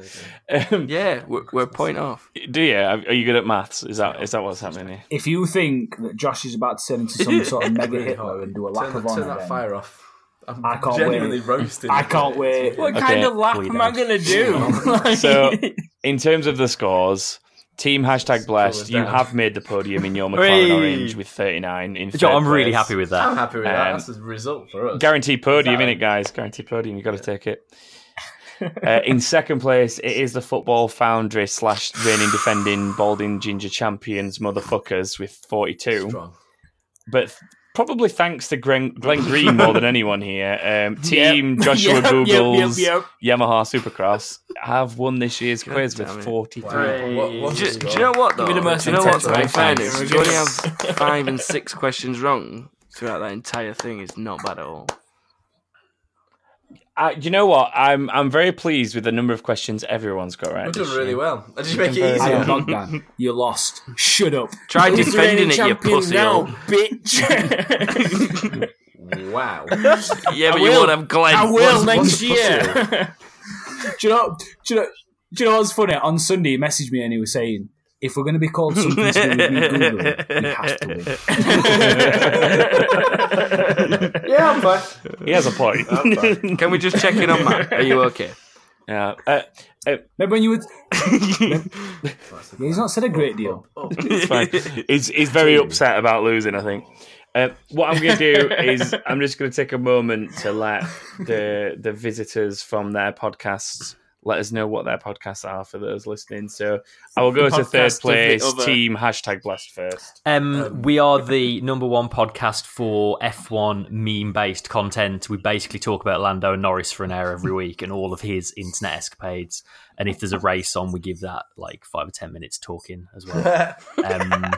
A: Um,
D: yeah, we're, we're a point off.
A: Do you? Are are you good at maths? Is that is that what's happening here?
K: If you think that Josh is about to turn into some sort of mega Hitler and do a lap
E: Turn
K: of
E: that-
K: honor,
E: turn that
K: then
E: fire off. I'm
K: I can't
E: genuinely
K: wait.
E: roasted.
K: I can't wait.
B: What kind of lap am I going to do?
A: so, in terms of the scores, team hashtag blessed, you
F: down.
A: have made the podium in your McLaren
F: Hey.
A: orange with 39. In
F: Joe,
A: third
F: I'm really
A: place.
F: happy with that.
E: I'm happy with that.
A: Um,
E: That's the result for us.
A: Guaranteed podium,
E: Exactly.
A: innit, guys? Guaranteed podium. You got to take it. Uh, in second place, it is the football foundry slash reigning defending balding ginger champions motherfuckers with forty two. But probably thanks to Glenn, Glenn Green more than anyone here. Um, team Joshua
B: Yep, yep, yep,
A: Google's
B: yep.
A: Yamaha Supercross have won this year's quiz with
D: damn it.
A: 43.
D: Wow. What- what's Do- the do you score? know what, though? Do you know what, though? In fairness, you only have five and six questions wrong throughout that entire thing. It's not bad at all.
A: Uh, you know what? I'm I'm very pleased with the number of questions everyone's got right.
E: We're
A: this
E: doing really
A: year.
E: well. I just make it easier.
A: Bogdan,
K: you lost. Shut up.
A: Try
B: Who's
A: defending it,
B: reigning
A: you
B: champion
A: pussy
B: Now,
A: hole.
B: bitch.
E: wow.
D: Yeah,
B: I
D: but you
B: will.
D: won't have Glenn.
B: I will
D: What's-
B: next
D: what's the pussy
B: year.
D: hole?
C: do you know? Do you know? Do you know what's funny? On Sunday, he messaged me and he was saying, "If we're going to be called something to do with me Google, we have to win."
E: yeah, I'm fine.
A: He has a point.
D: I'm fine. Can we just check in on Matt? Are you okay?
A: Yeah. Uh,
C: Uh, Remember when you would? yeah, he's not said a great
D: Oh,
C: deal.
F: Oh.
A: it's fine. He's, he's very upset about losing, I think. Uh, what I'm going to do is I'm just going to take a moment to let the the visitors from their podcasts let us know what their podcasts are for those listening. So I will go
F: The
A: to
F: podcast
A: third
F: of the
A: place
F: other-
A: team hashtag blast first.
F: Um, we are the number one podcast for F1 meme based content. We basically talk about Lando Norris for an hour every week and all of his internet escapades. And if there's a race on, we give that like five or 10 minutes talking as well. um,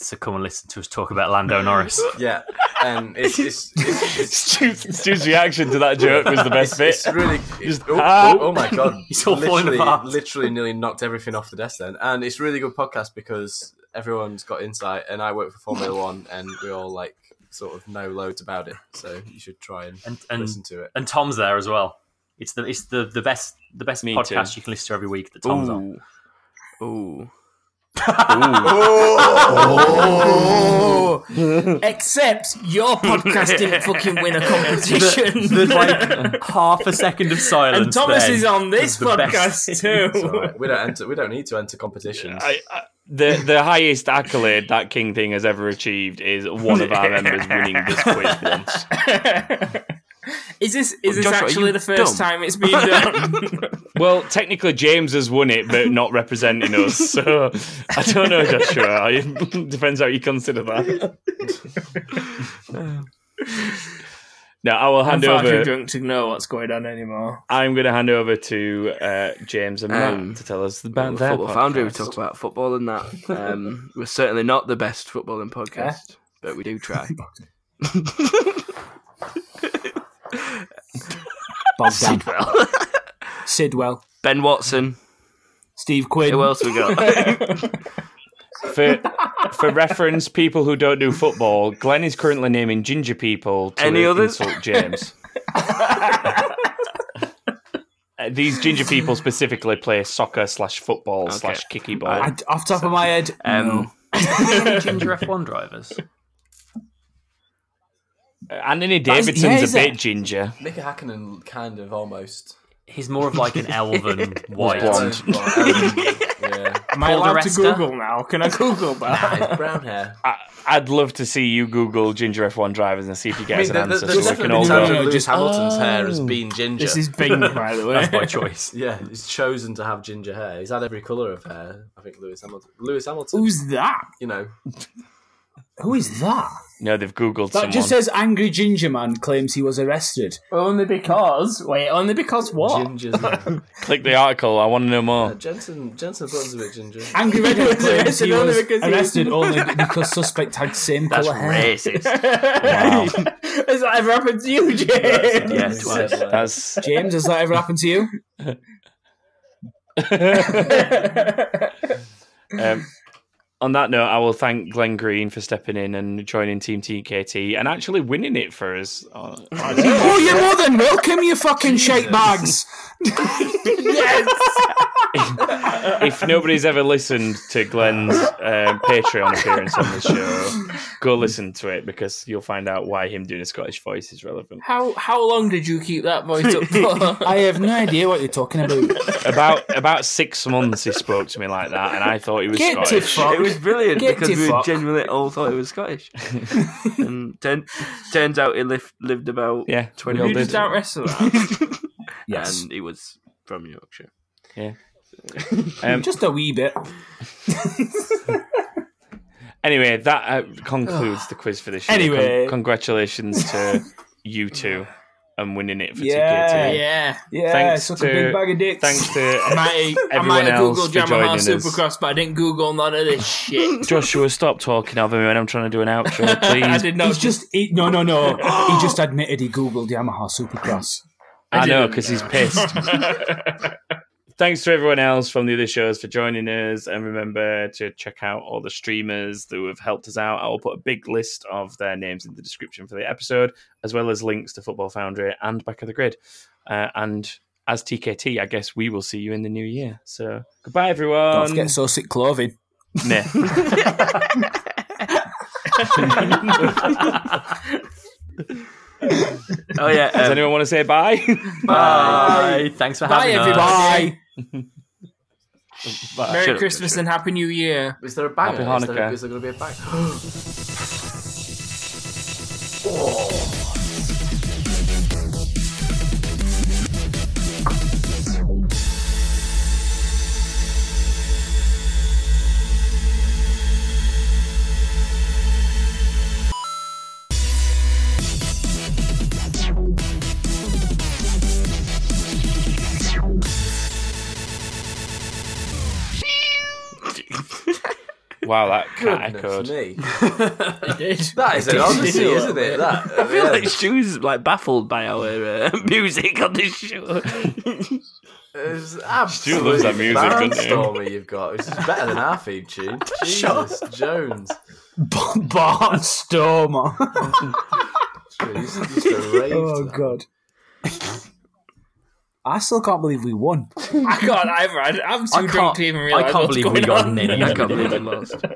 F: so come and listen to us talk about Lando Norris.
E: Yeah, and it's it's, it's, it's
A: Stu's, Stu's reaction to that joke was the best bit.
E: It's really.
A: Just,
E: oh,
A: ah.
E: oh, oh my god!
A: It's all falling
E: Literally-
A: apart.
E: Literally, nearly knocked everything off the desk then. And it's really good podcast because everyone's got insight, and I work for Formula One, and we all like sort of know loads about it. So you should try and,
F: and
E: listen to it.
F: And Tom's there as well. It's the it's the, the best the best
A: Me
F: podcast
A: too.
F: you can listen to every week that Tom's on.
D: Ooh.
B: Oh. Except your podcast didn't fucking win a competition.
F: There's like half a second of silence.
B: and Thomas
F: then.
B: is on this
F: It's the best.
B: podcast
E: It's all
B: too.
E: right. We don't enter. We don't need to enter competitions.
A: I, I, the the highest accolade that King Thing has ever achieved is one of our members winning this quiz once.
B: Is this is this
A: Joshua, are
B: actually
A: you
B: the first
A: dumb?
B: time it's been done?
A: Well, technically James has won it, but not representing us. So I don't know, Joshua. It depends how you consider that. Now I will hand
B: I'm far too
A: over.
B: drunk to know what's going on anymore.
A: I'm going to hand over to uh, James and Matt
D: Um,
A: to tell us about
D: Well,
A: their
D: Football Foundry, we
A: podcast.
D: talk about football and that. Um, we're certainly not the best footballing podcast, but we do try.
C: Bogdan. Sidwell.
D: Ben Watson.
C: Steve Quinn.
D: Who else we got?
A: for for reference, people who don't do football, Glenn is currently naming ginger people to
D: oh. Any others?
A: insult James. Uh, these ginger people specifically play soccer slash football slash kicky ball.
C: I, off the top of my head,
A: Um,
C: no.
F: ginger F1 drivers.
A: Anthony
E: That is-
A: Davidson's
E: yeah,
A: a
E: is
A: bit
E: it?
A: ginger.
E: Mika Hakkinen, kind of almost.
F: He's more of like an elven white.
A: blonde. Um,
E: yeah.
B: Am I allowed to
F: Polderester?
B: Google now? Can I Google that?
E: brown hair.
A: I, I'd love to see you Google ginger F1 drivers and see if you get
E: I
A: us
E: mean,
A: an
E: there-
A: answer.
E: there's
A: so we can
E: definitely
A: all
E: been times when
A: know.
E: Lewis Hamilton's hair has
A: Oh.
E: been ginger.
B: This is Bing, by the way.
F: That's by choice.
E: Yeah, he's chosen to have ginger hair. He's had every color of hair. I think Lewis Hamilton. Lewis Hamilton.
C: Who's that?
E: You know,
C: Who is that?
A: No, they've Googled
C: That
A: someone.
C: just says angry ginger man claims he was arrested.
B: only because wait, only because what?
E: Gingers.
A: Click the article. I want to know more.
E: Jensen. Jensen Button's a bit ginger.
C: Angry redhead claims he
B: Arrested only
C: was
B: because he-
C: arrested only because suspect had same
D: That's
C: colour hair.
D: racist.
B: Has that ever happened to you, James?
D: yeah, twice.
A: That's
C: James, has that ever happened to you?
A: Um, on that note, I will thank Glenn Green for stepping in and joining Team TKT and actually winning it for us. Uh,
C: oh, you more than welcome, you fucking shite bags.
A: if nobody's ever listened to Glenn's um, Patreon appearance on the show, go listen to it because you'll find out why him doing a Scottish voice is relevant.
B: How how long did you keep that voice up for?
C: I have no idea what you're talking about.
A: About about six months, he spoke to me like that, and I thought he was
C: Get to
A: Scottish.
C: fuck.
D: It was brilliant
C: Get
D: because
C: to
D: we
C: fuck.
D: genuinely all thought it was Scottish. and turn, turns out he lived, lived about
A: Yeah,
D: 20
A: we all
D: odd
A: did.
D: days
B: Just out
D: ago.
B: wrestle that.
C: Yes.
D: And he was from Yorkshire.
A: Yeah. Um,
C: Just a wee bit.
A: Anyway, that uh, concludes the quiz for this year.
B: Anyway.
A: Con- congratulations to you two and winning it for
B: Yeah.
A: TK2.
B: Yeah. Yeah,
A: Thanks
B: suck a
A: to,
B: big bag of
A: dicks. Thanks to
B: I might, I
A: everyone
B: might have
A: else
B: Googled
A: for joining
B: Yamaha
A: us.
B: Supercross, but I didn't Google none of this shit.
A: Joshua, stop talking over me when I'm trying to do an outro, please.
B: I did not.
K: He's just he, no, no, no. he just admitted he googled Yamaha Supercross.
A: I know because he's pissed. Thanks to everyone else from the other shows for joining us, and remember to check out all the streamers who have helped us out. I will put a big list of their names in the description for the episode, as well as links to Football Foundry and Back of the Grid. Uh, and as TKT, I guess we will see you in the new year. So goodbye, everyone.
K: Don't forget Sosic clothing.
A: Nah.
I: Oh yeah.
A: Does anyone want to say um, bye?
I: Bye. Thanks for
B: Bye,
I: having us.
B: everybody.
A: Bye.
B: Merry
I: Shut up,
B: Christmas and Happy New Year.
E: Is there a
B: bang?
E: banger? Is there, is there going to be a bang?
A: Wow, that cat
E: Goodness
A: echoed.
E: me.
I: That
E: is an odyssey, isn't it? That-
I: I feel
E: yeah.
I: like Stu's like baffled by our uh, music on this show.
E: It's
I: Stu loves that music, doesn't he?
E: Stormy you've got. This is better than our theme tune. Jesus Jones.
K: Barnstormer.
E: oh
K: god. I still can't believe we won.
B: I can't either. I, I'm too
K: I
B: drunk
K: can't-
B: to even
K: I
B: realize
K: can't
B: what's
K: believe
B: going
K: we got
B: on.
K: nil. I can't believe we
I: lost.